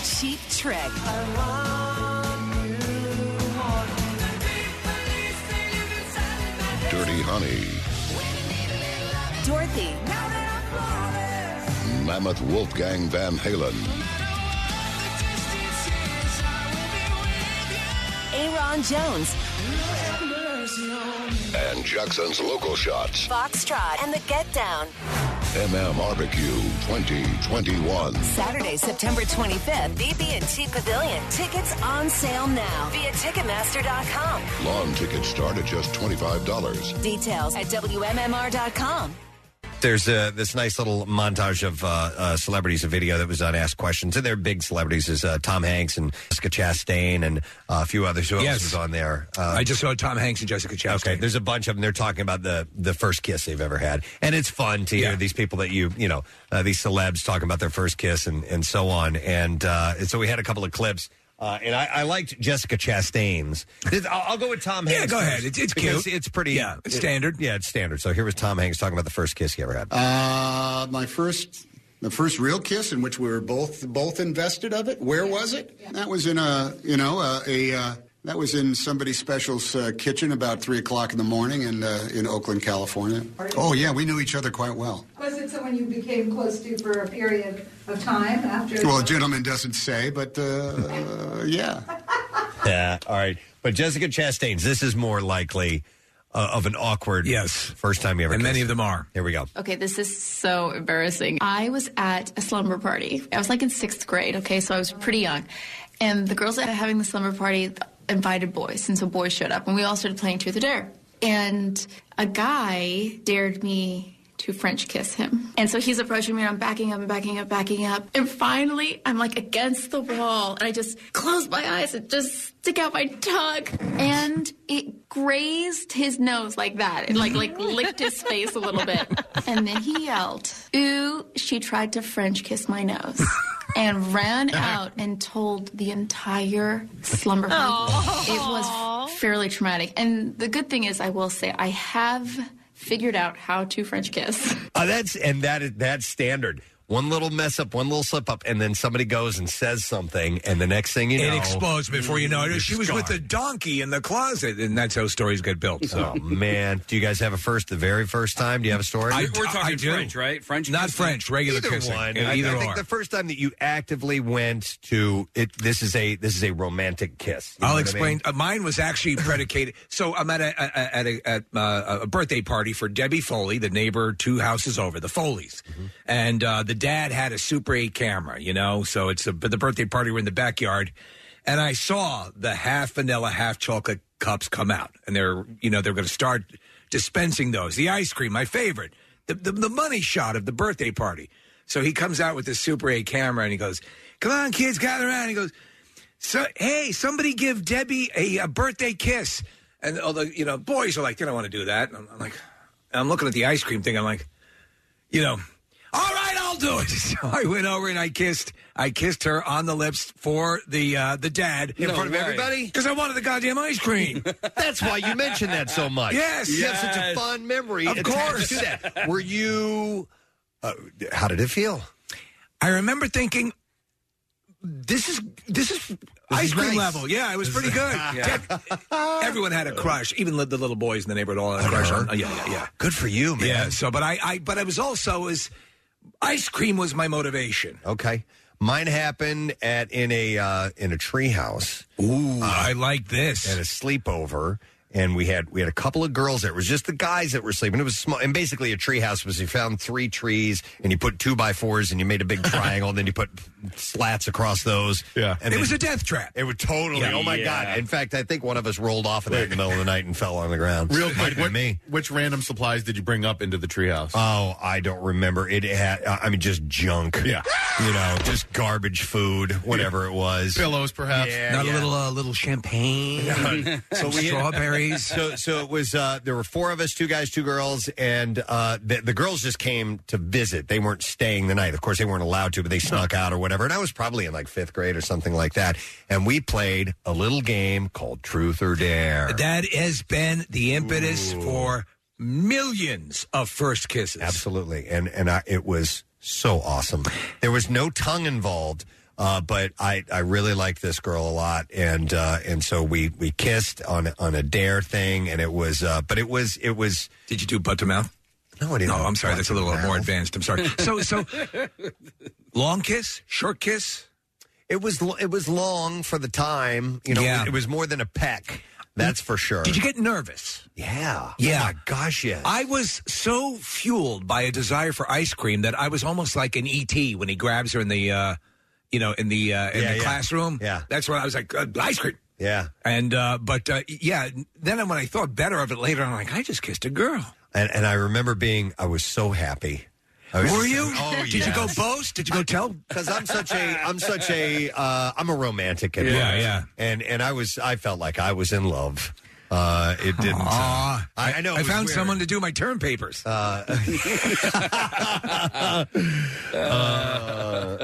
Cheap Trick.
Dirty Honey.
Dorothy.
Mammoth Wolfgang Van Halen.
Aaron Jones.
And Jackson's Local Shots.
Foxtrot. And The Get Down.
MM Barbecue 2021.
Saturday, September 25th, BB&T Pavilion. Tickets on sale now via Ticketmaster.com.
Lawn tickets start at just $25.
Details at WMMR.com.
there's uh, this nice little montage of uh, uh, celebrities, a video that was on Ask Questions, and they're big celebrities, is uh, Tom Hanks and Jessica Chastain and uh, a few others. Who
Yes.
else was on there? Uh,
I just saw Tom Hanks and Jessica Chastain.
Okay, there's a bunch of them. They're talking about the the first kiss they've ever had, and it's fun to hear these people that you you know uh, these celebs talking about their first kiss and and so on. And, uh, and so we had a couple of clips. Uh, and I, I liked Jessica Chastain's. This- I'll, I'll go with Tom
Yeah,
Hanks.
go
first,
ahead. It's- it's
because
cute.
It's pretty
Yeah, it's
it-
standard.
yeah, it's standard. So here was Tom Hanks talking about the first kiss he ever had.
Uh, my first, the first real kiss in which we were both both invested of it. Where was it? That was in a, you know, a. a uh, that was in somebody special's uh, kitchen about three o'clock in the morning in uh, in Oakland, California. Oh yeah, we knew each other quite well.
Was it someone you became close to for a period of time after?
Well, a gentleman doesn't say, but uh, yeah.
Yeah, all right. But Jessica Chastain's, this is more likely uh, of an awkward yes. first time you ever
And many
of them are. Here we go.
Okay, this is so embarrassing. I was at a slumber party. I was like in sixth grade, okay, so I was pretty young. And the girls that were having the slumber party invited boys, and so boys showed up, and we all started playing Truth or Dare. And a guy dared me to French kiss him. And so he's approaching me, and I'm backing up and backing up, backing up. And finally, I'm like against the wall, and I just close my eyes and just stick out my tongue. And it grazed his nose like that. It like, like licked his face a little bit. And then he yelled, Ooh, she tried to French kiss my nose. And ran out and told the entire slumber party. It was fairly traumatic. And the good thing is, I will say, I have figured out how to French kiss.
Uh, that's and that is that's standard. One little mess up, one little slip up, and then somebody goes and says something, and the next thing you know,
it explodes before you know it. She was with the donkey in the closet, and that's how stories get built. So.
Oh man, do you guys have a first? The very first time? Do you have a story?
I- We're talking I do. French,
right? French,
not French, regular
either
kissing.
one.
Yeah,
I-
either
I, think
or.
the first time that you actively went to it. This is a this is a romantic kiss. You know
I'll
what I
explain.
mean?
Uh, mine was actually predicated. So I'm at a, a at a at uh, a birthday party for Debbie Foley, the neighbor two houses over, the Foleys,
Mm-hmm.
and uh, the dad had a Super 8 camera, you know. So it's a, but the birthday party. We're in the backyard, and I saw the half vanilla, half chocolate cups come out, and they're you know they're going to start dispensing those. The ice cream, my favorite, the, the the money shot of the birthday party. So he comes out with the Super 8 camera, and he goes, "Come on, kids, gather around." He goes. So hey, somebody give Debbie a, a birthday kiss. And all the you know boys are like, they don't want to do that. And I'm, I'm like, and I'm looking at the ice cream thing. I'm like, you know, all right, I'll do it. So I went over and I kissed, I kissed her on the lips for the uh, the dad
In front of everybody?
because I wanted the goddamn ice cream.
That's why you mentioned that so much.
Yes,
you have such a fond memory.
Of
attached
course.
to that. Were you? Uh, how did it feel?
I remember thinking, this is this is ice
is
cream
nice.
level. Yeah, it was pretty good.
Yeah.
Yeah. Everyone had a crush, even the, the little boys in the neighborhood all had a crush on. oh, yeah, yeah, yeah.
Good for you, man.
Yeah. So, but I, I, but I was also is ice cream was my motivation.
Okay. Mine happened at in a uh, in a treehouse. Uh,
Ooh, I like this.
At a sleepover, and we had we had a couple of girls there. It was just the guys that were sleeping. It was small, and basically a treehouse was you found three trees and you put two by fours and you made a big triangle, and then you put slats across those. Yeah, and
it
then-
was a death trap.
It would totally. Oh my god! In fact, I think one of us rolled off of that in the middle of the night and fell on the ground.
Real
Might
quick,
have been
what, which random supplies did you bring up into the treehouse?
Oh, I don't remember. It had, uh, I mean, just junk. Yeah. You know, just garbage food, whatever it was.
Pillows, perhaps.
Yeah,
Not
yeah.
a little uh, little champagne, some
we-
strawberries.
So, so it was. Uh, there were four of us: two guys, two girls, and uh, the, the girls just came to visit. They weren't staying the night. Of course, they weren't allowed to, but they snuck out or whatever. And I was probably in like fifth grade or something like that. And we played a little game called Truth or Dare.
That has been the impetus for millions of first kisses.
Absolutely, and and I, it was so awesome. There was no tongue involved, uh, but I I really liked this girl a lot, and uh, and so we we kissed on on a dare thing, and it was uh, but it was it was.
Did you do butt to mouth?
No, I didn't.
No, I'm sorry.
butt
That's a
to
little more
mouth.
advanced. I'm sorry. So, so long kiss, short kiss.
It was lo- it was long for the time. You know,
Yeah.
it, was more than a peck. That's for sure.
Did you get nervous?
Yeah.
Yeah.
Oh my gosh, yes.
I was so fueled by a desire for ice cream that I was almost like an ET when he grabs her in the, uh, you know, in the uh, in
Yeah,
the
yeah.
classroom.
Yeah.
that's when I was like uh, ice cream.
Yeah.
And uh, but uh, yeah, then when I thought better of it later, I'm like, I just kissed a girl.
And and I remember being I was so happy. I was
Were
just-
you?
Oh,
Did you go boast? Did you go tell?
Because I'm such a I'm such a uh, I'm a romantic. At
Yeah,
heart.
yeah.
And and I was I felt like I was in love. Uh, it didn't. uh,
Aw.
I, I know. it
I
was
found
weird.
someone to do my term papers.
Uh,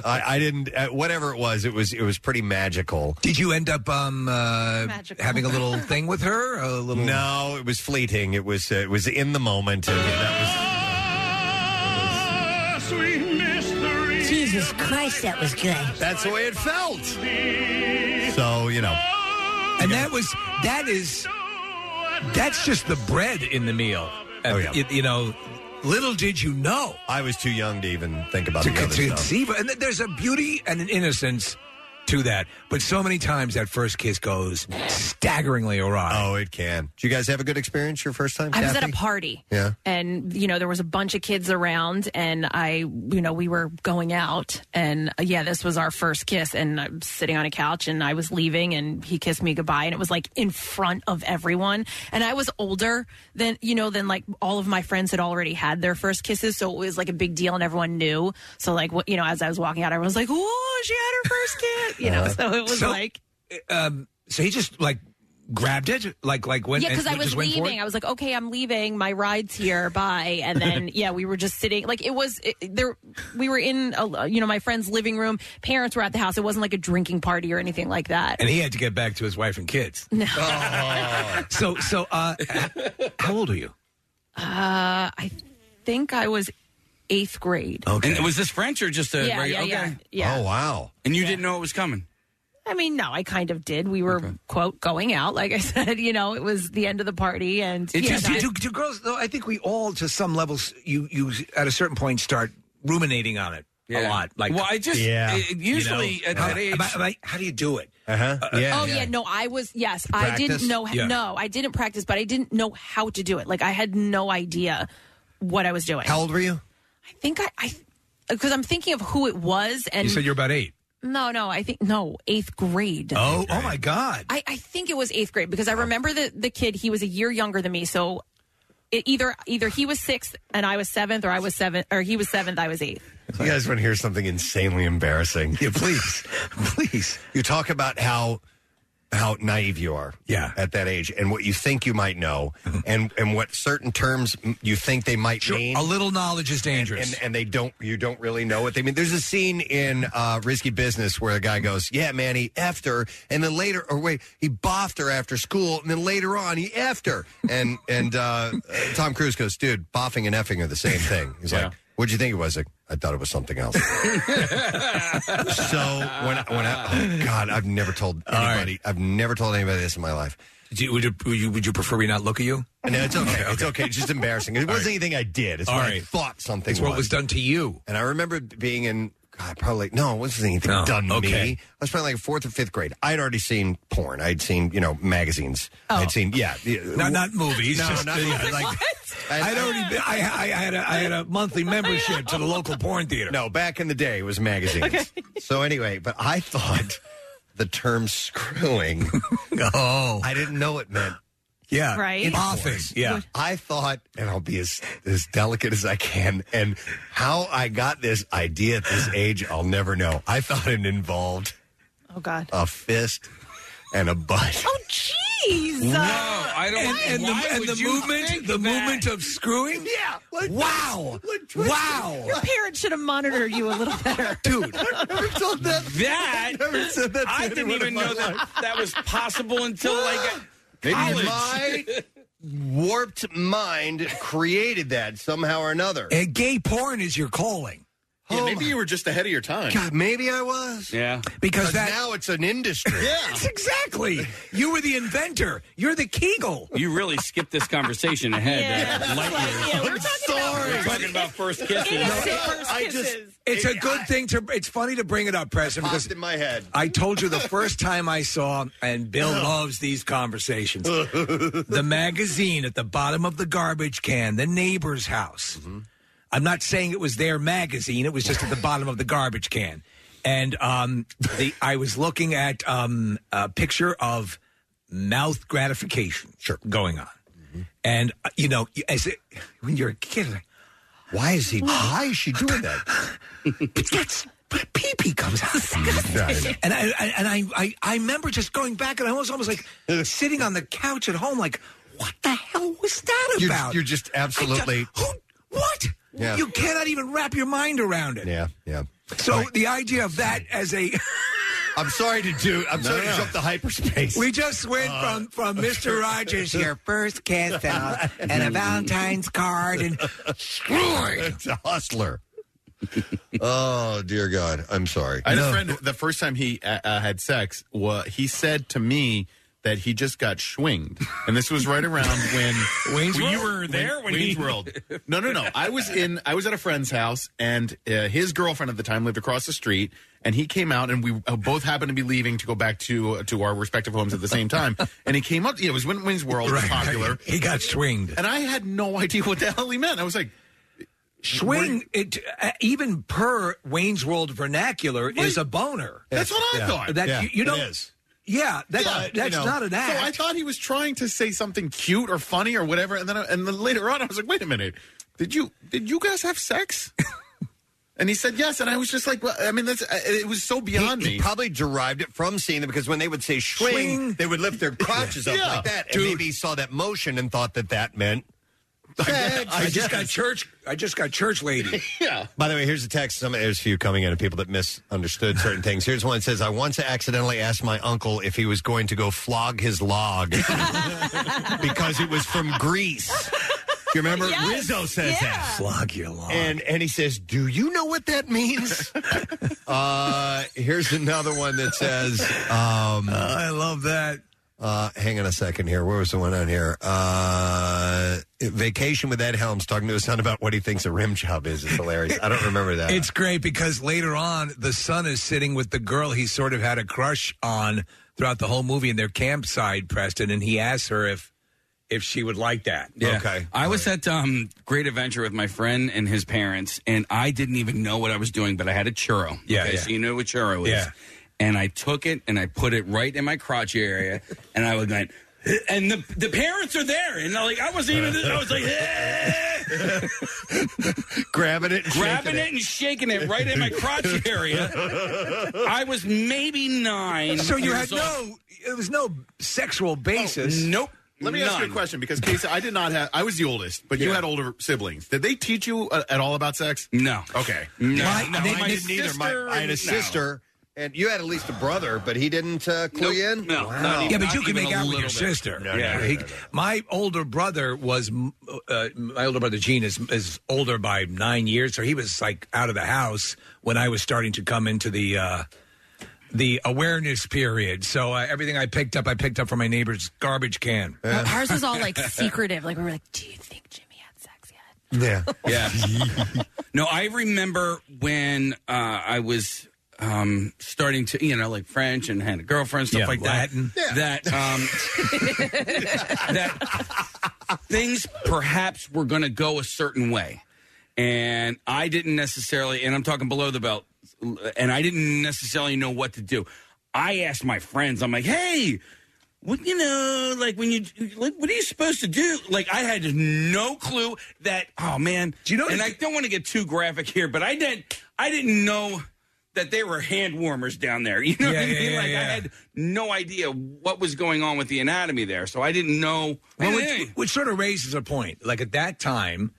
I, I didn't. Uh, whatever it was, it was it was pretty magical.
Did you end up um, uh, having a little thing with her? A little
No, it was fleeting. It was uh, it was in the moment. And that
Sweet mystery.
Jesus Christ, that was good.
That's the way it felt. was, so you know.
And that was that is that's just the bread in the meal. Oh, yeah. you, you know, little did you know.
I was too young to even think about
to,
the other
to
stuff.
conceive. And th- there's a beauty and an innocence to that. But so many times that first kiss goes staggeringly awry.
Oh, it can. Did you guys have a good experience your first time?
I was at a
Kathy?
party.
Yeah.
And, you know, there was a bunch of kids around, and I, you know, we were going out. And uh, yeah, this was our first kiss. And I'm sitting on a couch, and I was leaving, and he kissed me goodbye. And it was like in front of everyone. And I was older than, you know, than like all of my friends had already had their first kisses. So it was like a big deal, and everyone knew. So, like, what, you know, as I was walking out, everyone was like, oh, she had her first kiss,
Uh,
you know? So it was
So-
like,
Um, so he just like grabbed it, like like when
yeah, because
and
I was
just went for it?
leaving. I was like, okay, I'm leaving. My ride's here. Bye. And then yeah, we were just sitting. Like it was it, there. We were in a, you know my friend's living room. Parents were at the house. It wasn't like a drinking party or anything like that.
and he had to get back to his wife and kids.
No.
So so uh, h- how old are you?
Uh, I think I was eighth grade.
Okay.
And was this French or just a
Yeah,
regu-
yeah,
okay.
yeah, yeah. Oh,
wow.
And you didn't know it was coming.
I mean, no, I kind of did. We were quote going out. Like I said, you know, it was the end of the party, and yeah,
Just-
that-
do, do girls though? I think we all to some levels you you at a certain point start ruminating on it a lot. Like
Well, I just- Yeah. it- usually
you know,
at
how,
that age-
about- like, how do you do it? Uh,
Uh-huh.
oh yeah. no, I was yes, I
Practice?
didn't know
Yeah.
no, I didn't practice, but I didn't know how to do it. Like I had no idea what I was doing.
How old were you?
I think I I because I'm thinking of who it was and
You said you're about eight.
no, no, I think no, eighth grade.
Oh, oh my God!
I, I think it was eighth grade because I remember the the kid. He was a year younger than me, so it either either he was sixth and I was seventh, or I was seventh, or he was seventh, I was eighth.
You guys want to hear something insanely embarrassing? Yeah, please,
please.
You talk about how how naive you are, yeah, at that age, and what you think you might know, and and what certain terms m- you think they might mean.
A little knowledge is dangerous.
and, and they don't you don't really know what they mean. There's a scene in uh, Risky Business where a guy goes, "Yeah, man, he effed her," and then later, or wait, he boffed her after school, and then later on, he effed her. And and uh, Tom Cruise goes, "Dude, boffing and effing are the same thing." He's like, "What'd you think it was?" Like, I thought it was something else. so when I, when I, oh God, I've never told anybody. I've never told anybody this in my life.
Do you- would, you, would you- would you prefer we not look at you?
No, it's okay. It's okay. It's just embarrassing. It
All
wasn't
right.
anything I did. It's
All
what I
right.
thought something
It's what was done
to you. And I remember being in, God, probably, no, it wasn't anything
No.
done to
Okay.
me. I was probably like fourth or fifth grade. I'd already seen porn. I'd seen, you know, magazines.
Oh.
I'd seen, yeah. yeah.
Not not movies.
No,
just,
not
yeah,
movies.
like- I'd already. I, I had a, I had a monthly membership to the local porn theater.
No, back in the day, it was magazines. So anyway, but I thought the term screwing, oh. I didn't know it meant.
Yeah. Right? Office, yeah. What-
I thought, and I'll be as, as delicate as I can, and how I got this idea at this age, I'll never know. I thought it involved
Oh God.
a fist and a butt.
Oh jeez.
No,
I don't. And, and
why
the, and
would
the
you
movement,
think
the
that?
movement of screwing.
Yeah.
wow. wow.
Your parents should have monitored you a little better.
Dude.
that.
That, I didn't even know that that was possible until like
Maybe
college.
my warped mind created that somehow or another.
And gay porn is your calling.
Oh
maybe you were just ahead of your time.
God, maybe I was.
Yeah.
Because that-
now it's an industry.
That's exactly. You were the inventor. You're the Kegel.
You really skipped this conversation ahead.
Yeah,
uh, lightning.
Sorry.
We're talking about first kisses.
I just, it's a good thing to. It's funny to bring it up, Preston, because
in my head.
I told you the first time I saw, and Bill loves these conversations. the magazine at the bottom of the garbage can, the neighbor's house.
Mm.
I'm not saying it was their magazine; it was just at the bottom of the garbage can. And um, the I was looking at um, a picture of mouth gratification going on, and uh, you know, as it, when you're a kid, like,
why is he? Why is she doing that?
but that's but pee pee comes out.
Disgusting.
and I, I and I, I I remember just going back and I was almost like sitting on the couch at home, like, what the hell was that
You're-
about?
you're just
I ju-
absolutely-
who, what?
Yeah.
You cannot even wrap your mind around it.
Yeah, yeah.
So the idea of that as a
I'm sorry to do. I'm sorry to jump the hyperspace.
We just went
Uh,
from from Mr. Rogers your first kiss out and
Mm.
a Valentine's card and screwing.
It's a hustler. oh dear God, I'm sorry.
I had a friend. The first time he uh, uh, had sex, wa he said to me that he just got swinged, and this was right around when
Wayne's
when
World? There when
Wayne's
he-
World. No, no, no. I was in. I was at a friend's house, and uh, his girlfriend at the time lived across the street. And he came out, and we uh, both happened to be leaving to go back to uh, to our respective homes at the same time. And he came up. Yeah, it was when Wayne's World was popular,
He got swinged.
and I had no idea what the hell he meant. I was like.
Swing, it, uh, even per Wayne's World vernacular, is a boner.
That's what I
Yeah.
thought.
That you, you
It
don't.
is.
Yeah, that,
Yeah, you
that's
know.
not an
So I
act.
thought he was trying to say something cute or funny or whatever, and then I, and then later on I was like, wait a minute, did you did you guys have sex? and he said yes, and I was just like, well, I mean, that's uh, it was so beyond
He
me.
probably derived it from seeing them because when they would say swing,
Swing.
they would lift their crotches up
Yeah.
like that, and
Dude.
maybe he saw that motion and thought that that meant.
I,
I
just got
guess.
church. I just got church lady.
yeah.
By the way, here's a text. Some, there's a few coming in of people that misunderstood certain things. Here's one that says, I once accidentally asked my uncle if he was going to go flog his log because it was from Greece. Do you remember? Rizzo says that.
Flog your log.
And, and he says, Do you know what that means? uh, here's another one that says, um,
Oh, I love that.
Uh, hang on a second here. Where was the one on here? Uh, vacation with Ed Helms talking to his son about what he thinks a rim job is. It's hilarious. I don't remember that.
It's great because later on, the son is sitting with the girl he sort of had a crush on throughout the whole movie in their campsite, Preston, and he asks her if if she would like that.
Yeah. I was at um, Great Adventure with my friend and his parents, and I didn't even know what I was doing, but I had a churro.
Yeah, yeah.
So you know what churro is.
Yeah.
And I took it and I put it right in my crotch area, and I was like, and the the parents are there, and I like I wasn't even. I was like,
grabbing it, and
grabbing
shaking
it and shaking it right in my crotch area. I was maybe nine.
So you
years
had no, it was no sexual basis.
Oh, nope.
Let me ask you a question because Casey, I did not have. I was the oldest, but you
Yeah.
had older siblings. Did they teach you uh, at all about sex?
No.
Okay.
No, My- no, they- I they- didn't either. My- I had a sister, And you had at least a brother, but he didn't uh, clue you in.
No,
wow.
yeah, but you can make out with your sister.
No,
yeah,
no, no,
he-
no, no.
my older brother was uh, my older brother Gene is is older by nine years, so he was like out of the house when I was starting to come into the uh, the awareness period. So uh, everything I picked up, I picked up from my neighbor's garbage can.
Ours was all like secretive. Like we were like, do you think?
Yeah.
Yeah. no, I remember when uh, I was um, starting to, you know, like French and had a girlfriend, stuff
Yeah,
like
Latin.
that. That um, that things perhaps were going to go a certain way, and I didn't necessarily. And I'm talking below the belt, and I didn't necessarily know what to do. I asked my friends. I'm like, hey. What you know, like when you like, what are you supposed to do? Like I had no clue that. Oh man, do you know? And I don't want to get too graphic here, but I didn't. I didn't know that there were hand warmers down there. You know
Yeah,
what I
yeah,
mean?
yeah,
like I
yeah.
had no idea what was going on with the anatomy there, so I didn't know.
Well, which, which sort of raises a point. Like at that time,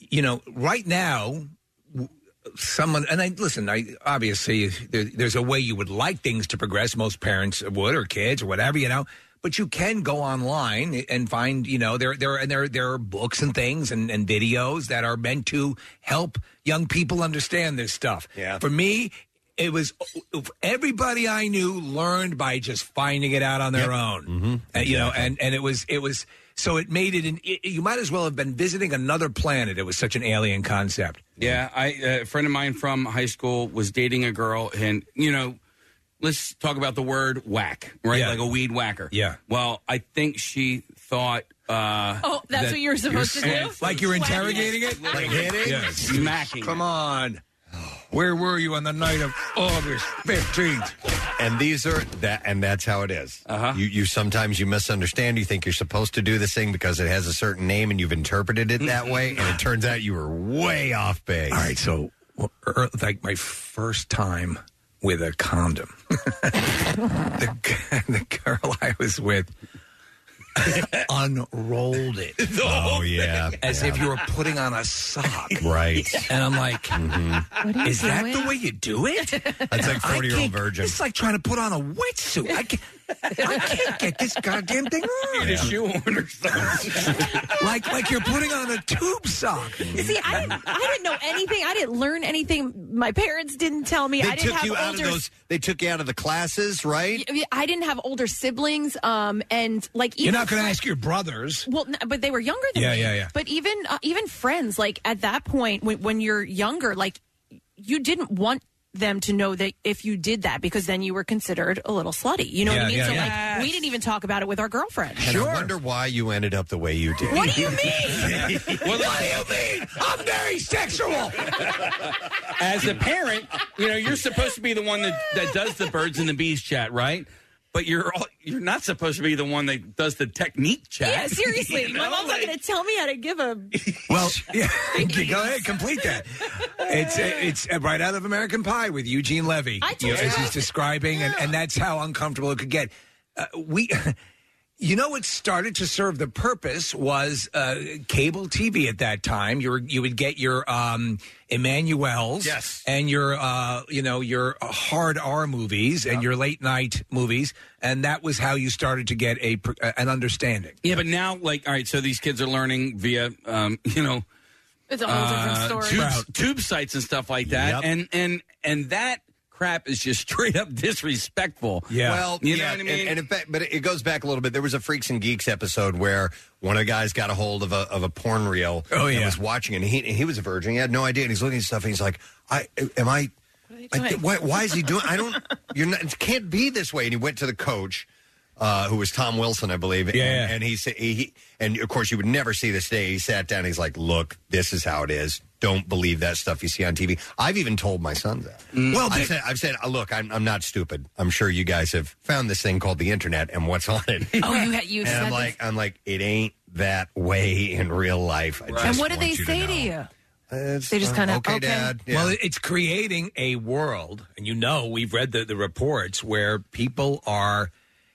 you know, right now, w- someone and I listen. I obviously there, there's a way you would like things to progress. Most parents would, or kids, or whatever, you know. But you can go online and find, you know, there there and there there are books and things and, and videos that are meant to help young people understand this stuff. Yeah. For me, it was everybody I knew learned by just finding it out on their own. Uh, you know, and and it was it was so it made it an. It, you might as well have been visiting another planet. It was such an alien concept.
Yeah, I uh, a friend of mine from high school was dating a girl, and you know, let's talk about the word whack, right?
Yeah.
Like a weed whacker.
Yeah.
Well, I think she thought. Uh,
Oh, that's
that
what you're supposed to do?
Like you're interrogating it,
Like hitting?
Yeah,
smacking.
Come on, where were you on the night of August fifteenth?
And these are that, and that's how it is. Uh-huh. You, you sometimes you misunderstand. You think you're supposed to do this thing because it has a certain name, and you've interpreted it that way, and it turns out you were way off base. All
right, so er, like my first time with a condom. the, g- the girl I was with unrolled it.
Oh yeah,
as if you were putting on a sock,
right?
And I'm like,
are you
is that
doing?
the way you do it?
That's like
I
40-year-old
can't-
virgin.
It's like trying to put on a wetsuit. I can't, I can't get this goddamn thing on.
Need a shoehorn or something.
like like you're putting on a tube sock.
See, I didn't, I didn't know anything. I didn't learn anything. My parents didn't tell me.
They
I didn't
took
have
you
older.
out of those. They took you out of the classes, right?
I mean, I didn't have older siblings, um, and like even
You're not going to ask your brothers.
Well, n- but they were younger than
Yeah,
me.
yeah, yeah.
But even uh, even friends, like at that point, when, when you're younger, like you didn't want them to know that if you did that because then you were considered a little slutty. You know what
Yeah,
I mean?
yeah,
so
yeah.
like we didn't even talk about it with our girlfriend.
And I wonder why you ended up the way you did.
What do you mean?
Well,
do you mean? I'm very sexual.
as a parent, you know you're supposed to be the one that, that does the birds and the bees chat, right? But you're all, you're not supposed to be the one that does the technique chat.
yeah, seriously.
You
My
know,
mom's
like-
not going to tell me how to give a.
Well, yeah, go ahead, complete that. It's it's uh, right out of American Pie with Eugene Levy
I told
you know,
you.
as he's describing, and, and that's how uncomfortable it could get. Uh, we, you know, it started to serve the purpose was uh, cable TV at that time. You were you would get your um, Emmanuel's, yes, and your uh, you know your hard R movies and your late night movies, and that was how you started to get a pr- uh, an understanding.
Yeah, but now, like, all right, so these kids are learning via, um, you know,
It's a whole
uh,
different story.
Tube, tube sites and stuff like that,
Yep.
and and and that crap is just straight up disrespectful.
Well,
you know
yeah,
what I
and-
mean.
And, in fact, but it goes back a little bit. There was a Freaks and Geeks episode where one of the guys got a hold of a, of a porn reel.
Oh,
And
yeah.
was watching it. And he, and he was a virgin. He had no idea. And he's looking at stuff. And he's like, I am I. I,
doing?
why, why is he doing? I don't. You're not. It can't be this way. And he went to the coach, uh, who was Tom Wilson, I believe.
Yeah.
And, and he said, he, he- and of course, you would never see this day. He sat down. He's like, "Look, this is how it is. Don't believe that stuff you see on TV." I've even told my son that.
Well,
I've
they-
said, I've said, "Uh, "Look, I'm, I'm not stupid. I'm sure you guys have found this thing called the internet and what's on it."
Oh, you had- you
And
said
I'm
this-
like, I'm like, it ain't that way in real life. I just
and what did
want
they
you
say
to,
to
know."
you?
It's,
They just
uh,
kinda,
okay,
okay.
Dad. Yeah.
Well, it's creating a world, and you know we've read the, the reports where people are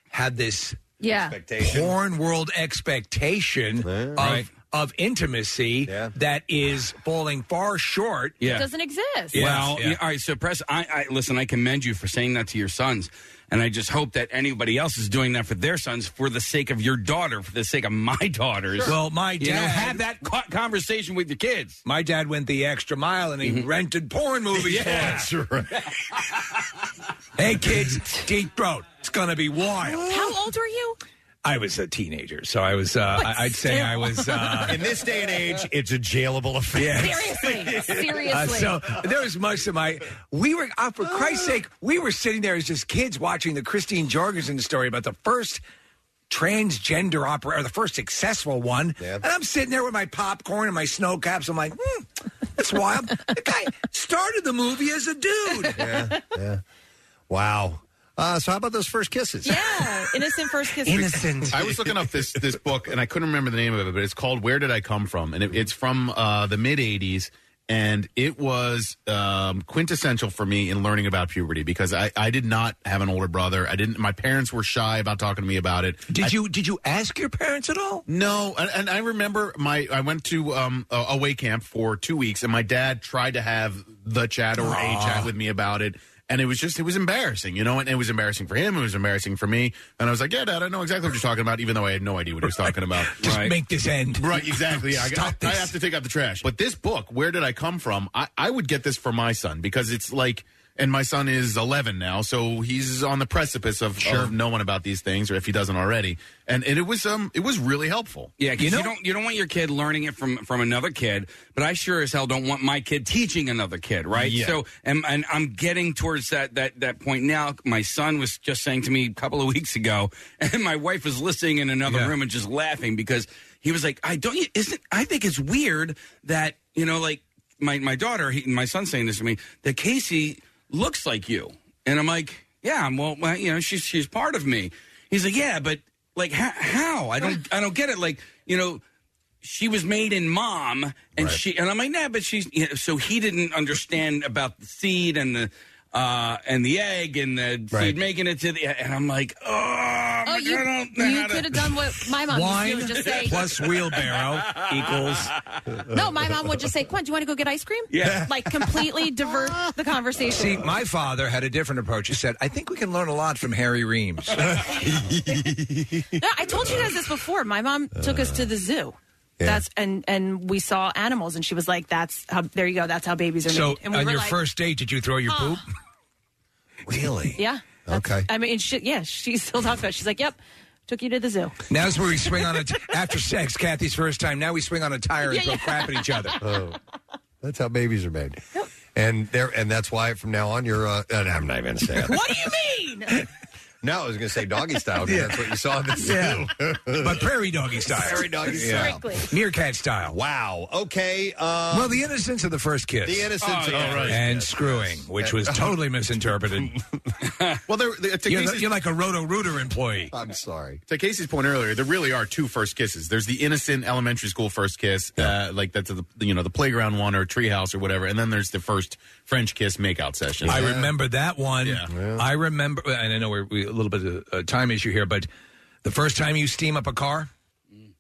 have this
Yeah.
porn world expectation of, of intimacy that is falling far short.
It doesn't exist.
Well, yeah, all right. So, press. I, I listen. I commend you for saying that to your sons, and I just hope that anybody else is doing that for their sons for the sake of your daughter, for the sake of my daughters.
Well, my
You know,
dad-
have that co- conversation with your kids. Mm-hmm.
My dad went the extra mile and he rented porn movies.
Yeah.
for us. hey, kids, deep throat. It's gonna be wild.
How old are you?
I was a teenager, so I was. Uh, I- I'd say I was. Uh,
In this day and age, it's a jailable offense.
Seriously, seriously.
Uh, so there was most of my. We were, uh, for Christ's sake, we were sitting there as just kids watching the Christine Jorgensen story about the first transgender opera, or the first successful one. And I'm sitting there with my popcorn and my snow caps. I'm like, hmm, that's wild. the guy started the movie as a dude.
Yeah, yeah. Wow. Uh, so how about those first kisses?
Yeah, innocent first kisses.
I was looking up this this book and I couldn't remember the name of it, but it's called "Where Did I Come From?" and it, it's from uh, the mid '80s. And it was um, quintessential for me in learning about puberty because I, I did not have an older brother. I didn't. My parents were shy about talking to me about it.
Did
I-
you did you ask your parents at all?
No, and, and I remember my I went to um, a away camp for two weeks, and my dad tried to have the chat or a
Aw.
chat with me about it, and it was just it was embarrassing, you know, and it was embarrassing for him, it was embarrassing for me, and I was like, yeah, dad, I know exactly what you're talking about, even though I had no idea what he was talking about.
Just make this end.
Right, exactly. Yeah, I,
Stop
I, I
this.
have to take out the trash. But this book, Where Did I Come From? I, I would get this for my son because it's like, and my son is 11 now, so he's on the precipice of, of knowing about these things, or if he doesn't already. And, and it was um it was really helpful.
Yeah, 'cause you, don't you don't want your kid learning it from from another kid, but I sure as hell don't want my kid teaching another kid, right?
Yeah.
So, and, and I'm getting towards that that that point now. My son was just saying to me a couple of weeks ago, and my wife was listening in another room and just laughing because he was like, "I don't, isn't I think it's weird that you know, like my my daughter, he, my son saying this to me that Casey looks like you," and I'm like, "Yeah, I'm- well, well, you know, she's she's part of me." He's like, "Yeah, but." Like how, how? I don't I don't get it. Like you know, she was made in mom and she and i'm like nah but she's you know, so he didn't understand about the seed and the uh and the egg and the seed making it to the and i'm like oh
oh, you,
I don't know
you
how to-
could have done what my mom used to do, just say.
plus wheelbarrow equals.
No, my mom would just say, "Quan, do you want to go get ice cream?"
Yeah.
like completely divert the conversation.
See, my father had a different approach. He said, "I think we can learn a lot from Harry Reams."
No, I told you guys this before. My mom took us to the zoo.
Yeah.
That's and and we saw animals, and she was like, "That's how there you go. That's how babies are
so,
made." And we
on
were
your
like,
first date, did you throw your
"Huh."
poop? Really?
Yeah.
Okay.
I mean, she, yeah, she still talks about. it. She's like, "Yep, took you to the zoo."
Now's where we swing on it after sex, Kathy's first time. Now we swing on a tire and
Yeah,
throw
yeah.
crap at each other.
Oh, that's how babies are made. And there, and that's why from now on you're. Uh, I'm not even gonna say it.
what do you mean?
No, I was gonna say doggy style. 'cause
Yeah.
That's what you saw in the zoo.
Yeah. but prairie doggy style,
Prairie doggy style.
meerkat style.
Wow. Okay. Um,
well, the innocence of the first kiss,
The innocence Oh, of the yeah. first
and
kiss. Oh,
screwing, which was totally misinterpreted.
well, there,
you're, the- you're like a roto rooter employee.
I'm sorry.
To Casey's point earlier, there really are two first kisses. There's the innocent elementary school first kiss, uh, like that's the you know the playground one or treehouse or whatever, and then there's the first French kiss makeout session.
I remember that one. I remember, and I know we're we, a little bit of a time issue here, but the first time you steam up a car,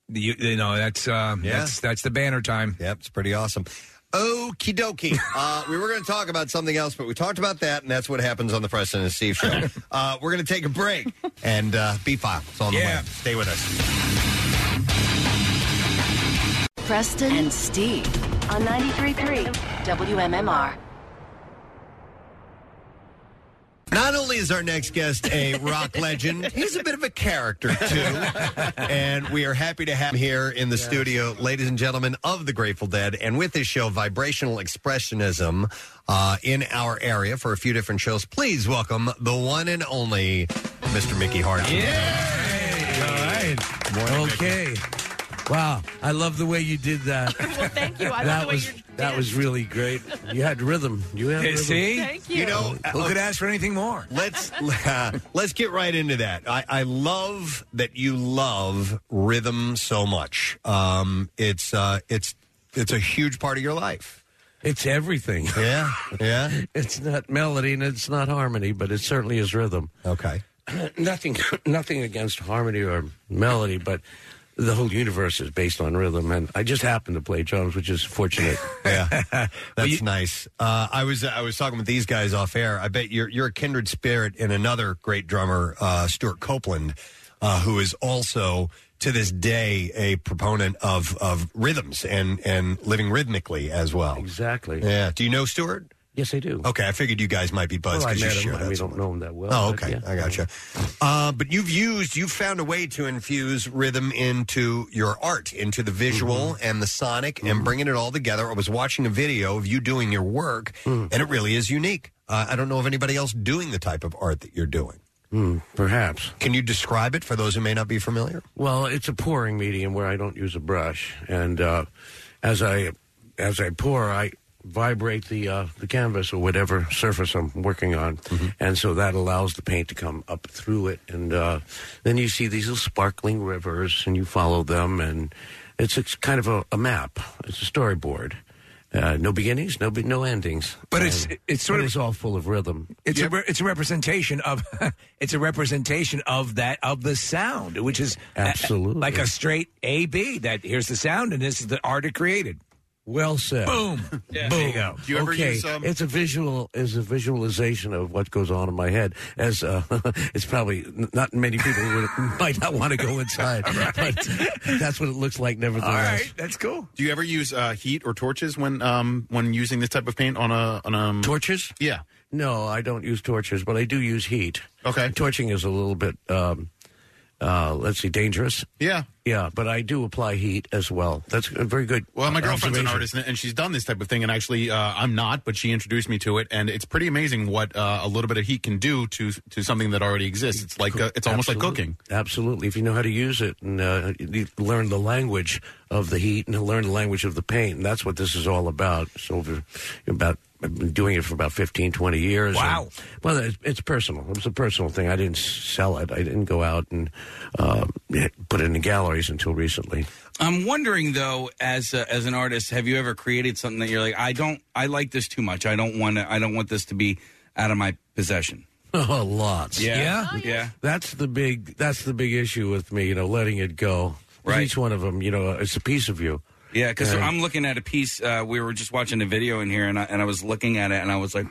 you, you know that's uh,
Yeah.
that's that's the banner time.
Yep, it's pretty awesome. Okie dokie. Uh, we were going to talk about something else, but we talked about that, and that's what happens on the Preston and Steve show. Uh, we're going to take a break, and uh, B File is on the
Yeah.
way. Stay with us.
Preston and Steve on 93.3 WMMR.
Not only is our next guest a rock legend, he's a bit of a character, too. and we are happy to have him here in the studio, ladies and gentlemen of the Grateful Dead, and with his show, Vibrational Expressionism, uh, in our area for a few different shows. Please welcome the one and only Mr. Mickey Hart.
All right. okay. Wow, I love the way you did that. well,
thank you.
I that was that was really great. You had rhythm. You had
Yeah,
rhythm.
see? Thank You you. know,
who
uh,
could
ask for anything more?
Let's uh, let's get right into that. I, I love that you love rhythm so much. Um, it's uh, it's it's a huge part of your life.
It's everything.
Yeah, yeah.
it's not melody and it's not harmony, but it certainly is rhythm.
Okay.
nothing, nothing against harmony or melody, but the whole universe is based on rhythm, and I just happen to play drums, which is fortunate.
yeah, that's nice. Uh, I was I was talking with these guys off air. I bet you're you're a kindred spirit in another great drummer, uh, Stuart Copeland, uh, who is also to this day a proponent of of rhythms and and living rhythmically as well.
Exactly.
Yeah. Do you know Stuart?
Yes, I do.
Okay, I figured you guys might be buds
Well, I
because
met him.
you share
I
that.
mean,
sort
don't
of-
know him that well.
Oh,
but
okay,
yeah.
I gotcha. Uh, but you've used, you've found a way to infuse rhythm into your art, into the visual
Mm-hmm.
and the sonic, and bringing it all together. I was watching a video of you doing your work,
Mm.
and it really is unique. Uh, I don't know of anybody else doing the type of art that you're doing.
Hmm, perhaps.
Can you describe it for those who may not be familiar?
Well, it's a pouring medium where I don't use a brush, and uh, as I as I pour, I vibrate the uh, the canvas or whatever surface I'm working on,
Mm-hmm.
and so that allows the paint to come up through it, and uh, then you see these little sparkling rivers, and you follow them, and it's it's kind of a, a map. It's a storyboard. Uh, no beginnings, no be- no endings.
But it's-
And-
it's sort
but
of-
it's all full of rhythm.
It's a re- it's a representation of it's a representation of that of the sound, which is a-
Absolutely.
like a straight A B. That here's the sound, and this is the art it created.
Well said.
Boom.
Yeah.
Boom.
There you um, go. okay.
um,
It's a visual, is a visualization of what goes on in my head. As uh, it's probably n- not many people would, might not want to go inside, but that's what it looks like. Nevertheless,
that's cool.
Do you ever use uh, heat or torches when um, when using this type of paint on a on a
torches?
Yeah.
No, I don't use torches, but I do use heat.
Okay.
Torching is a little bit, um, uh, let's see, dangerous.
Yeah.
Yeah, but I do apply heat as well. That's a very good.
Well, my
uh,
girlfriend's
observation.
an artist, and- and she's done this type of thing. And actually, uh, I'm not, but she introduced me to it, and it's pretty amazing what uh, a little bit of heat can do to to something that already exists. It's like uh, it's almost like
Absolute-
cooking.
Absolutely, if you know how to use it and uh, you learn the language of the heat and learn the language of the paint, and that's what this is all about. It's over about I've been doing it for about 15, 20 years. Wow. well, it's, it's personal. It was a personal thing. I didn't sell it. I didn't go out and uh, put it in the galleries until recently.
I'm wondering though, as a, as an artist, have you ever created something that you're like, I don't, I like this too much. I don't want to, I don't want this to be out of my possession.
Oh, lots.
Yeah. Yeah? Oh, yeah.
That's the big. That's the big issue with me. You know, letting it go. Right. Each one of them. You know, it's a piece of you.
Yeah, because
Yeah.
I'm looking at a piece. Uh, we were just watching a video in here, and I, and I was looking at it, and I was like,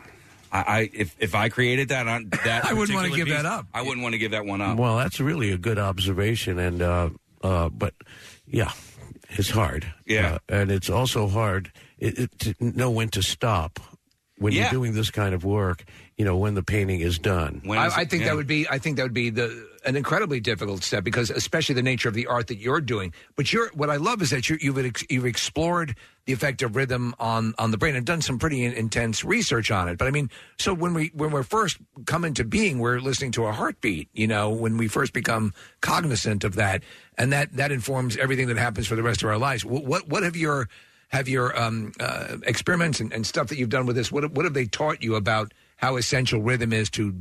I, I if if I created that on that,
I wouldn't wanna
particular
give
piece,
that up.
I wouldn't want to give that one up.
Well, that's really a good observation, and uh, uh, but yeah, it's hard.
Yeah.
Uh, and it's also hard it, it, to know when to stop when
Yeah.
you're doing this kind of work. You know when the painting is done.
I, I think that would be I think that would be the an incredibly difficult step because especially the nature of the art that you're doing. But you're what I love is that you you've ex, you've explored the effect of rhythm on on the brain and done some pretty in, intense research on it. But I mean, so when we when we're first come into being, we're listening to a heartbeat. You know, when we first become cognizant of that, and that that informs everything that happens for the rest of our lives. What what, what have your have your um, uh, experiments and, and stuff that you've done with this? What what have they taught you about how essential rhythm is to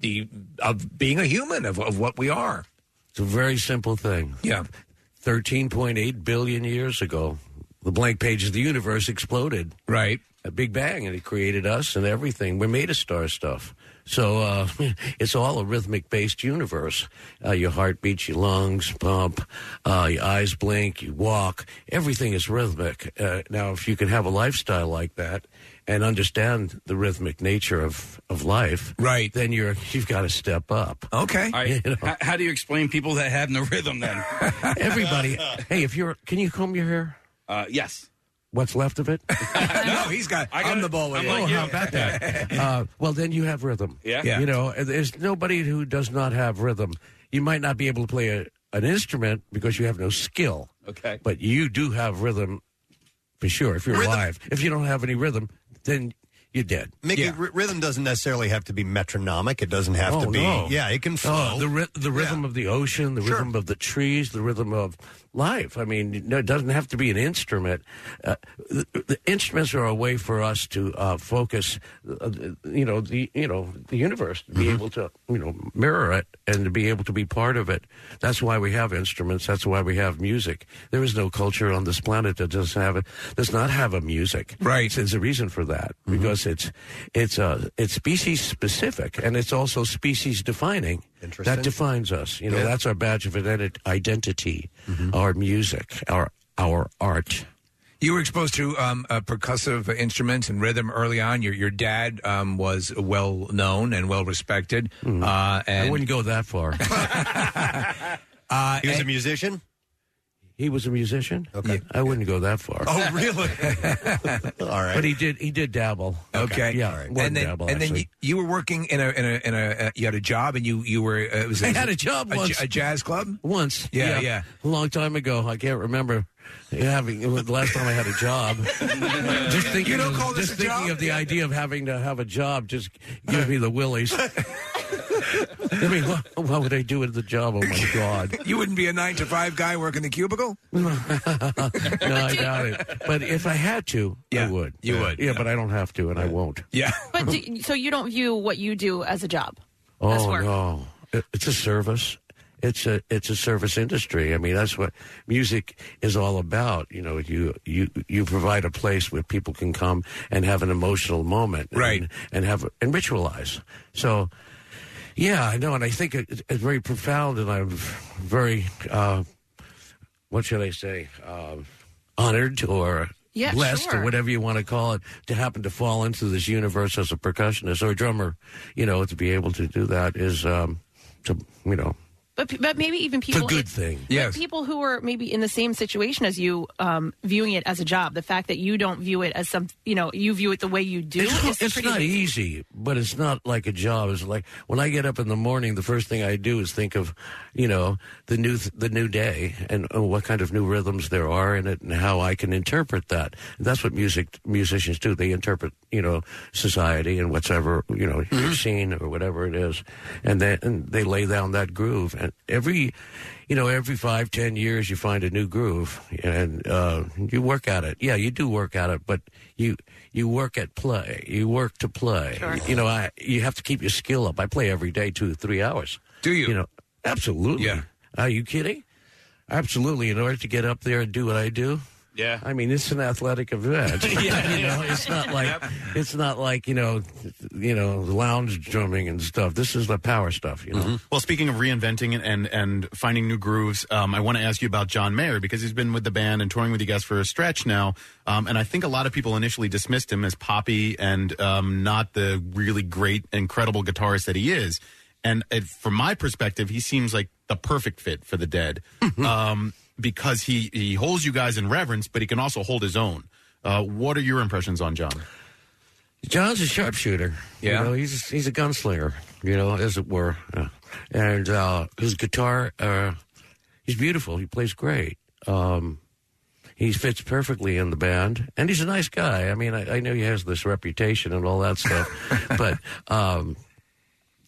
the of being a human of, of what we are
It's a very simple thing.
Yeah.
13.8 billion years ago, the blank page of the universe exploded.
Right.
A big bang, and it created us and everything. We're made of star stuff. So uh, it's all a rhythmic based universe. Uh, your heart beats, your lungs pump, uh, your eyes blink, you walk. Everything is rhythmic. Uh, now, if you can have a lifestyle like that and understand the rhythmic nature of, of life, right. then you're, you've got to step up.
Okay.
All right. H- how do you explain people that have no rhythm then?
Everybody, hey, if you're, can you comb your hair?
Uh, yes.
What's left of it?
no, he's got. I am the ball.
I'm
Oh,
like,
how
yeah.
about that? Uh, well, then you have rhythm.
Yeah. Yeah.
You know, and there's nobody who does not have rhythm. You might not be able to play a, an instrument because you have no skill,
Okay.
but you do have rhythm for sure if you're alive. If you don't have any rhythm, then you're dead.
Mickey, r- rhythm doesn't necessarily have to be metronomic. It doesn't have to
Oh,
be.
no.
Yeah, it can flow.
Oh, the ry- the rhythm of the ocean, the rhythm of the trees, the rhythm of life. I mean, no, it doesn't have to be an instrument. Uh, the, the instruments are a way for us to uh, focus, uh, the- you know, the you know the universe, to be
Mm-hmm.
able to you know mirror it and to be able to be part of it. That's why we have instruments. That's why we have music. There is no culture on this planet that doesn't have it. Does not have a music. Right. There's a reason for that because is it's it's uh, it's species specific and it's also species defining.
Interesting.
That defines us. You know,
Yeah.
that's our badge of identi- identity, our music, our our art.
You were exposed to um, uh, percussive instruments and rhythm early on. Your your dad um, was well known and well respected. Uh, and
Mm-hmm. I wouldn't go that far.
uh,
he was a musician.
He was a musician. Okay, I wouldn't go that far.
Oh, really? All right,
but he did he did dabble.
Okay.
yeah, one
and then,
dabble,
and then
actually.
you, you were working in a in a in a uh, you had a job and you you were uh, it was
I
it was
had a job
a,
once.
j- a jazz club.
Once.
Yeah, yeah.
A long time ago. I can't remember having it was the last time I had a job. just thinking,
You don't
of,
call this
just
a job?
thinking of the idea of having to have a job just gives me the willies. I mean, what, what would I do with the job? Oh my god.
You wouldn't be a nine to five guy working the cubicle.
No, I doubt it. But if I had to, I would.
you would.
Yeah, but I don't have to, and I won't.
Yeah.
But do, so you don't view what you do as a job.
Oh no, It- it's a service. It's a it's a service industry. I mean, that's what music is all about. You know, you you you provide a place where people can come and have an emotional moment, right? And, and have and ritualize. So, yeah, I know, and I think it, it's very profound, and I'm very uh, what should I say? Uh, honored or
Yeah,
blessed
sure.
or whatever you want to call it to happen to fall into this universe as a percussionist or a drummer you know to be able to do that is um to you know
But pe- but maybe even
it's a
people
good thing
but people who are maybe in the same situation as you um, viewing it as a job. The fact that you don't view it as some you know you view it the way you do.
It's,
is
it's
pretty-
not easy, but it's not like a job. It's like when I get up in the morning, the first thing I do is think of, you know, the new th- the new day and oh, what kind of new rhythms there are in it, and how I can interpret that. that's what music musicians do. They interpret, you know, society and whatever you know
Mm-hmm.
you've seen or whatever it is, and then and they lay down that groove. And every, you know, every five ten years you find a new groove, and uh, you work at it. Yeah, you do work at it, but you you work at play. You work to play. You know, I you have to keep your skill up. I play every day two three hours. Do you? You know, absolutely. Yeah. Are you kidding? Absolutely. In order to get up there and do what I do.
Yeah.
I mean, it's an athletic event. you know, it's not like it's not like you know, you know, lounge drumming and stuff. This is the power stuff. You know.
Well, speaking of reinventing and and, and finding new grooves, um, I want to ask you about John Mayer because he's been with the band and touring with you guys for a stretch now. Um, and I think a lot of people initially dismissed him as poppy and um, not the really great, incredible guitarist that he is. And it, from my perspective, he seems like the perfect fit for the Dead um, because he he holds you guys in reverence, but he can also hold his own. Uh, what are your impressions on John?
John's a sharpshooter. Yeah, you know, he's he's a gunslinger. You know, as it were. Uh, and uh, his guitar, uh, he's beautiful. He plays great. Um, he fits perfectly in the band, and he's a nice guy. I mean, I, I know he has this reputation and all that stuff, but um,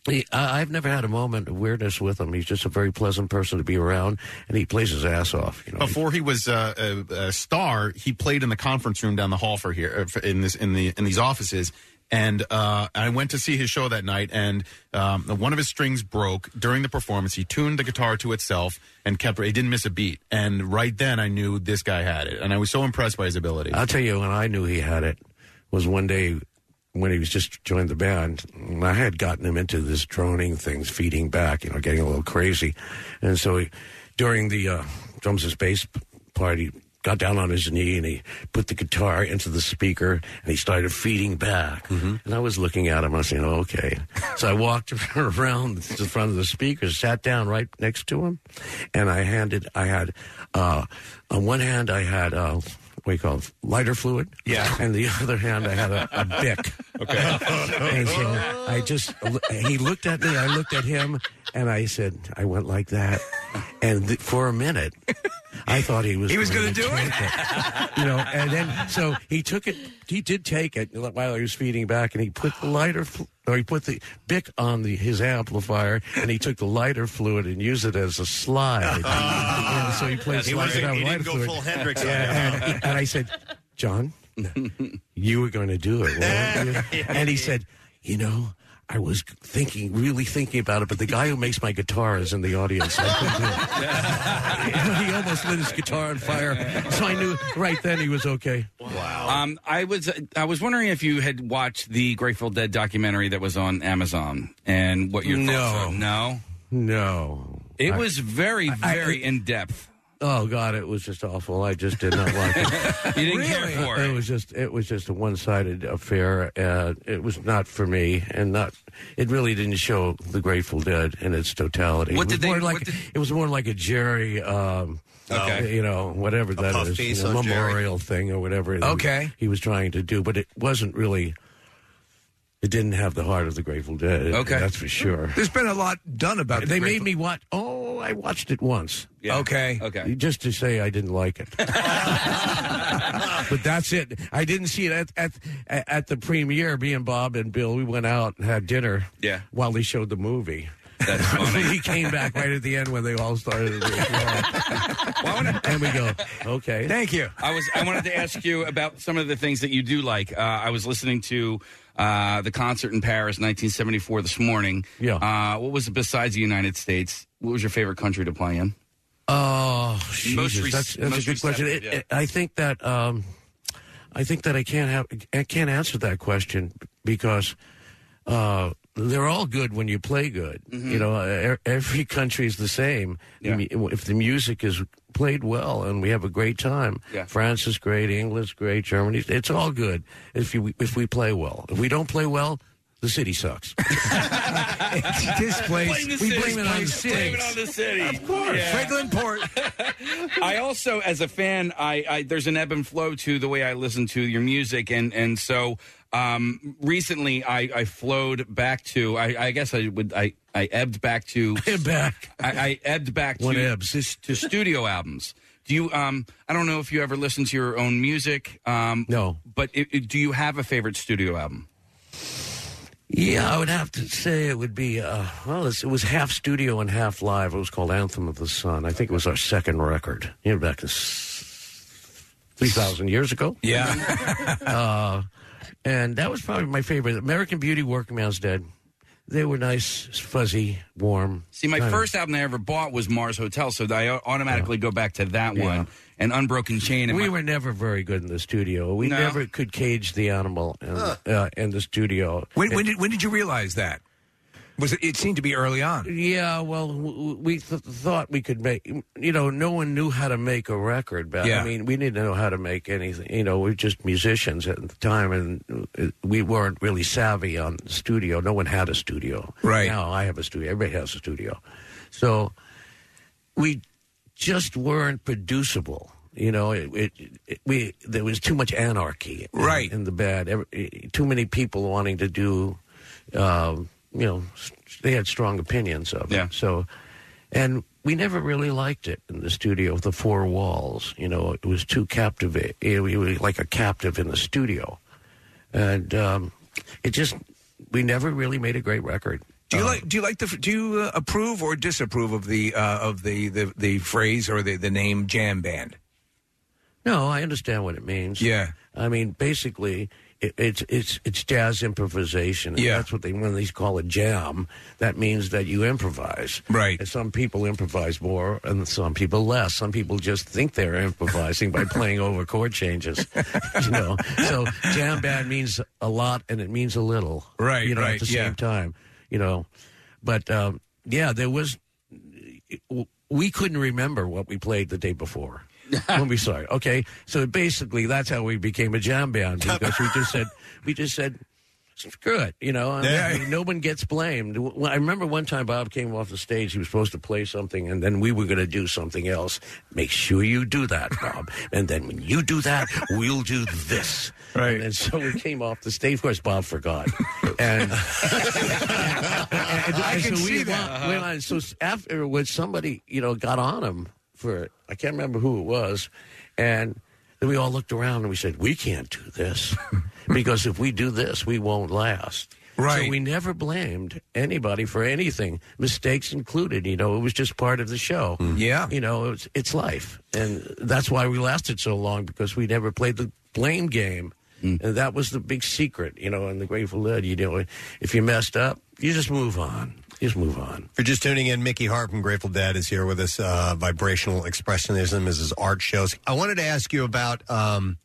he, I, I've never had a moment of weirdness with him. He's just a very pleasant person to be around, and he plays his ass off.
Before he was uh, a, a star, he played in the conference room down the hall for here uh, for- in this in the in these offices. And uh, I went to see his show that night, and um, one of his strings broke during the performance. He tuned the guitar to itself and kept. He didn't miss a beat. And right then, I knew this guy had it, and I was so impressed by his ability.
I'll tell you when I knew he had it was one day when he was just joined the band. and I had gotten him into this droning things, feeding back, you know, getting a little crazy, and so he, during the uh, drums and bass party. Got down on his knee and he put the guitar into the speaker and he started feeding back. And I was looking at him. I was saying, oh, "Okay." So I walked around to the front of the speaker, sat down right next to him, and I handed. I had uh, on one hand I had uh, what do you call it, lighter fluid. Yeah. And the other hand, I had a, a bick. Okay. and so I just, he looked at me, I looked at him, and I said, I went like that. And th- for a minute, I thought he was
He was
going
gonna
to
do
take
it?
You know, and then, so he took it, he did take it while he was feeding back, and he put the lighter, fl- or he put the bick on the, his amplifier, and he took the lighter fluid and used it as a slide. and so he plays
He
slide
wasn't-
down
he didn't
lighter
go
fluid.
full Hendrix on
Yeah,
it.
and- and I said, John, you were going to do it, weren't you? and he said, You know, I was thinking, really thinking about it, but the guy who makes my guitar is in the audience. I couldn't do it. he almost lit his guitar on fire, so I knew right then he was okay.
Um, I was I was wondering if you had watched the Grateful Dead documentary that was on Amazon and what your thoughts
No.
are. No,
No,
it
I-
was very very in depth.
Oh God, it was just awful. I just did not like it.
You didn't care for
it
it.
was just it was just a one-sided affair. Uh, it was not for me, and not it really didn't show the Grateful Dead in its totality.
What
it was
did they-
More like,
what
It was more like a Jerry, um,
Okay.
uh, you know, whatever
A
that
puff
is,
piece
you know,
on Jerry.
memorial thing or whatever. that
Okay.
he was trying to do, but it wasn't really. It didn't have the heart of the Grateful Dead.
Okay.
that's for sure.
There's been a lot done about.
They made me watch. Oh, I watched it once.
Okay. Okay.
Just to say I didn't like it. but that's it. I didn't see it at, at at the premiere. Me and Bob and Bill, we went out and had dinner.
Yeah.
While they showed the movie.
That's funny.
he came back right at the end when they all started. To and we go, okay.
Thank you.
I was. I wanted to ask you about some of the things that you do like. Uh, I was listening to uh, the concert in Paris, 1974, this morning.
Yeah.
Uh, what was it besides the United States? What was your favorite country to play in?
Oh, Jesus.
Most rec-
that's, that's
most
a good question. It,
receptive, yeah.
it- I think that um, I think that I can't have I can't answer that question because uh, they're all good when you play good.
Mm-hmm.
You know, e- every country is the same. I mean, If the music is played well and we have a great time,
Yeah.
France is great, England's great, Germany, it's all good if you if we play well. If we don't play well, the city sucks.
this place.
Blame the
we
city.
blame it on
Blame
cities.
it on the city. Of
course. Franklin Port.
I also, as a fan, I, I there's an ebb and flow to the way I listen to your music, and and so um, recently I, I flowed back to I, I guess I would I I ebbed back to
back
I, I ebbed back
What
to
ebbs?
to studio albums. Do you um I don't know if you ever listen to your own music um
no
but it, it- do you have a favorite studio album?
Yeah, I would have to say it would be. Uh, well, it's, it was half studio and half live. It was called Anthem of the Sun. I think it was our second record. You know, back in three thousand years ago. Yeah. uh, and that was probably my favorite. American Beauty, Working Man's Dead. They were nice, fuzzy, warm.
See, my
kind of-
first album I ever bought was Mars Hotel, so I automatically go back to that
Yeah.
one and Unbroken Chain. And
we
my-
were never very good in the studio. We
No.
never could cage the animal in, uh, in the studio.
When,
It-
when did when did you realize that? Was it? It seemed to be early on.
Yeah, well, w- w- we th- thought we could make. You know, Oh, no one knew how to make a record. But
Yeah.
I mean, we didn't know how to make anything. You know, we were just musicians at the time, and uh, we weren't really savvy on studio. No one had a studio.
Right.
now, I have a studio. Everybody has a studio. So we just weren't producible. You know, it, it, it- we there was too much anarchy, in-
Right.
in the band. Every, eh, too many people wanting to do, um, you know, s- they had strong opinions of
Yeah.
it. So, and we never really liked it in the studio, the four walls. You know, it was too captivating. It, we were like a captive in the studio, and um, it just we never really made a great record.
Do you like? Do you like the? Do you uh, approve or disapprove of the uh, of the, the the phrase or the the name jam band?
No, I understand what it means.
Yeah.
I mean, basically, it, it's it's it's jazz improvisation. And
Yeah.
that's what they when they call it jam. That means that you improvise.
Right.
And some people improvise more, and some people less. Some people just think they're improvising by playing over chord changes. you know, so jam band means a lot, and it means a little.
Right,
You know,
right,
at the
yeah.
same time. You know, but um, yeah, there was. We couldn't remember what we played the day before when we saw it. Okay, so basically that's how we became a jam band because we just said we just said screw it, you know. I mean,
Yeah.
no one gets blamed. Well, I remember one time Bob came off the stage. He was supposed to play something, and then we were going to do something else. Make sure you do that, Bob. and then when you do that, we'll do this. Right. And so we came off the stage. Of course, Bob forgot. And and-
I
and
can
so
see
we
that. Uh-huh.
wa- we wa- so s- afterwards, somebody you know got on him for I can't remember who it was, and then we all looked around and we said we can't do this because if we do this, we won't last. Right. So we never blamed anybody for anything, mistakes included. You know, it was just part of the show.
Mm-hmm.
Yeah. You know, it's it's life, and that's why we lasted so long because we never played the blame game.
Mm.
And that was the big secret, you know, in the Grateful Dead. You know, if you messed up, you just move on. You just move on.
If you're just tuning in, Mickey Hart from Grateful Dead is here with us. Uh, Vibrational Expressionism is his art shows. I wanted to ask you about. Um,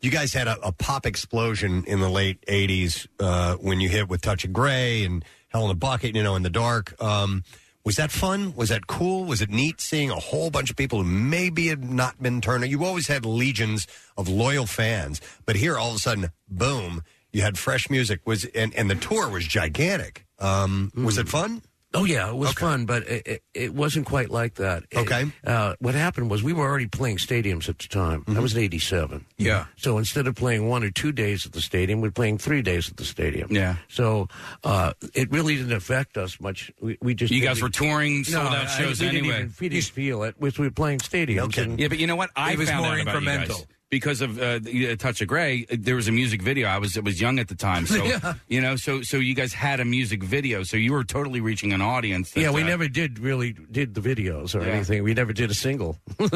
you guys had a, a pop explosion in the late '80s uh, when you hit with Touch of Grey and Hell in a Bucket. You know, in the dark. Um, was that fun? Was that cool? Was it neat seeing a whole bunch of people who maybe had not been turning? You always had legions of loyal fans, but here all of a sudden, boom! You had fresh music. Was and, and the tour was gigantic. Um, Was it fun?
Oh yeah, it was fun, but it, it, it wasn't quite like that. Okay. uh, what happened was we were already playing stadiums at the time.
Mm-hmm.
That was in '87.
Yeah.
So instead of playing one or two days at the stadium, we're playing three days at the stadium.
Yeah.
So uh, it really didn't affect us much. We, we just
You guys were touring, sold-out
I- I-
shows
we Didn't
anyway.
even, we didn't feel it. We, we were playing stadiums. and-
Yeah, but you know what? I
It was
found
more
out about you guys.
incremental.
Because of uh, the- uh, Touch of Grey, uh, there was a music video. I was I was young at the time, so
Yeah.
you know, so so you guys had a music video, so you were totally reaching an audience. that,
yeah, we
uh,
never did really did the videos or
Yeah.
anything. We never did a single.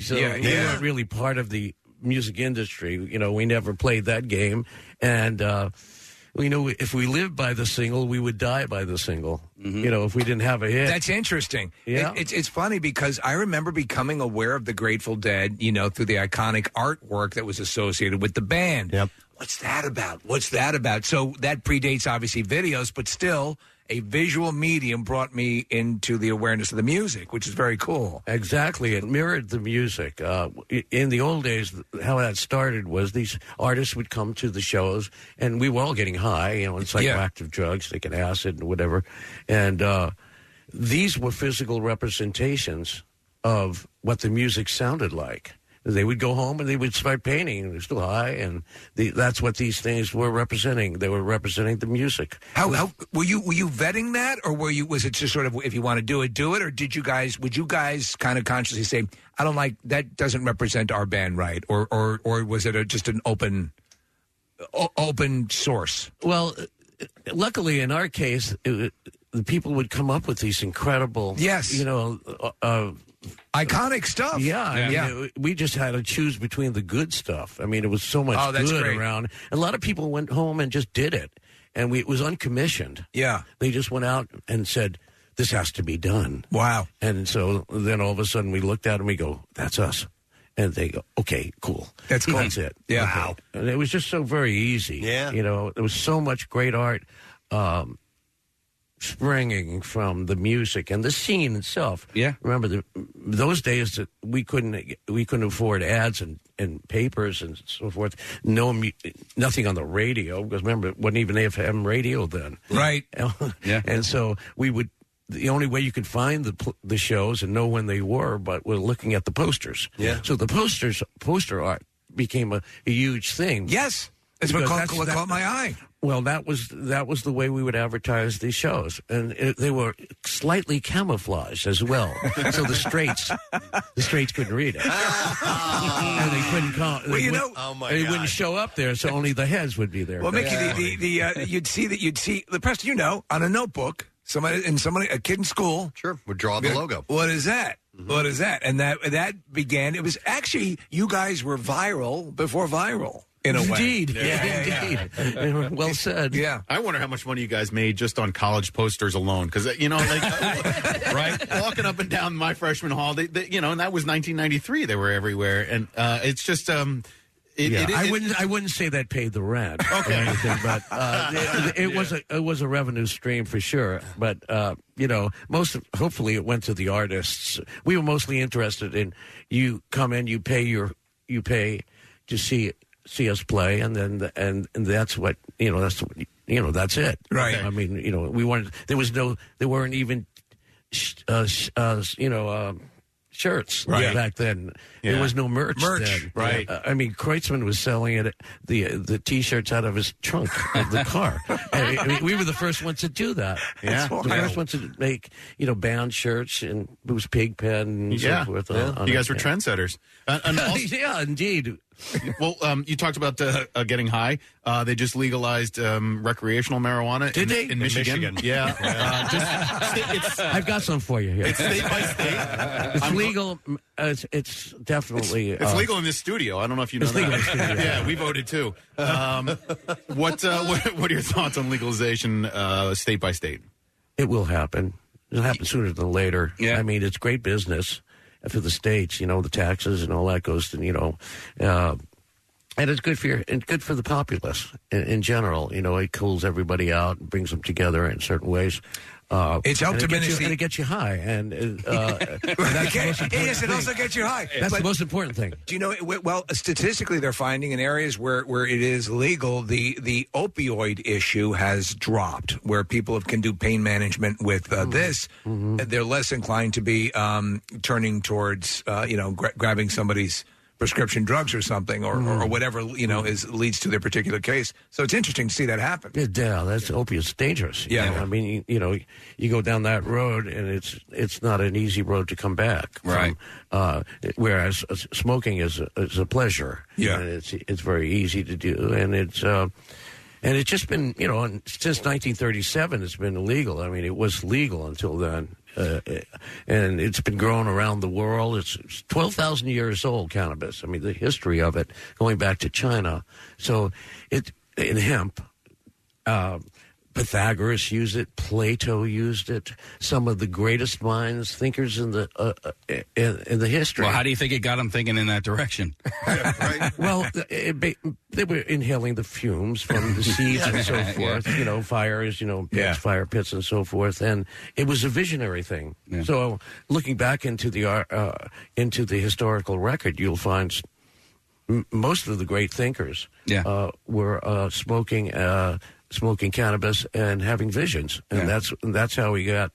so
Yeah,
we
yeah.
weren't really part of the music industry. You know, we never played that game, and uh, we know if we lived by the single, we would die by the single.
Mm-hmm.
You know, if we didn't have a hit.
That's interesting.
Yeah.
It- it's it's funny because I remember becoming aware of the Grateful Dead, you know, through the iconic artwork that was associated with the band. Yep. What's that about? What's that about? So that predates obviously videos, but still a visual medium brought me into the awareness of the music, which is very cool.
Exactly, it mirrored the music. Uh, i- in the old days, th- how that started was these artists would come to the shows, and we were all getting high, you know, on
Yeah.
psychoactive drugs, taking acid and whatever. And uh, these were physical representations of what the music sounded like. They would go home and they would start painting, and they're still high, and the, that's what these things were representing. They were representing the music.
How, how were you were you vetting that, or were you was it just sort of if you want to do it, do it, or did you guys would you guys kind of consciously say I don't like that doesn't represent our band right, or or or was it a, just an open o- open source?
Well, uh, luckily in our case, it, the people would come up with these incredible,
Yes.
you know, uh, uh,
iconic stuff.
Yeah, I mean,
Yeah.
it- we just had to choose between the good stuff. I mean, it was so much
Oh, that's
good
great.
around. A lot of people went home and just did it, and we, it was uncommissioned.
Yeah,
they just went out and said. This has to be done.
Wow.
And so then all of a sudden we looked at it and we go, that's us. And they go, okay, cool.
That's cool.
That's it.
Yeah.
Okay.
Wow.
And it was just so very easy. Yeah. You know, there was so much great art um, springing from the music and the scene itself. Yeah. Remember the, those days that we couldn't we couldn't afford ads and, and papers and so forth. No mu- nothing on the radio because remember it wasn't even FM radio then.
Right.
yeah. And so we would the only way you could find the pl- the shows and know when they were but was looking at the posters.
Yeah.
So the posters poster art became a, a huge thing.
Yes. That's what
Because
caught, what caught my eye.
well, that was that was the way we would advertise these shows, and it, they were slightly camouflaged as well, so the straights the straights couldn't read it, and they couldn't come.
Well, you know- Oh, my
they
God.
wouldn't show up there, so only the heads would be there.
Well, Mickey, the, the, the uh, you'd see that you'd see the press, you know, on a notebook. Somebody and somebody, a kid in school,
sure, would draw the logo. Mm-hmm.
What is that? What is that? And that that began. It was actually you guys were viral before viral in a way.
Indeed.
Well
said.
Yeah.
I wonder how much money you guys made just on college posters alone. Because, you know, like, right? Walking up and down my freshman hall, they, they, you know, and that was 1993. They were everywhere. And uh, it's just, um, it,
Yeah.
it- it-
I wouldn't. I wouldn't say that paid the rent or anything, but uh, it, it was a it was a revenue stream for sure. But uh, you know, most of, hopefully it went to the artists. We were mostly interested in you come in, you pay your you pay to see see us play, and then the, and, and that's what you know. That's what, you know. That's it.
Right.
I mean, you know, we wanted. There was no. There weren't even. sh- Uh, sh- uh, you know. Um, Shirts
Right.
back then.
Yeah.
There was no merch.
Merch,
then.
right.
Uh, I mean, Kreutzmann was selling it the the t-shirts out of his trunk of the car. I mean, we were the first ones to do that.
Yeah.
the first ones to make you know band shirts and Boost Pig Pen and
yeah.
so forth.
Yeah.
on- on
you
it,
guys were
yeah.
trendsetters. And- and also-
yeah, indeed.
well, um, you talked about uh, uh, getting high. Uh, they just legalized um, recreational marijuana.
Did
in,
they?
in
In
Michigan?
Michigan.
Yeah. Uh, just
I've got some for you here. It's state by state. It's legal. uh, It's, it's definitely.
It's
uh,
legal in this studio. I don't know if you know
It's
that.
legal in this studio.
yeah, we voted too. Um, what, uh, what What are your thoughts on legalization, uh, state by state?
It will happen. It'll happen sooner than later.
Yeah.
I mean, it's great business for the states. You know, the taxes and all that goes to you know, uh, and it's good for your, and good for the populace in, in general. You know, it cools everybody out and brings them together in certain ways. Uh,
It's
and
helped
it
diminish
gets you,
the-
and it gets you high, and uh, uh, that's the most important
yes, it
thing.
also gets you high.
That's
But-
the most important thing.
Do you know? Well, statistically, they're finding in areas where, where it is legal, the the opioid issue has dropped. Where people have, can do pain management with uh, this, they're less inclined to be um, turning towards uh, you know gra- grabbing somebody's prescription drugs or something or, or, or whatever you know is leads to their particular case. So it's interesting to see that happen.
Yeah, that's opiates dangerous. you
Yeah.
know? I mean, you, you know, you go down that road, and it's it's not an easy road to come back. from.
Right.
uh, whereas uh, smoking is a, is a pleasure. Yeah, and it's it's very easy to do, and it's. Uh, and it's just been, you know, and since 1937, it's been illegal. I mean, it was legal until then, uh, and it's been growing around the world. It's, it's 12,000 years old cannabis. I mean, the history of it going back to China. So, it in hemp, uh, Pythagoras used it. Plato used it. Some of the greatest minds, thinkers in the uh, uh, in, in the history.
Well, how do you think it got him thinking in that direction?
Well, it, ba they were inhaling the fumes from the seeds and so
Yeah.
forth. You know, fires. You know, pits,
Yeah.
fire pits and so forth. And it was a visionary thing. So, looking back into the ar- uh, into the historical record, you'll find s- m- most of the great thinkers uh, were uh, smoking uh, smoking cannabis and having visions, and
Yeah.
that's and that's how we got,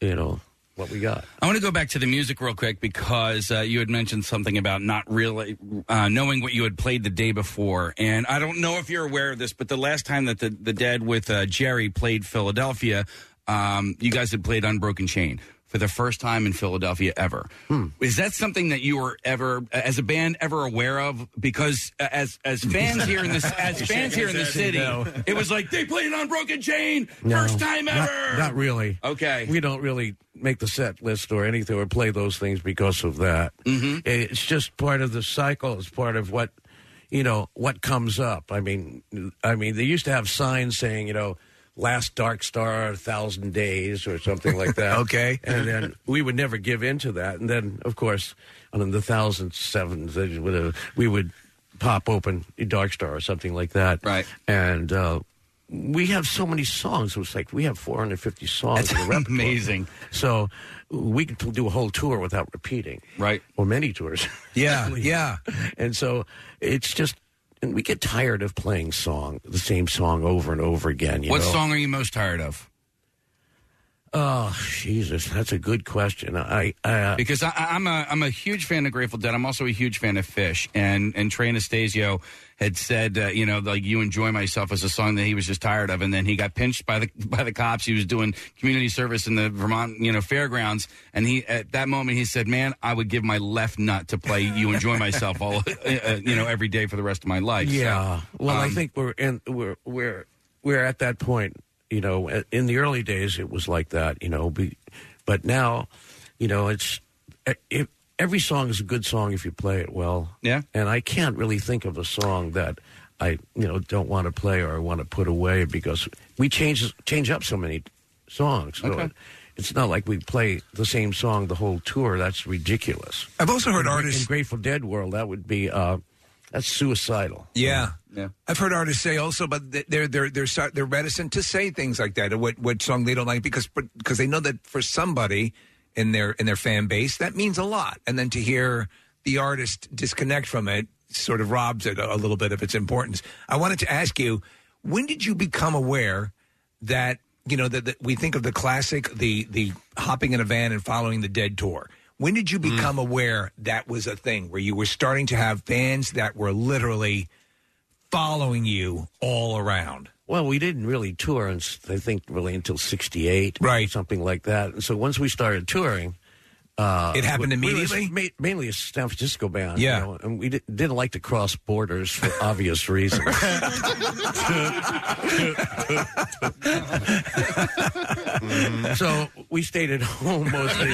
you know, what we got.
I want to go back to the music real quick because uh, you had mentioned something about not really uh, knowing what you had played the day before, and I don't know if you're aware of this, but the last time that the the Dead with uh, Jerry played Philadelphia, um, you guys had played Unbroken Chain for the first time in Philadelphia ever.
Hmm.
Is that something that you were ever, as a band, ever aware of? Because uh, as as fans here in this, as
He's
fans here in
shaking
the
his head,
city,
no.
it was like they played Unbroken Chain
No,
first time
not-
ever.
Not, really.
Okay.
We don't really make the set list or anything or play those things because of that. Mm-hmm. It's just part of the cycle. It's part of what you know what comes up. I mean, I mean, they used to have signs saying, you know. Last Dark Star, a Thousand Days, or something like that.
Okay.
and then we would never give in to that. And then, of course, on the thousand sevens, they would, uh, we would pop open Dark Star or something like that. Right. And uh, we have so many songs. It was like we have 450 songs. in the repertoire.
amazing.
So we could do a whole tour without repeating.
Right.
Or many tours.
Yeah, yeah.
And so it's just, and we get tired of playing song, the same song over and over again. You
What
know?
song are you most tired of?
Oh, Jesus, that's a good question. I, I
because I, I- I'm a I'm a huge fan of Grateful Dead. I'm also a huge fan of Fish. And and Trey Anastasio had said, uh, you know, like you enjoy myself as a song that he was just tired of. And then he got pinched by the by the cops. He was doing community service in the Vermont, you know, fairgrounds. And he at that moment he said, "Man, I would give my left nut to play You Enjoy Myself all, uh, you know, every day for the rest of my life." So,
Yeah. well, I
um,
think we're in we're we're we're at that point. You know, a- in the early days, it was like that. You know, be, but now, you know, it's e- if every song is a good song if you play it well.
Yeah.
And I can't really think of a song that I you know don't want to play or I want to put away because we change change up so many songs. So
Okay.
It's not like we play the same song the whole tour. That's ridiculous.
I've also heard
In-
artists-
in Grateful Dead world that would be uh, that's suicidal.
Yeah.
Yeah.
I've heard artists say also, but th- they're they're they're so- they're reticent to say things like that. or What what song they don't like because because they know that for somebody in their in their fan base that means a lot, and then to hear the artist disconnect from it sort of robs it a, a little bit of its importance. I wanted to ask you, when did you become aware that you know that, that we think of the classic the the hopping in a van and following the dead tour when did you become aware that was a thing where you were starting to have fans that were literally following you all around
Well, we didn't really tour, and I think really until '68,
right,
something like that. And so once we started touring, Uh,
It happened
we- we was
immediately?
ma- mainly a San Francisco band.
Yeah.
you know, and we di- didn't like to cross borders for obvious reasons.
Mm-hmm.
so we stayed at home mostly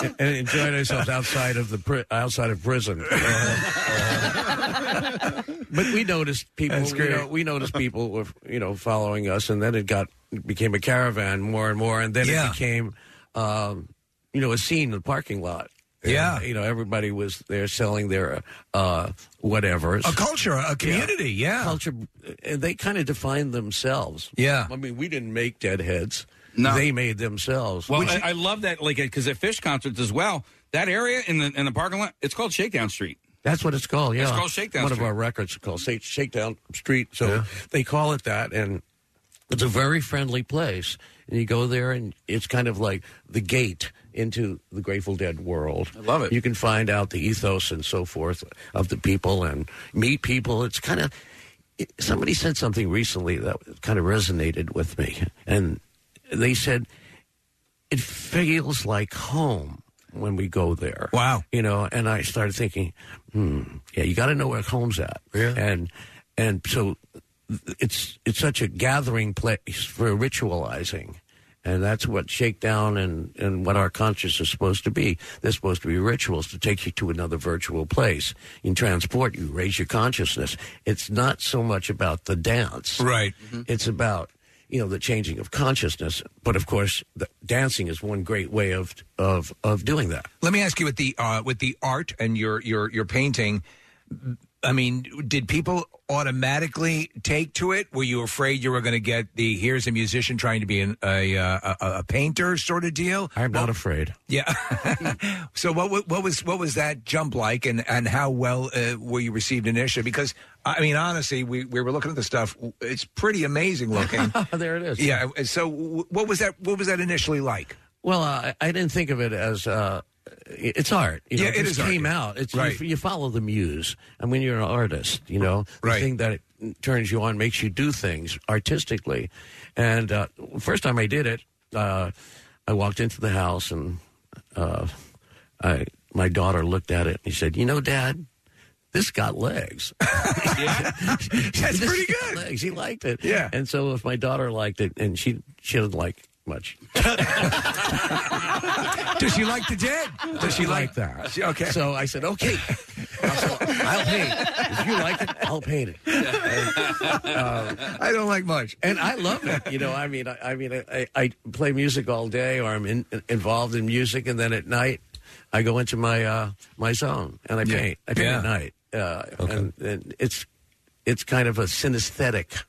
and, and enjoyed ourselves outside of the pri- outside of prison. Uh, but we noticed people.
That's
You
great.
know, we noticed people were you know following us, and then it got became a caravan more and more, and then
Yeah.
it became um, you know a scene in the parking lot.
Yeah.
And, you know everybody was there selling their uh, whatever
A culture, a community, yeah.
culture, uh, and they kind of defined themselves.
Yeah.
I mean, we didn't make deadheads.
No.
They made themselves.
Well,
Would
I,
you-
I love that, like, because at fish concerts as well, that area in the in the parking lot, it's called Shakedown Street.
that's what it's called. Yeah,
It's called Shakedown
One
Street.
of our records is called Shake- Shakedown Street. So they call it that, and it's a very friendly place. And you go there, and it's kind of like the gate into the Grateful Dead world. I love it. You can find out the ethos and so forth of the people, and meet people. It's kind of it- somebody said something recently that kind of resonated with me, and they said it feels like home when we go there. Wow, you know, and I started thinking, hmm, yeah, you got to know where home's at, yeah. and and so it's it's such a gathering place for ritualizing. And that's what shakedown and, and what our conscious is supposed to be. They're supposed to be rituals to take you to another virtual place and transport you, raise your consciousness. It's not so much about the dance.
Right.
It's about, you know, the changing of consciousness. But of course, the, dancing is one great way of, of, of doing that.
Let me ask you with the uh, with the art and your your your painting. I mean, did people automatically take to it? Were you afraid you were going to get the here's a musician trying to be an, a, uh, a a painter sort of deal?
I'm not afraid.
Yeah. so what wa- what was what was that jump like, and and how well uh, were you received initially? Because I mean, honestly, we we were looking at the stuff. It's pretty amazing looking.
there it is.
Yeah. So w- what was that? What was that initially like?
Well, uh, I didn't think of it as uh, it's art. You know,
Yeah, it
just
is art,
came
yeah.
out. It's
Right.
you, you follow the muse, and when you're an artist, you know the
Right.
thing that it turns you on makes you do things artistically. And uh, first time I did it, uh, I walked into the house and uh, I my daughter looked at it and he said, "You know, Dad." This got legs.
That's pretty good.
Legs. He liked it. Yeah. And so if my daughter liked it, and she she didn't like much,
Does she like the dead? Does she like
that?
She- okay.
So I
"Oh,
said, okay, I'll, I'll paint it. If you like it, I'll paint Uh, it.
I don't like much,
and I love it. You know, I mean, I, I mean, I, I I play music all day, or I'm in, involved in music, and then at night, I go into my uh, my zone and I
Yeah.
paint. I paint
Yeah.
at night, uh, and, and it's it's kind of a synesthetic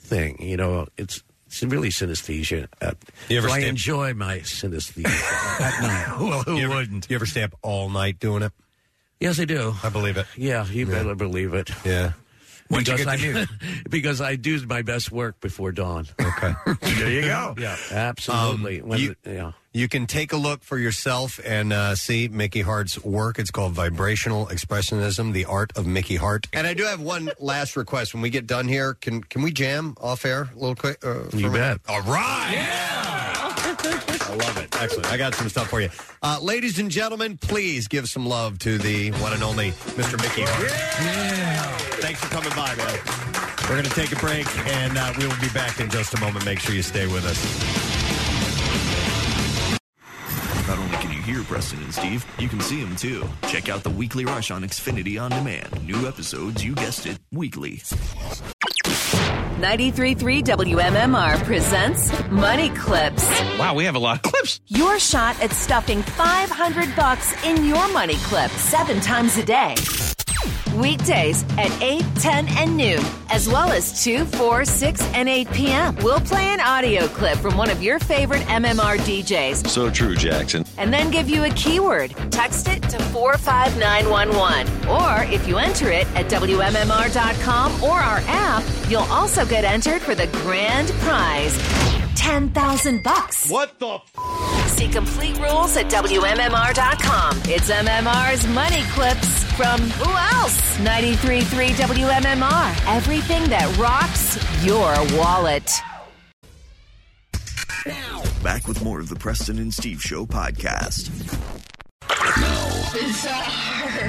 thing. You know, it's. It's really synesthesia. Uh,
You ever
so I
stay-
enjoy my synesthesia at night.
Well, who wouldn't? You ever stay up all night doing it?
Yes, I do.
I believe it.
Yeah, you better believe it.
Yeah.
Because
When'd you get
I,
the
because I do my best work before dawn.
Okay.
there
you go.
Yeah, absolutely.
Um,
When
you,
the- yeah.
you can take a look for yourself and uh, see Mickey Hart's work. It's called Vibrational Expressionism: The Art of Mickey Hart. And I do have one last request. When we get done here, can can we jam off air a little quick? Uh, for a
You
minute?
bet.
All right. I love it. Excellent. I got some stuff for you, uh, ladies and gentlemen. Please give some love to the one and only Mr. Mickey Hart. Thanks for coming by, man. We're going to take a break, and uh, we will be back in just a moment. Make sure you stay with us.
Not only can you hear Preston and Steve, you can see them too. Check out the Weekly Rush on Xfinity On Demand. New episodes, you guessed it, weekly.
933 WMMR presents Money Clips.
Wow, we have a lot of clips.
Your shot at stuffing 500 bucks in your money clip seven times a day. Weekdays at 8, 10, and noon, as well as 2, 4, 6, and 8 p.m. We'll play an audio clip from one of your favorite MMR DJs
So true, Jackson.
and then give you a keyword. Text it to 45911. Or if you enter it at WMMR.com or our app, you'll also get entered for the grand prize 10,000 bucks. What the f? See complete rules at WMMR.com. It's MMR's Money Clips from who else? 93.3 WMMR. Everything that rocks your wallet.
Back with more of the Preston and Steve Show podcast.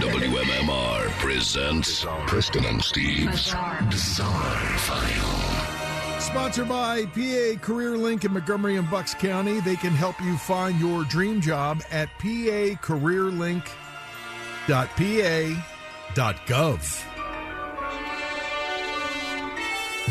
WMMR presents Preston and Steve's Bizarre File.
Sponsored by PA Career Link in Montgomery and Bucks County. They can help you find your dream job at pacareerlink.pa.gov.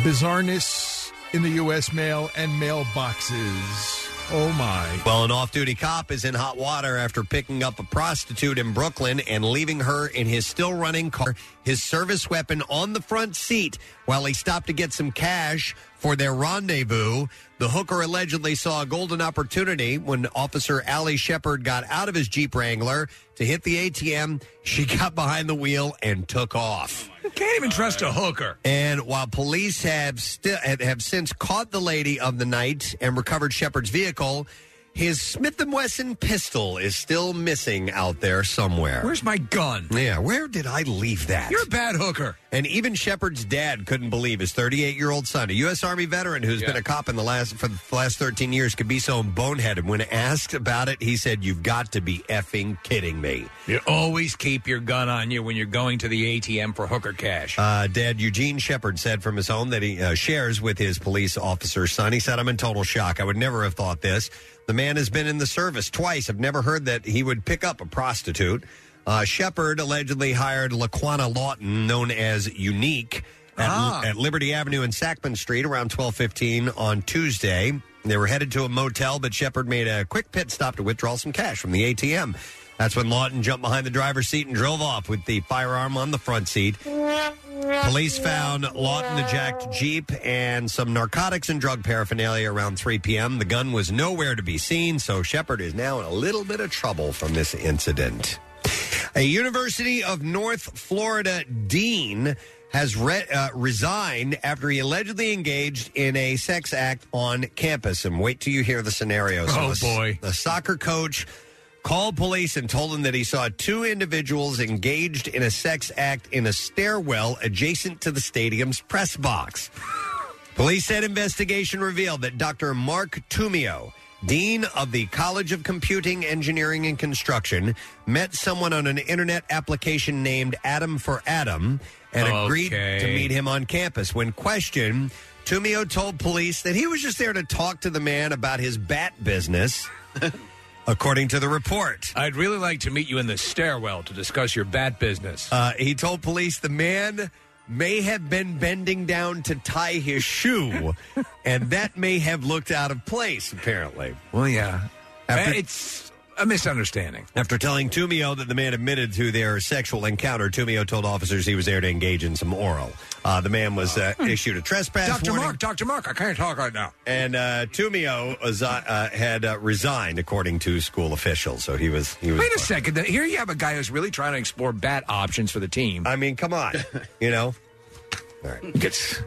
Bizarreness in the U.S. mail and mailboxes. Oh, my.
Well, an off duty cop is in hot water after picking up a prostitute in Brooklyn and leaving her in his still running car, his service weapon on the front seat while he stopped to get some cash for their rendezvous. The hooker allegedly saw a golden opportunity when Officer Allie Shepard got out of his Jeep Wrangler to hit the ATM. She got behind the wheel and took off.
Can't even trust a hooker.
And while police have still have, have since caught the lady of the night and recovered Shepard's vehicle, his Smith and Wesson pistol is still missing out there somewhere.
Where's my gun?
Yeah, where did I leave that?
You're a bad hooker.
And even Shepard's dad couldn't believe his 38 year old son, a U.S. Army veteran who's been a cop in the last for the last 13 years, could be so boneheaded. When asked about it, he said, "You've got to be effing kidding me."
You always keep your gun on you when you're going to the ATM for hooker cash.
Uh, Dad Eugene Shepard said from his home that he uh, shares with his police officer son. He said, I'm in total shock. I would never have thought this. The man has been in the service twice. I've never heard that he would pick up a prostitute. Uh, Shepard allegedly hired Laquana Lawton, known as Unique, at,
Ah.
at Liberty Avenue and Sacman Street around 1215 on Tuesday. They were headed to a motel, but Shepard made a quick pit stop to withdraw some cash from the ATM. That's when Lawton jumped behind the driver's seat and drove off with the firearm on the front seat. Police found Lawton, the jacked Jeep, and some narcotics and drug paraphernalia around 3 p.m. The gun was nowhere to be seen, so Shepard is now in a little bit of trouble from this incident. A University of North Florida dean has re- uh, resigned after he allegedly engaged in a sex act on campus. And wait till you hear the scenario.
Oh,
the-
boy.
The soccer coach called police and told them that he saw two individuals engaged in a sex act in a stairwell adjacent to the stadium's press box. Police said investigation revealed that Dr. Mark Tumio, dean of the College of Computing, Engineering, and Construction, met someone on an internet application named Adam for Adam and agreed to
Okay.
meet him on campus. When questioned, Tumio told police that he was just there to talk to the man about his bat business. According to the report,
I'd really like to meet you in the stairwell to discuss your bat business.
uh, he told police the man may have been bending down to tie his shoe, and that may have looked out of place, apparently.
Well, yeah.
After-
it's a misunderstanding.
After telling Tumio that the man admitted to their sexual encounter, Tumio told officers he was there to engage in some oral. Uh, the man was uh, issued a trespass
Dr.
warning.
Hmm. Mark, Dr. Mark, I can't talk right now.
And uh, Tumio was, uh, uh, had uh, resigned, according to school officials. So he was he was
Wait a second. th- Here you have a guy who's really trying to explore bat options for the team.
I mean, come on. you know. All right.
Gets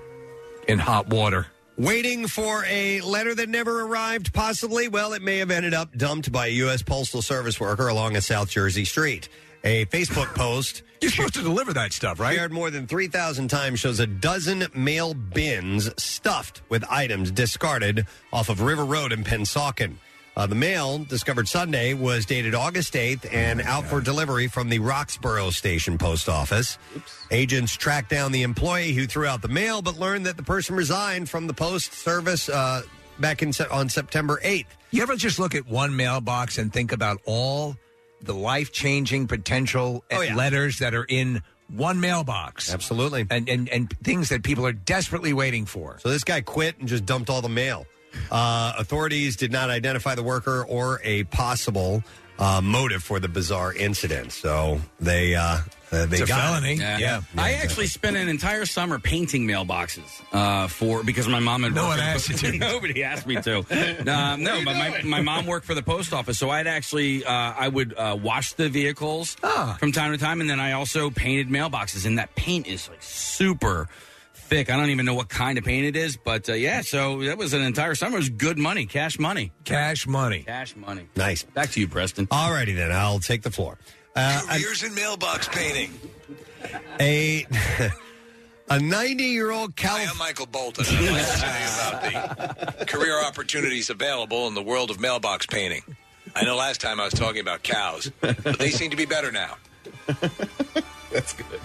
in hot water.
Waiting for a letter that never arrived, possibly? Well, it may have ended up dumped by a U.S. Postal Service worker along a South Jersey street. A Facebook post.
You're supposed to deliver that stuff, right?
Shared more than 3,000 times shows a dozen mail bins stuffed with items discarded off of River Road in Pensauken. Uh, the mail, discovered Sunday, was dated August 8th and out for delivery from the Roxborough Station Post Office. Agents tracked down the employee who threw out the mail but learned that the person resigned from the post service uh, back in se- on September 8th.
You ever just look at one mailbox and think about all the life changing potential
Oh,
letters that are in one mailbox?
Absolutely.
And, and, and things that people are desperately waiting for.
So this guy quit and just dumped all the mail. Uh, authorities did not identify the worker or a possible uh, motive for the bizarre incident. So they uh, uh, they got it.
I actually spent an entire summer painting mailboxes uh, for because my mom had
No
worked
one
at the
asked you
post-
to.
Nobody asked me to. Um,
What are
no,
you
but my,
doing?
my mom worked for the post office, so I'd actually uh, I would uh, wash the vehicles
Ah.
from time to time, and then I also painted mailboxes, and that paint is like super thick. I don't even know what kind of paint it is, but uh, yeah. So that was an entire summer. It was good money, cash money,
cash money,
cash money.
Nice.
Back to you, Preston.
Alrighty then, I'll take the floor. Uh,
Careers in mailbox painting.
a A 90 year old
I am Michael Bolton. I'd like to tell you about the career opportunities available in the world of mailbox painting. I know last time I was talking about cows, but they seem to be better now.
That's good.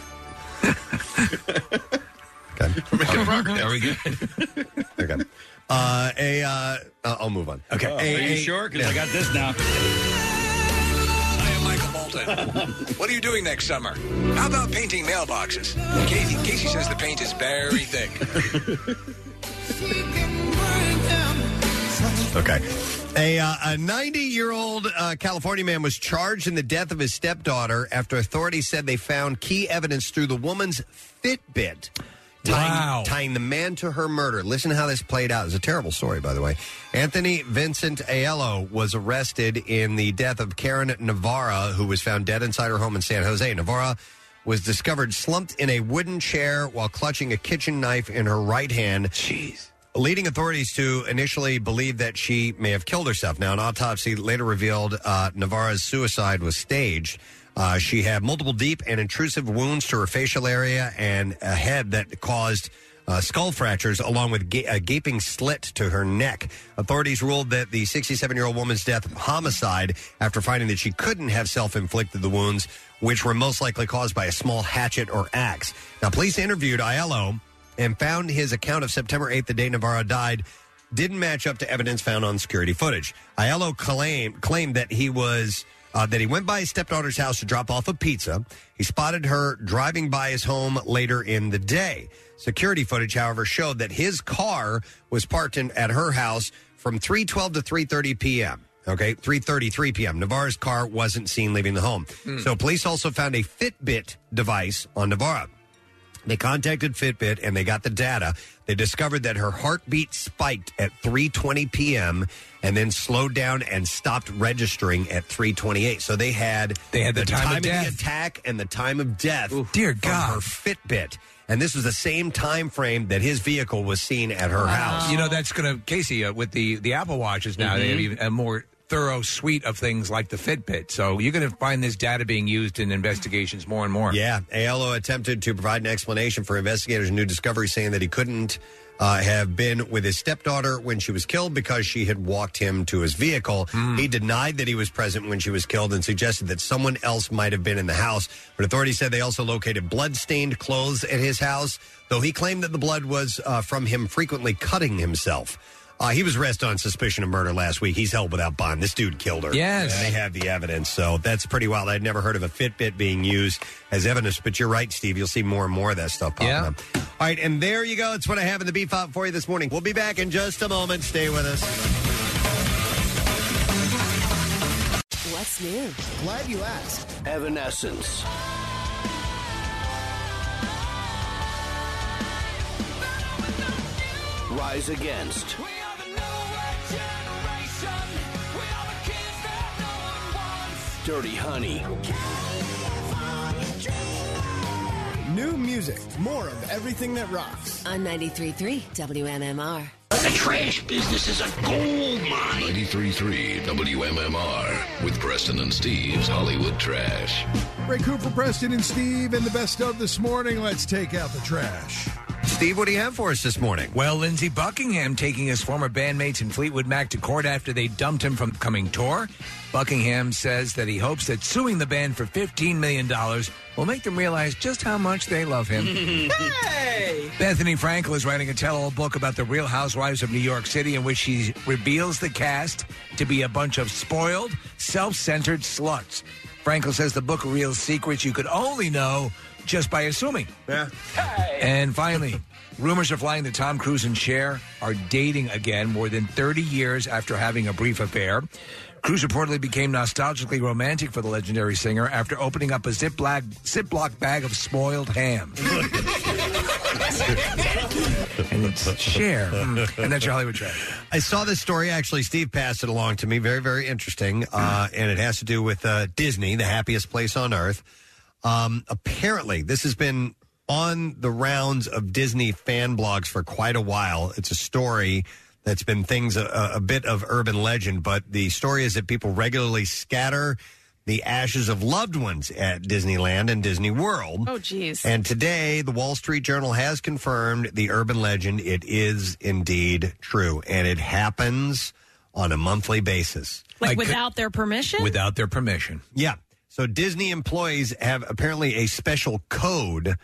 Are we good?
They're good. Uh, a, uh, uh, I'll move on. Okay.
Are
A-
you
a-
sure? Because
yeah.
I got this now.
I am Michael Bolton. What are you doing next summer? How about painting mailboxes? Casey, Casey says the paint is very thick.
Okay. A, uh, a 90 year old uh, California man was charged in the death of his stepdaughter after authorities said they found key evidence through the woman's Fitbit. Tying, tying the man to her murder. Listen to how this played out. It's a terrible story, by the way. Anthony Vincent Aiello was arrested in the death of Karen Navarra, who was found dead inside her home in San Jose. Navarra was discovered slumped in a wooden chair while clutching a kitchen knife in her right hand. Jeez. Leading authorities to initially believe that she may have killed herself. Now, an autopsy later revealed uh, Navarra's suicide was staged. Uh, she had multiple deep and intrusive wounds to her facial area and a head that caused uh, skull fractures, along with ga- a gaping slit to her neck. Authorities ruled that the 67 year old woman's death homicide after finding that she couldn't have self inflicted the wounds, which were most likely caused by a small hatchet or axe. Now, police interviewed Aiello and found his account of September 8th, the day Navarro died, didn't match up to evidence found on security footage. Aiello claimed claimed that he was uh, that he went by his stepdaughter's house to drop off a pizza. He spotted her driving by his home later in the day. Security footage, however, showed that his car was parked in, at her house from 3:12 to 3:30 p.m. Okay, 3:33 p.m. Navarro's car wasn't seen leaving the home. So police also found a Fitbit device on Navarro. They contacted Fitbit and they got the data. They discovered that her heartbeat spiked at 3:20 p.m. and then slowed down and stopped registering at 3:28. So they had
They had the time of
the
death.
attack and the time of death.
Dear
from her
God.
Fitbit. And this was the same time frame that his vehicle was seen at her house.
You know that's going to Casey uh, with the the Apple Watches now. They have
Mhm.
even a more thorough suite of things like the Fitbit. So you're going to find this data being used in investigations more and more.
Yeah, Aiello attempted to provide an explanation for investigators' new discovery, saying that he couldn't uh, have been with his stepdaughter when she was killed because she had walked him to his vehicle. He denied that he was present when she was killed and suggested that someone else might have been in the house. But authorities said they also located blood-stained clothes at his house, though he claimed that the blood was uh, from him frequently cutting himself. Uh, he was arrested on suspicion of murder last week. He's held without bond. This dude killed her.
Yes.
And they have the evidence. So that's pretty wild. I'd never heard of a Fitbit being used as evidence, but you're right, Steve. You'll see more and more of that stuff popping up. All right, and there you go. It's what I have in the beef out for you this morning. We'll be back in just a moment. Stay with us.
What's new?
Glad you asked.
Evanescence. Rise against. Dirty Honey.
New music, more of everything that rocks.
On 93.3 WMMR.
The trash business is a gold mine. 93.3 WMMR with Preston and Steve's Hollywood Trash.
Ray Cooper, Preston, and Steve, and the best of this morning. Let's take out the trash.
Steve, what do you have for us this morning?
Well, Lindsey Buckingham taking his former bandmates in Fleetwood Mac to court after they dumped him from the coming tour. Buckingham says that he hopes that suing the band for $15 million will make them realize just how much they love him. Bethany Frankel is writing a tell-all book about the Real Housewives of New York City, in which she reveals the cast to be a bunch of spoiled, self-centered sluts. Frankel says the book reveals secrets you could only know just by assuming. Yeah. And finally, rumors are flying that Tom Cruise and Cher are dating again, more than 30 years after having a brief affair. Cruz reportedly became nostalgically romantic for the legendary singer after opening up a Ziploc, Ziploc bag of spoiled ham. and it's share. Hmm. and that's your Hollywood trash.
I saw this story actually. Steve passed it along to me. Very, very interesting. Uh, and it has to do with uh, Disney, the happiest place on earth. Um, apparently, this has been on the rounds of Disney fan blogs for quite a while. It's a story that's uh, been things a, a bit of urban legend, but the story is that people regularly scatter the ashes of loved ones at Disneyland and Disney World.
Oh, geez.
And today, the Wall Street Journal has confirmed the urban legend. It is indeed true, and it happens on a monthly basis.
like without their permission.
Without their permission. Yeah. So Disney employees have apparently a special code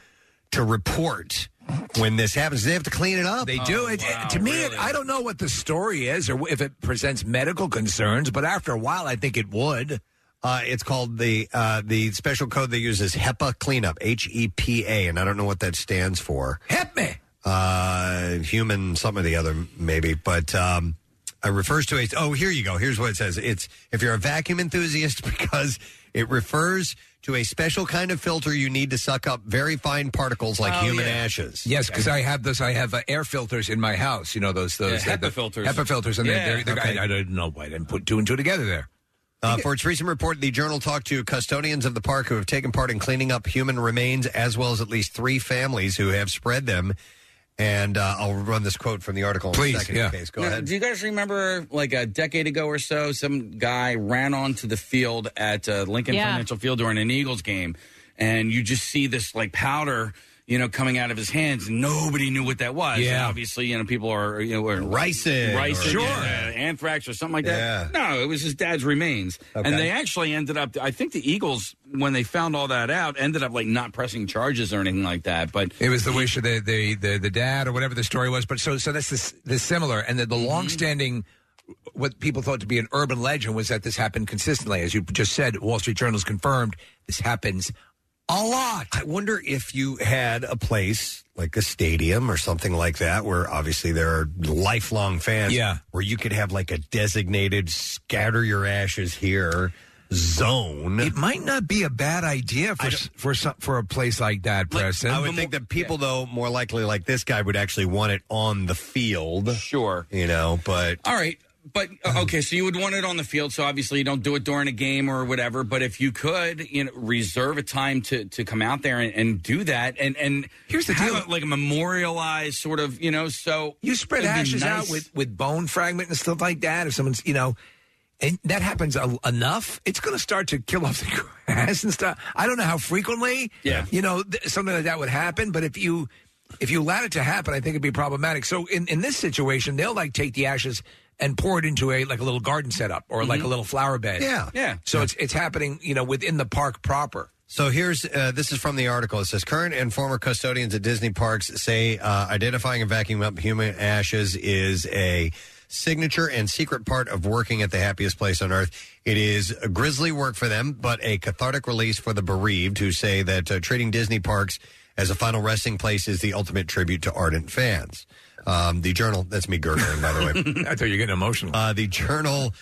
to report when this happens. They have to clean it up.
They do it. to me, it, I don't know what the story is or if it presents medical concerns, but after a while, I think it would.
Uh, it's called the uh, the special code they use is HEPA cleanup, H E P A, and I don't know what that stands for.
Help me.
Uh, human, some or the other, maybe, but um, it refers to a. Oh, here you go. Here's what it says. It's if you're a vacuum enthusiast because it refers to a special kind of filter you need to suck up very fine particles
Oh,
like human ashes.
Yes, because I have this. I have uh, air filters in my house. You know those those
Yeah,
uh, the-
HEPA filters.
HEPA filters, and
Yeah.
they're, they're, they're- I, I don't know why I didn't put two and two together there.
Uh, for its recent report, the journal talked to custodians of the park who have taken part in cleaning up human remains, as well as at least three families who have spread them. And uh, I'll run this quote from the article in a second. in case. Go
Now,
ahead.
Do you guys remember, like a decade ago or so, some guy ran onto the field at uh, Lincoln
Yeah.
Financial Field during an Eagles game, and you just see this like powder, you know, coming out of his hands. and Nobody knew what that was.
Yeah.
And obviously, you know, people are you know were
ricin,
ricin,
or- Sure.
yeah, anthrax or something like that. No, it was his dad's remains,
Okay.
and they actually ended up. I think the Eagles, when they found all that out, ended up like not pressing charges or anything like that. But
It was the wish of the the, the, the dad or whatever the story was. But so so that's the, s- the similar and the, the long-standing what people thought to be an urban legend was that this happened consistently, as you just said. Wall Street Journal's confirmed this happens a lot.
I wonder if you had a place like a stadium or something like that, where obviously there are lifelong fans,
Yeah.
where you could have like a designated scatter your ashes here zone.
It might not be a bad idea for s- for some, for a place like that, Preston.
I would think that people, though, more likely like this guy would actually want it on the field.
Sure.
You know, but
All right. But uh, okay, so you would want it on the field, so obviously you don't do it during a game or whatever. But if you could, you know, reserve a time to, to come out there and, and do that, and and here's the deal, like a memorialized sort of, you know, so
you spread
it'd be
ashes out
nice.
with, with bone fragment and stuff like that. If someone's, you know, and that happens a, enough, it's going to start to kill off the grass and stuff. I don't know how frequently,
Yeah.
you know, th- something like that would happen. But if you if you allowed it to happen, I think it'd be problematic. So in, in this situation, they'll like take the ashes and pour it into a like a little garden setup or
Mm-hmm.
like a little flower bed.
Yeah.
yeah. So it's it's happening, you know, within the park proper.
So here's uh, this is from the article. It says current and former custodians at Disney parks say uh, identifying and vacuuming up human ashes is a signature and secret part of working at the happiest place on earth. It is a grisly work for them, but a cathartic release for the bereaved who say that uh, treating Disney parks as a final resting place is the ultimate tribute to ardent fans. Um, the journal, that's me gurgling, by the way.
I thought you were getting emotional.
Uh, the journal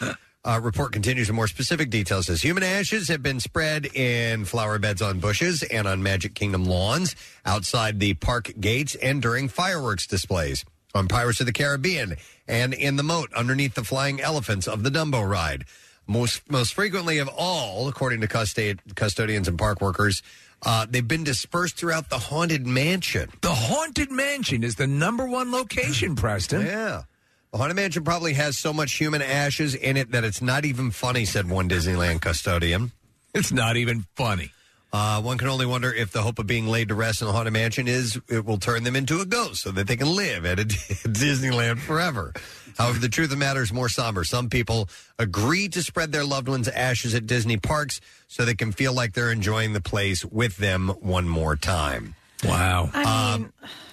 uh, report continues with more specific details. Says human ashes have been spread in flower beds on bushes and on Magic Kingdom lawns, outside the park gates, and during fireworks displays. On Pirates of the Caribbean and in the moat underneath the flying elephants of the Dumbo ride. Most, most frequently of all, according to custa- custodians and park workers, uh, they've been dispersed throughout the Haunted Mansion.
The Haunted Mansion is the number one location, Preston.
Yeah. The Haunted Mansion probably has so much human ashes in it that it's not even funny, said one Disneyland custodian.
It's not even funny.
Uh, one can only wonder if the hope of being laid to rest in the Haunted Mansion is it will turn them into a ghost so that they can live at a Disneyland forever. However, the truth of the matter is more somber. Some people agree to spread their loved ones' ashes at Disney parks so they can feel like they're enjoying the place with them one more time.
Wow. Uh,
I
mean,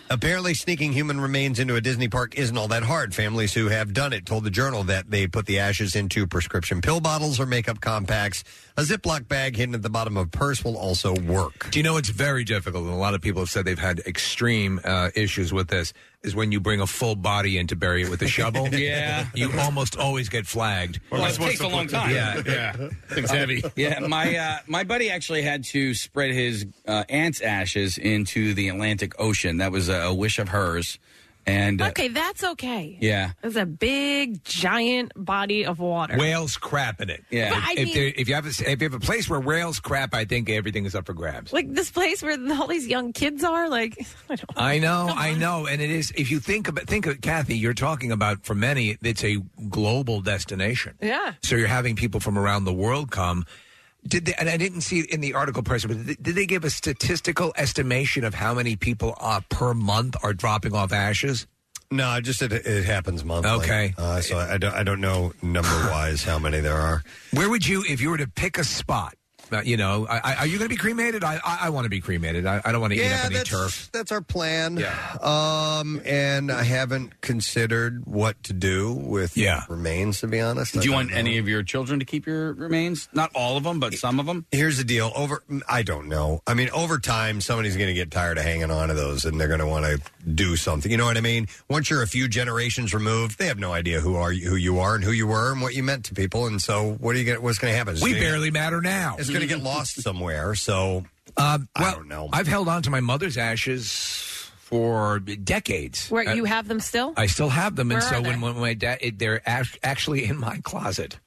Apparently, sneaking human remains into a Disney park isn't all that hard. Families who have done it told the journal that they put the ashes into prescription pill bottles or makeup compacts. A Ziploc bag hidden at the bottom of a purse will also work.
Do you know it's very difficult? And a lot of people have said they've had extreme uh, issues with this. Is when you bring a full body in to bury it with a shovel.
Yeah.
you almost always get flagged.
Well, it takes a long time.
Yeah,
Uh, yeah, my uh, my buddy actually had to spread his uh, aunt's ashes into the Atlantic Ocean. That was a, a wish of hers, and uh,
okay, that's okay.
yeah,
It's a big, giant body of water.
Whales crap in it.
Yeah. But I
If,
mean-
there- if you have a, if you have a place where whales crap, I think everything is up for grabs.
like this place where all these young kids are. Like, I don't.
I know, I know, and it is. If you think about, think of Kathy. You're talking about for many, it's a global destination.
Yeah.
So you're having people from around the world come. Did they, and I didn't see it in the article person, but did did they give a statistical estimation of how many people uh, per month are dropping off ashes?
No, I just it, it happens monthly.
Okay.
uh, so I don't I don't know number wise how many there are.
Where would you, if you were to pick a spot? Uh, you know, I, I, are you going to be cremated? I I, I want to be cremated. I, I don't want to eat
Yeah,
up any
that's-
turf.
That's our plan. Um, and I haven't considered what to do with yeah. remains. To be honest,
Do
I
you
don't
want
know.
any of your children to keep your remains? Not all of them, but some of them.
Here's the deal. Over, I don't know. I mean, over time, somebody's going to get tired of hanging on to those, and they're going to want to do something. You know what I mean? Once you're a few generations removed, they have no idea who are you, who you are, and who you were, and what you meant to people. And so, what are you? Gonna, what's going to happen? It's
We
gonna get-
barely matter now.
It's going to get lost somewhere. So,
Um,
I
well,
don't know.
I've held on to my mother's ashes for decades.
Where
Uh,
you have them still?
I still have them, and
Where
so
are
when,
they?
when my dad, it, they're act- actually in my closet.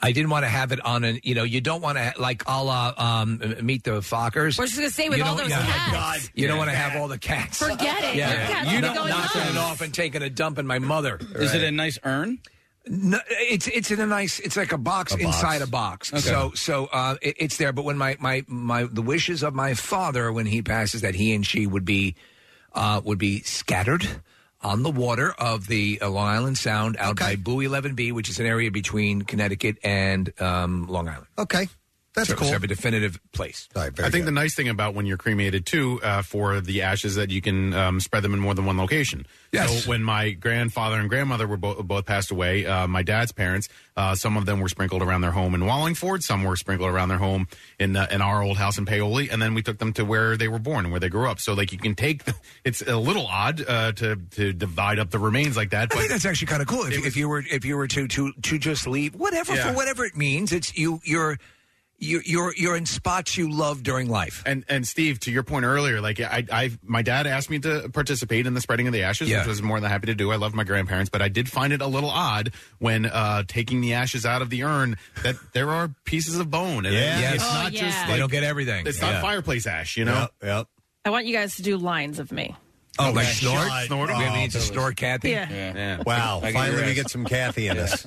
I didn't want to have it on an, you know, you don't want to like a la um, meet the Fockers.
We're just gonna say with
You
all
don't-
those cats.
you don't want to have all the cats.
Forget it.
Yeah,
Your cats
you
are
don't
going
knock
nuts.
it off and taking a dump in my mother.
Is it a nice urn?
No, it's it's in a nice. It's like a box
A box.
inside a box.
Okay.
So so uh, it, it's there. But when my my my the wishes of my father when he passes that he and she would be uh, would be scattered on the water of the uh, Long Island Sound out by Buoy 11B, which is an area between Connecticut and um, Long Island.
Okay, that's
so,
cool.
So I have a definitive place.
I think the nice thing about when you're cremated too, uh, for the ashes, that you can um, spread them in more than one location.
Yes.
So when my grandfather and grandmother were bo- both passed away, uh, my dad's parents, uh, some of them were sprinkled around their home in Wallingford, some were sprinkled around their home in uh, in our old house in Paoli, and then we took them to where they were born and where they grew up. So like you can take, it's a little odd uh, to to divide up the remains like that.
I think that's actually kind of cool. If, if you were if you were to to to just leave, whatever
Yeah.
for whatever it means, it's you you're you you're you're in spots you love during life.
And and Steve, to your point earlier, like I, I my dad asked me to participate in the spreading of the ashes,
Yeah.
which was more than happy to do. I love my grandparents, but I did find it a little odd when uh, taking the ashes out of the urn that there are pieces of bone. And
Yeah.
it's
Yes.
not
Oh,
just
yeah.
like,
They don't get everything.
It's
Yeah.
not fireplace ash, you know.
Yep. yep.
I want you guys to do lines of me.
Oh,
Okay.
like snort?
Shut
snort?
up.
Maybe we need to snort Kathy?
Yeah.
Oh, Wow!
I get
Finally,
your
we
ass.
get some Kathy in us.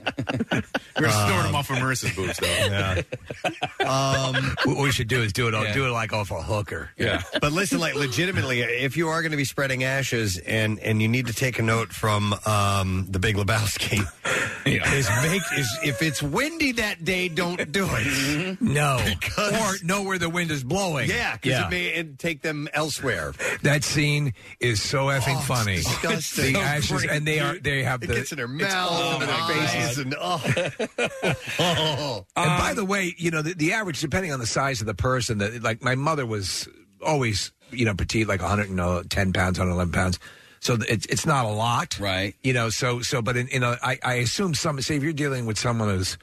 You're snorting off of Marissa's boobs, though.
Um, what we should do is do it. on Do it like off a hooker.
Yeah.
but listen, like legitimately, if you are going to be spreading ashes, and and you need to take a note from um, the Big Lebowski, is make is if it's windy that day, don't do it.
No,
Because-
or know where the wind is blowing.
Yeah, because it may it take them elsewhere.
That scene is so effing
Oh, it's
funny.
disgusting.
The
So
ashes,
great,
and they are
dude.
they have
It
the
gets in their
it's
mouths
all
and in
over
their faces, and oh. oh.
And by
Um,
the way, you know the, the average, depending on the size of the person, that like my mother was always you know petite, like 110 uh, pounds, 111 pounds. So th- it's it's not a lot, right? You know, so so, but in, in a, I, I assume some. Say if you're dealing with someone who's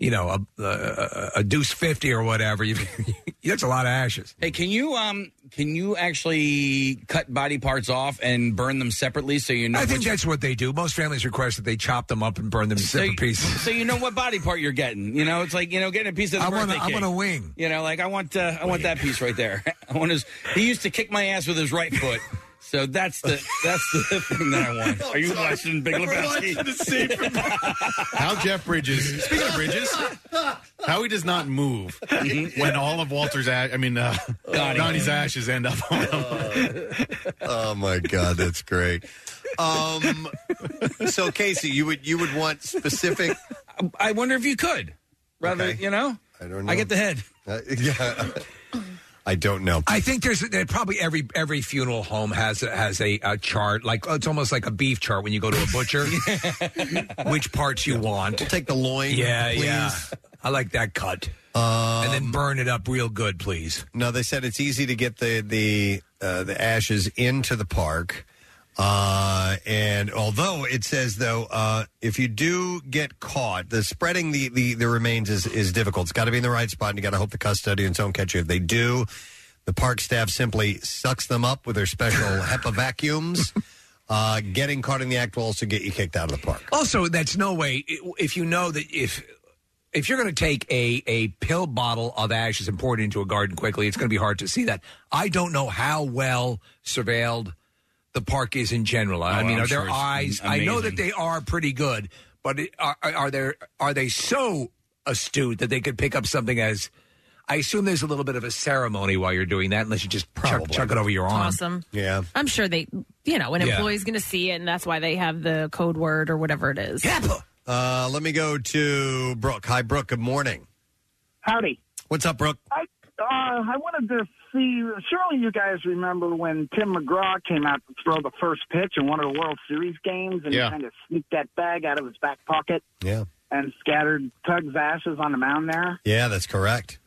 you know a a, a deuce 50 or whatever, you, that's a lot of ashes.
Hey, can you um can you actually cut body parts off and burn them separately so you know?
I think
which-
that's what they do. Most families request that they chop them up and burn them in
so,
separate pieces.
so you know what body part you're getting. You know, it's like you know getting a piece of the
I want a-
birthday
I
cake.
want a wing.
You know, like I want uh, I want that piece right there. I want his. He used to kick my ass with his right foot. So that's the that's the thing that I want. Are you watching Big
We're
Lebowski?
watching the same
How Jeff Bridges. Speaking of Bridges, how he does not move when all of Walter's, ash, I mean, uh, Donnie's ashes end up on
Uh,
him.
Oh my god, that's great. Um, so Casey, you would you would want specific?
I wonder if you could, rather you know.
I don't know.
I get the head.
Uh, yeah, I don't know.
I think there's there probably every every funeral home has a, has a, a chart like it's almost like a beef chart when you go to a butcher, which parts you want. We'll
take the loin,
yeah, yeah.
please.
I like that cut,
Um,
and then burn it up real good, please.
No, they said it's easy to get the the uh, the ashes into the park. Uh, and although it says though, uh, if you do get caught, the spreading the the, the remains is is difficult. It's got to be in the right spot, and you got to hope the custodians don't catch you. If they do, the park staff simply sucks them up with their special HEPA vacuums. Uh, getting caught in the act will also get you kicked out of the park.
Also, that's no way if you know that if if you're going to take a a pill bottle of ashes and pour it into a garden quickly, it's going to be hard to see that. I don't know how well surveilled the park is in general. I
Oh,
mean,
I'm
are
sure
their
it's
eyes? I know that they are pretty good, but it, are, are are there are they so astute that they could pick up something as I assume there's a little bit of a ceremony while you're doing that, unless you just chuck, chuck it over your arm.
Awesome.
Yeah.
I'm sure they, you know, an
Yeah.
employee's going to see it, and that's why they have the code word or whatever it is.
Uh, let me go to Brooke. Hi, Brooke. Good morning.
Howdy.
What's up, Brooke?
I uh, I wanted to see. Surely you guys remember when Tim McGraw came out to throw the first pitch in one of the World Series games and
Yeah.
kind of sneaked that bag out of his back pocket
Yeah.
and scattered Tug's ashes on the mound there.
Yeah, that's correct.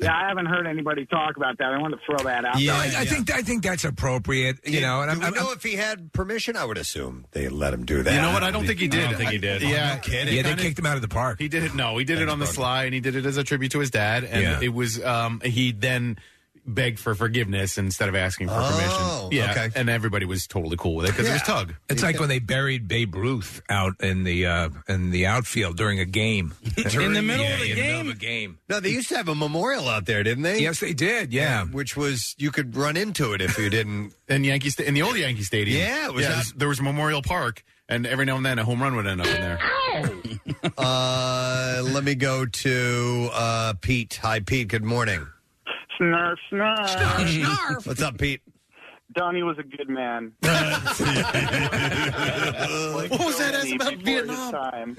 Yeah, I haven't heard anybody talk about that. I wanted to throw that out.
No, I,
there.
I think I think that's appropriate. You
Yeah.
know, and
Do
I'm,
we
I'm-
know if he had permission? I would assume they let him do that.
You know what? I don't think he did. I- yeah,
kidding.
him out of the park.
He did it. No, he did it on the sly, and he did it as a tribute to his dad. And
Yeah.
it was um, he then begged for forgiveness instead of asking for
Oh,
permission. Yeah,
okay.
and everybody was totally cool with it because it was Tug.
It's like when they buried Babe Ruth out in the uh, in the outfield during a game.
In the middle of the
in
game?
of a game.
No, they used to have a memorial out there, didn't they?
Yes, they did. Yeah,
which was you could run into it if you didn't.
and Yankee Sta- in the old Yankee Stadium.
Yeah, it was
there
out-
there was Memorial Park, and every now and then a home run would end up in there.
uh, let me go to uh, Pete. Hi, Pete. Good morning.
Snarf, snarf.
What's up, Pete?
Donnie was a good man.
What was that ass about Vietnam?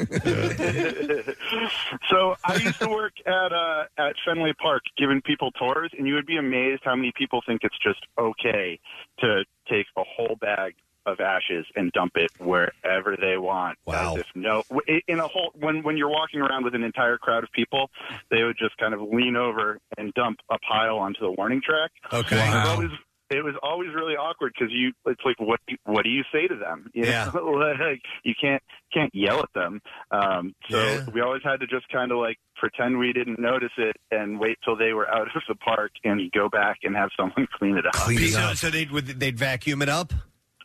so I used to work at uh, at Fenway Park, giving people tours, and you would be amazed how many people think it's just okay to take a whole bag of ashes and dump it wherever they want. Wow! As if no, w- in a whole when when you're walking around with an entire crowd of people, they would just kind of lean over and dump a pile onto the warning track.
Okay.
It was always, it was always really awkward because you. It's like what do you- what do you say to them? You
Yeah.
know? like, you can't can't yell at them. Um, so we always had to just kind of like pretend we didn't notice it and wait till they were out of the park and go back and have someone clean it up.
Pete, so, so they'd would, they'd vacuum it up.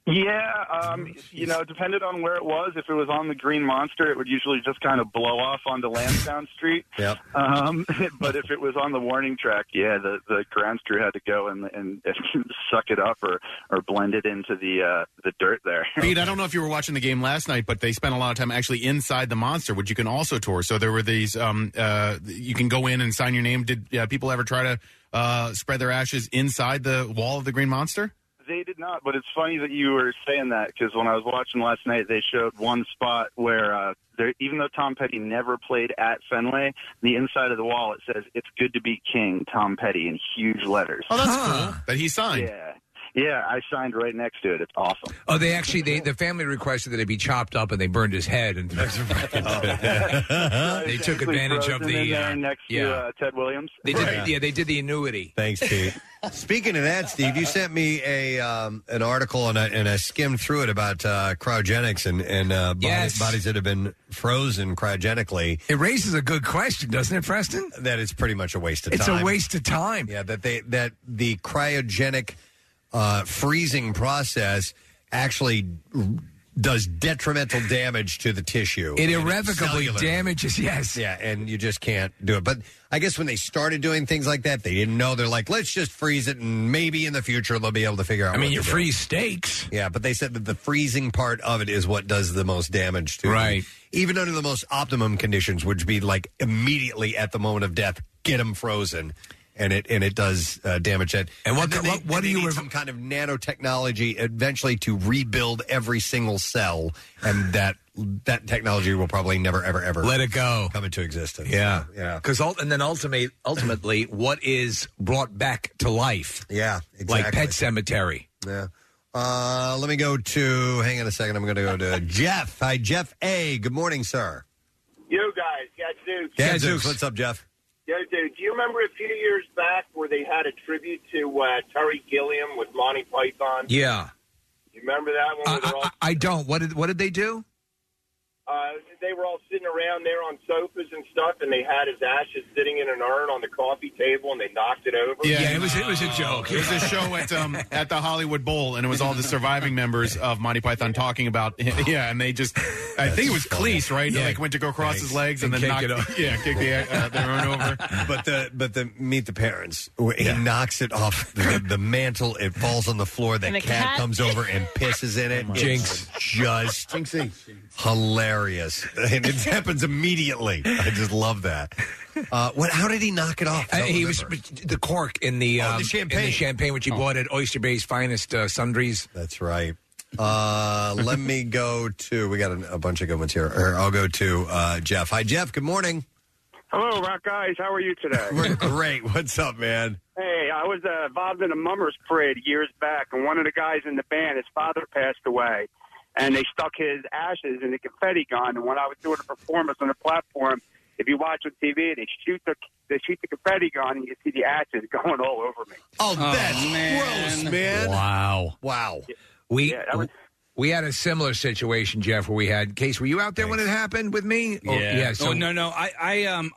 Yeah, um, you know, it depended on where it was. If it was on the Green Monster, it would usually just kind of blow off onto Lansdowne Street.
Yep.
Um, but if it was on the warning track, yeah, the the grounds crew had to go and and, and suck it up or or blend it into the uh, the dirt there.
Pete, I don't know if you were watching the game last night, but they spent a lot of time actually inside the monster, which you can also tour. So there were these, um, uh, you can go in and sign your name. Did uh, people ever try to uh, spread their ashes inside the wall of the Green Monster?
They did not, but it's funny that you were saying that because when I was watching last night, they showed one spot where uh, there, even though Tom Petty never played at Fenway, the inside of the wall it says "It's good to be King Tom Petty" in huge letters.
Oh, that's cool. That he signed.
Yeah, yeah, I signed right next to it. It's awesome.
Oh, they actually they the family requested that it be chopped up, and they burned his head. And they took
Actually
advantage of
frozen in
the
there
uh,
next
yeah.
to uh, Ted Williams.
They did, yeah, they did the annuity.
Thanks, Pete. Speaking of that, Steve, you sent me a um, an article and I, and I skimmed through it about uh, cryogenics and and uh, bodies,
Yes.
bodies that have been frozen cryogenically.
It raises a good question, doesn't it, Preston?
That it's pretty much a waste of
It's
time.
a waste of time.
Yeah, that they that the cryogenic uh, freezing process actually does detrimental damage to the tissue.
It
And
irrevocably
cellular.
damages. Yes.
Yeah, and you just can't do it. But I guess when they started doing things like that, they didn't know. They're like, let's just freeze it, and maybe in the future they'll be able to figure out.
I mean,
what
you
to do."
freeze steaks.
Yeah, but they said that the freezing part of it is what does the most damage to
Right.
Even under the most optimum conditions, which would be like immediately at the moment of death, get them frozen, and it and it does uh, damage that. And what what, what do you need some kind of nanotechnology eventually to rebuild every single cell, and that that technology will probably never ever ever
Let it go
come into existence.
Yeah,
So, yeah.
Because and then ultimately, ultimately, what is brought back to life?
Yeah,
like
exactly.
Pet Cemetery.
Yeah. Uh, let me go to. Hang on a second. I'm going to go to Jeff. Hi, Jeff A. Good morning, sir.
You guys, Gadzooks.
Gadzooks. What's up, Jeff?
Gadzooks. Do you remember a few years back where they had a tribute to uh, Terry Gilliam with Monty Python?
Yeah,
You remember that one?
Uh,
Where they're all,
I, I don't. What did what did they do?
uh, they were all sitting around there on sofas and stuff, and they had his ashes sitting in an urn on the coffee table, and they knocked it over.
was a joke.
It was a show at um, at the Hollywood Bowl, and it was all the surviving members of Monty Python talking about. Yeah, and they just, I think it was Cleese, right?
Yeah.
Like went to go cross his legs and,
And
then
kick
knocked,
it off.
yeah, kicked the, uh, the urn over.
But the but the meet the parents. He knocks it off the, the mantle. It falls on the floor. The
And
cat,
the cat-
comes over and pisses in it.
my
It's Just hilarious. And it's, happens immediately. I just love that. Uh, what? How did he knock it off? I
Uh,
don't
he was
remember.
the cork in the,
Oh,
um,
the champagne.
in the champagne which he
Oh.
bought at Oyster Bay's finest uh, sundries.
That's right. Uh, let me go to. We got a, a bunch of good ones here. Or I'll go to uh, Jeff. Hi, Jeff. Good morning.
Hello, rock guys. How are you today?
We're great. What's up, man?
hey, I was uh, involved in a mummers parade years back, and one of the guys in the band, his father passed away, and they stuck his ashes in the confetti gun. And when I was doing a performance on the platform, if you watch on TV, they shoot the they shoot the confetti gun, and you see the ashes going all over me.
Oh,
that's
gross, man.
Wow.
Wow.
We we had a similar situation, Jeff, where we had Case. Were you out there when it happened with me? Or- so-
oh no, no. I, I um,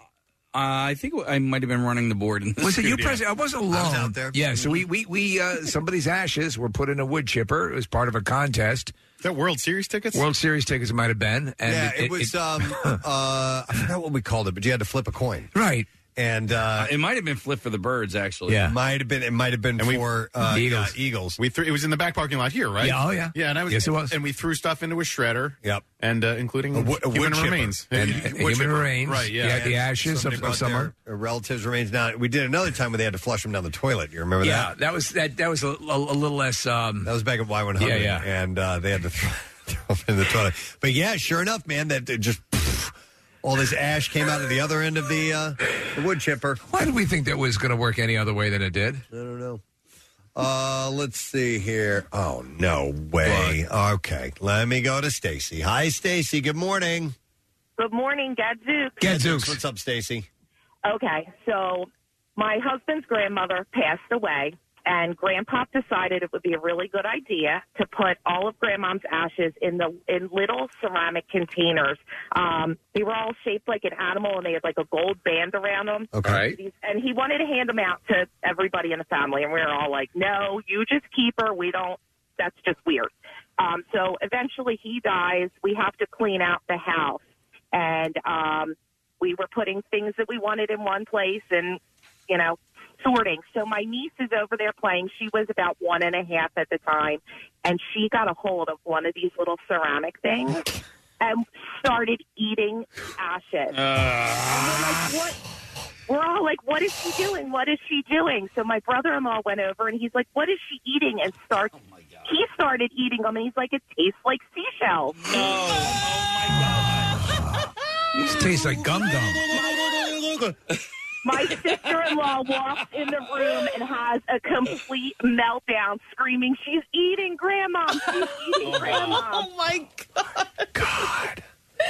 uh, I think I might have been running the board. In the
Was it you
studio.
present? I wasn't alone. Yeah. So
Mm-hmm.
we we we uh, somebody's ashes were put in a wood chipper. It was part of a contest.
That World Series tickets.
World Series tickets might have been. And
yeah, it, was. um, uh, I forgot what we called it, but you had to flip a coin,
right?
And uh,
it might have been flip for the birds, actually.
It might have been. It might have been for uh,
Eagles.
yeah, Eagles.
We threw. It was in the back parking lot here, right?
Yeah, oh, yeah.
Yeah, and I was.
Yes, it was.
And we threw stuff into a shredder.
Yep.
And uh, including
wo- a wood
human
chipper.
remains
And-
Yeah,
and
wood
human
chipper.
remains.
Right. Yeah.
Yeah, the
ashes of,
Somebody
of
brought
someone.
their relatives remains. Now we did another time where they had to flush them down the toilet. You remember
yeah,
that?
that? was that. That was a, a, a little less. Um,
that was back at Y100.
Yeah, yeah.
And uh, they had to throw them in the toilet. But yeah, sure enough, man, that it just all this ash came out of the other end of the, uh, the wood chipper.
Why did we think that was going to work any other way than it did?
I don't know. Uh, let's see here. Oh no way. Okay, let me go to Stacy. Hi, Stacy. Good morning.
Good morning, Gadzooks.
What's up, Stacy?
Okay, so my husband's grandmother passed away, and Grandpa decided it would be a really good idea to put all of Grandma's ashes in the in little ceramic containers. Um, they were all shaped like an animal, and they had like a gold band around them.
Okay.
These- And he wanted to hand them out to everybody in the family, and we were all like, "No, you just keep her. We don't. That's just weird." Um, so eventually, he dies. We have to clean out the house, and um, we were putting things that we wanted in one place and you know sorting so my niece is over there playing she was about one and a half at the time and she got a hold of one of these little ceramic things and started eating ashes
Oh,
and we're like what we're all like, what is she doing? What is she doing? So my brother-in-law went over and he's like, what is she eating? And starts, he started eating them and he's like, it tastes like seashells.
It tastes like gum gum.
My sister-in-law walks in the room and has a complete meltdown, screaming, "She's eating grandma! She's eating grandma!" Oh my god!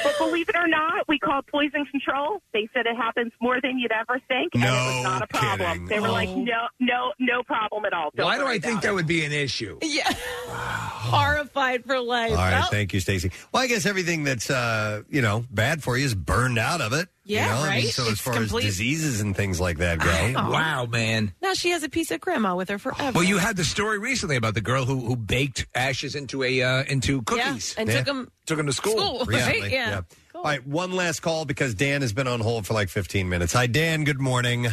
But believe it or not, we called poison control. They said it happens more than you'd ever think, and it was not a problem. They were like, "No, no, no problem at all." Don't
Oh. Why do
worry
I think
about it."
that would be an issue?
Yeah. Horrified for life.
All right, thank you, Stacy. Well, I guess everything that's uh, you know bad for you is burned out of it. you
Yeah,
know? I mean,
right?
so as
It's
far
complete-
as diseases and things like that go,
Aw.
Wow, man.
Now she has a piece of grandma with her forever.
Well, you had the story recently about the girl who, who baked ashes into a uh, into cookies
and took 'em-
took 'em to school.
school, right?
like-
Yeah.
All right, one last call because Dan has been on hold for like 15 minutes. Hi, Dan. Good morning.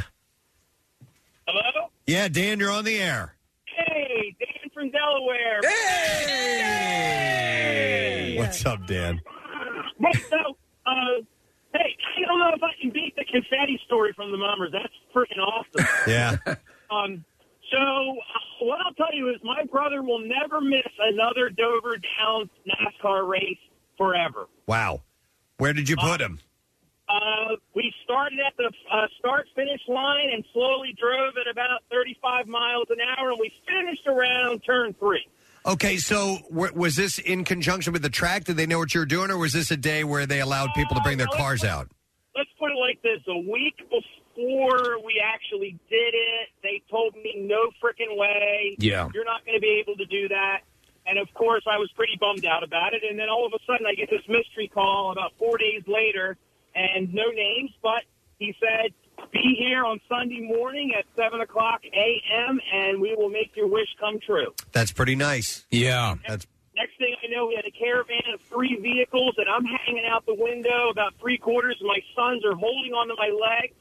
Hello?
Yeah, Dan, you're on the air.
Hey, Dan from Delaware. Hey!
What's up, Dan?
Hey, so, uh, hey, I don't know if I can beat the confetti story from the Mummers. That's freaking awesome.
Yeah.
Um, so, uh, what I'll tell you is my brother will never miss another Dover Downs NASCAR race forever.
Wow. Where did you put him?
Uh, we started at the uh, start finish line and slowly drove at about 35 miles an hour, and we finished around turn three.
Okay, so w- was this in conjunction with the track? Did they know what you were doing, or was this a day where they allowed people to bring their cars out?
let's put it like this: a week before we actually did it, they told me no frickin' way.
Yeah.
you're not going to be able to do that. And of course, I was pretty bummed out about it. And then all of a sudden, I get this mystery call about four days later, and no names, but he said, "Be here on Sunday morning at seven o'clock a.m. and we will make your wish come true."
That's pretty nice.
Yeah.
That's
Next thing I know, we had a caravan of three vehicles, and I'm hanging out the window about three quarters, and my sons are holding onto my leg,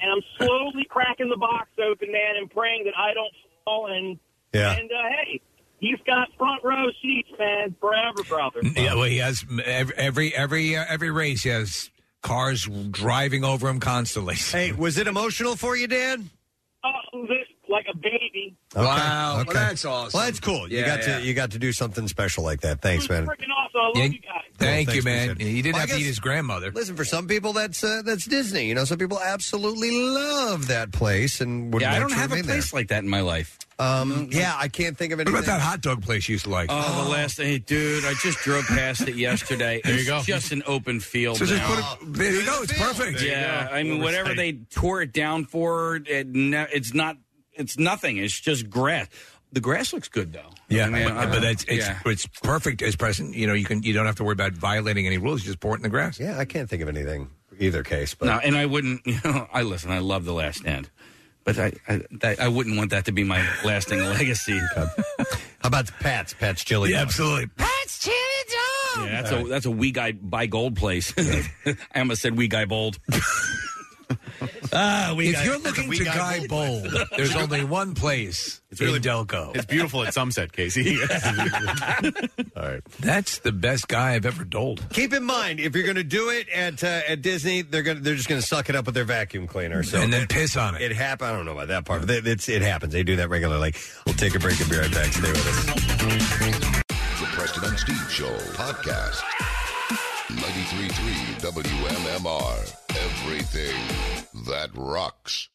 and I'm slowly cracking the box open, man, and praying that I don't fall. And
Yeah.
and uh, hey, he's got front row seats, man, forever, brother.
Yeah, well, he has m- ev- every every uh, every race. He has cars driving over him constantly. Hey,
was it emotional for you, Dan?
Oh, this like a baby.
Wow. Well, that's awesome.
Well, that's cool. you
Yeah,
got
yeah.
to you got to do something special like that. Thanks, man.
Freaking awesome. I love you guys.
Thank you, man.
He
didn't have to eat his grandmother.
Listen, for some people, that's uh, that's Disney. You know, some people absolutely love that place and would.
Yeah, I
like
don't
to
have a
remain there.
place like that in my life.
Um,
Mm-hmm.
yeah, I can't think of anything.
about that
hot dog place you used to like?
Oh, the last hey, dude! I just drove past it yesterday.
There you
It's
go.
Just an open field.
So just
now.
put it- there you go. It's perfect. There you
Yeah,
go.
I mean, whatever they tore it down for, it, ne- it's not. It's nothing. It's just grass. The grass looks good though.
Yeah,
I mean,
but,
I-
but that's it's
yeah.
it's perfect as present. You know, you can you don't have to worry about violating any rules. You just pour it in the grass.
Yeah, I can't think of anything either case.
No, and I wouldn't. You know, I listen. I love the Last Stand, but I I, that, I wouldn't want that to be my lasting legacy. How
about the Pat's Pat's Chili?
Yeah,
Dog?
absolutely.
Pat's chili dog.
Yeah, that's a that's a we guy buy gold place. I almost said we guy bold. ah,
if you're looking to guy bold, there's only one place. It's really Delco.
It's beautiful at Sunset, Casey.
All right.
That's the best guy I've ever doled.
Keep in mind, if you're going to do it at uh, at Disney, they're going to they're just going to suck it up with their vacuum cleaner, so
And then piss on it.
It happens. I don't know about that part, but it, it's it happens. They do that regularly. We'll take a break and be right back. Stay with us.
The Preston and Steve Show podcast. 93.3 WMMR. Everything that rocks.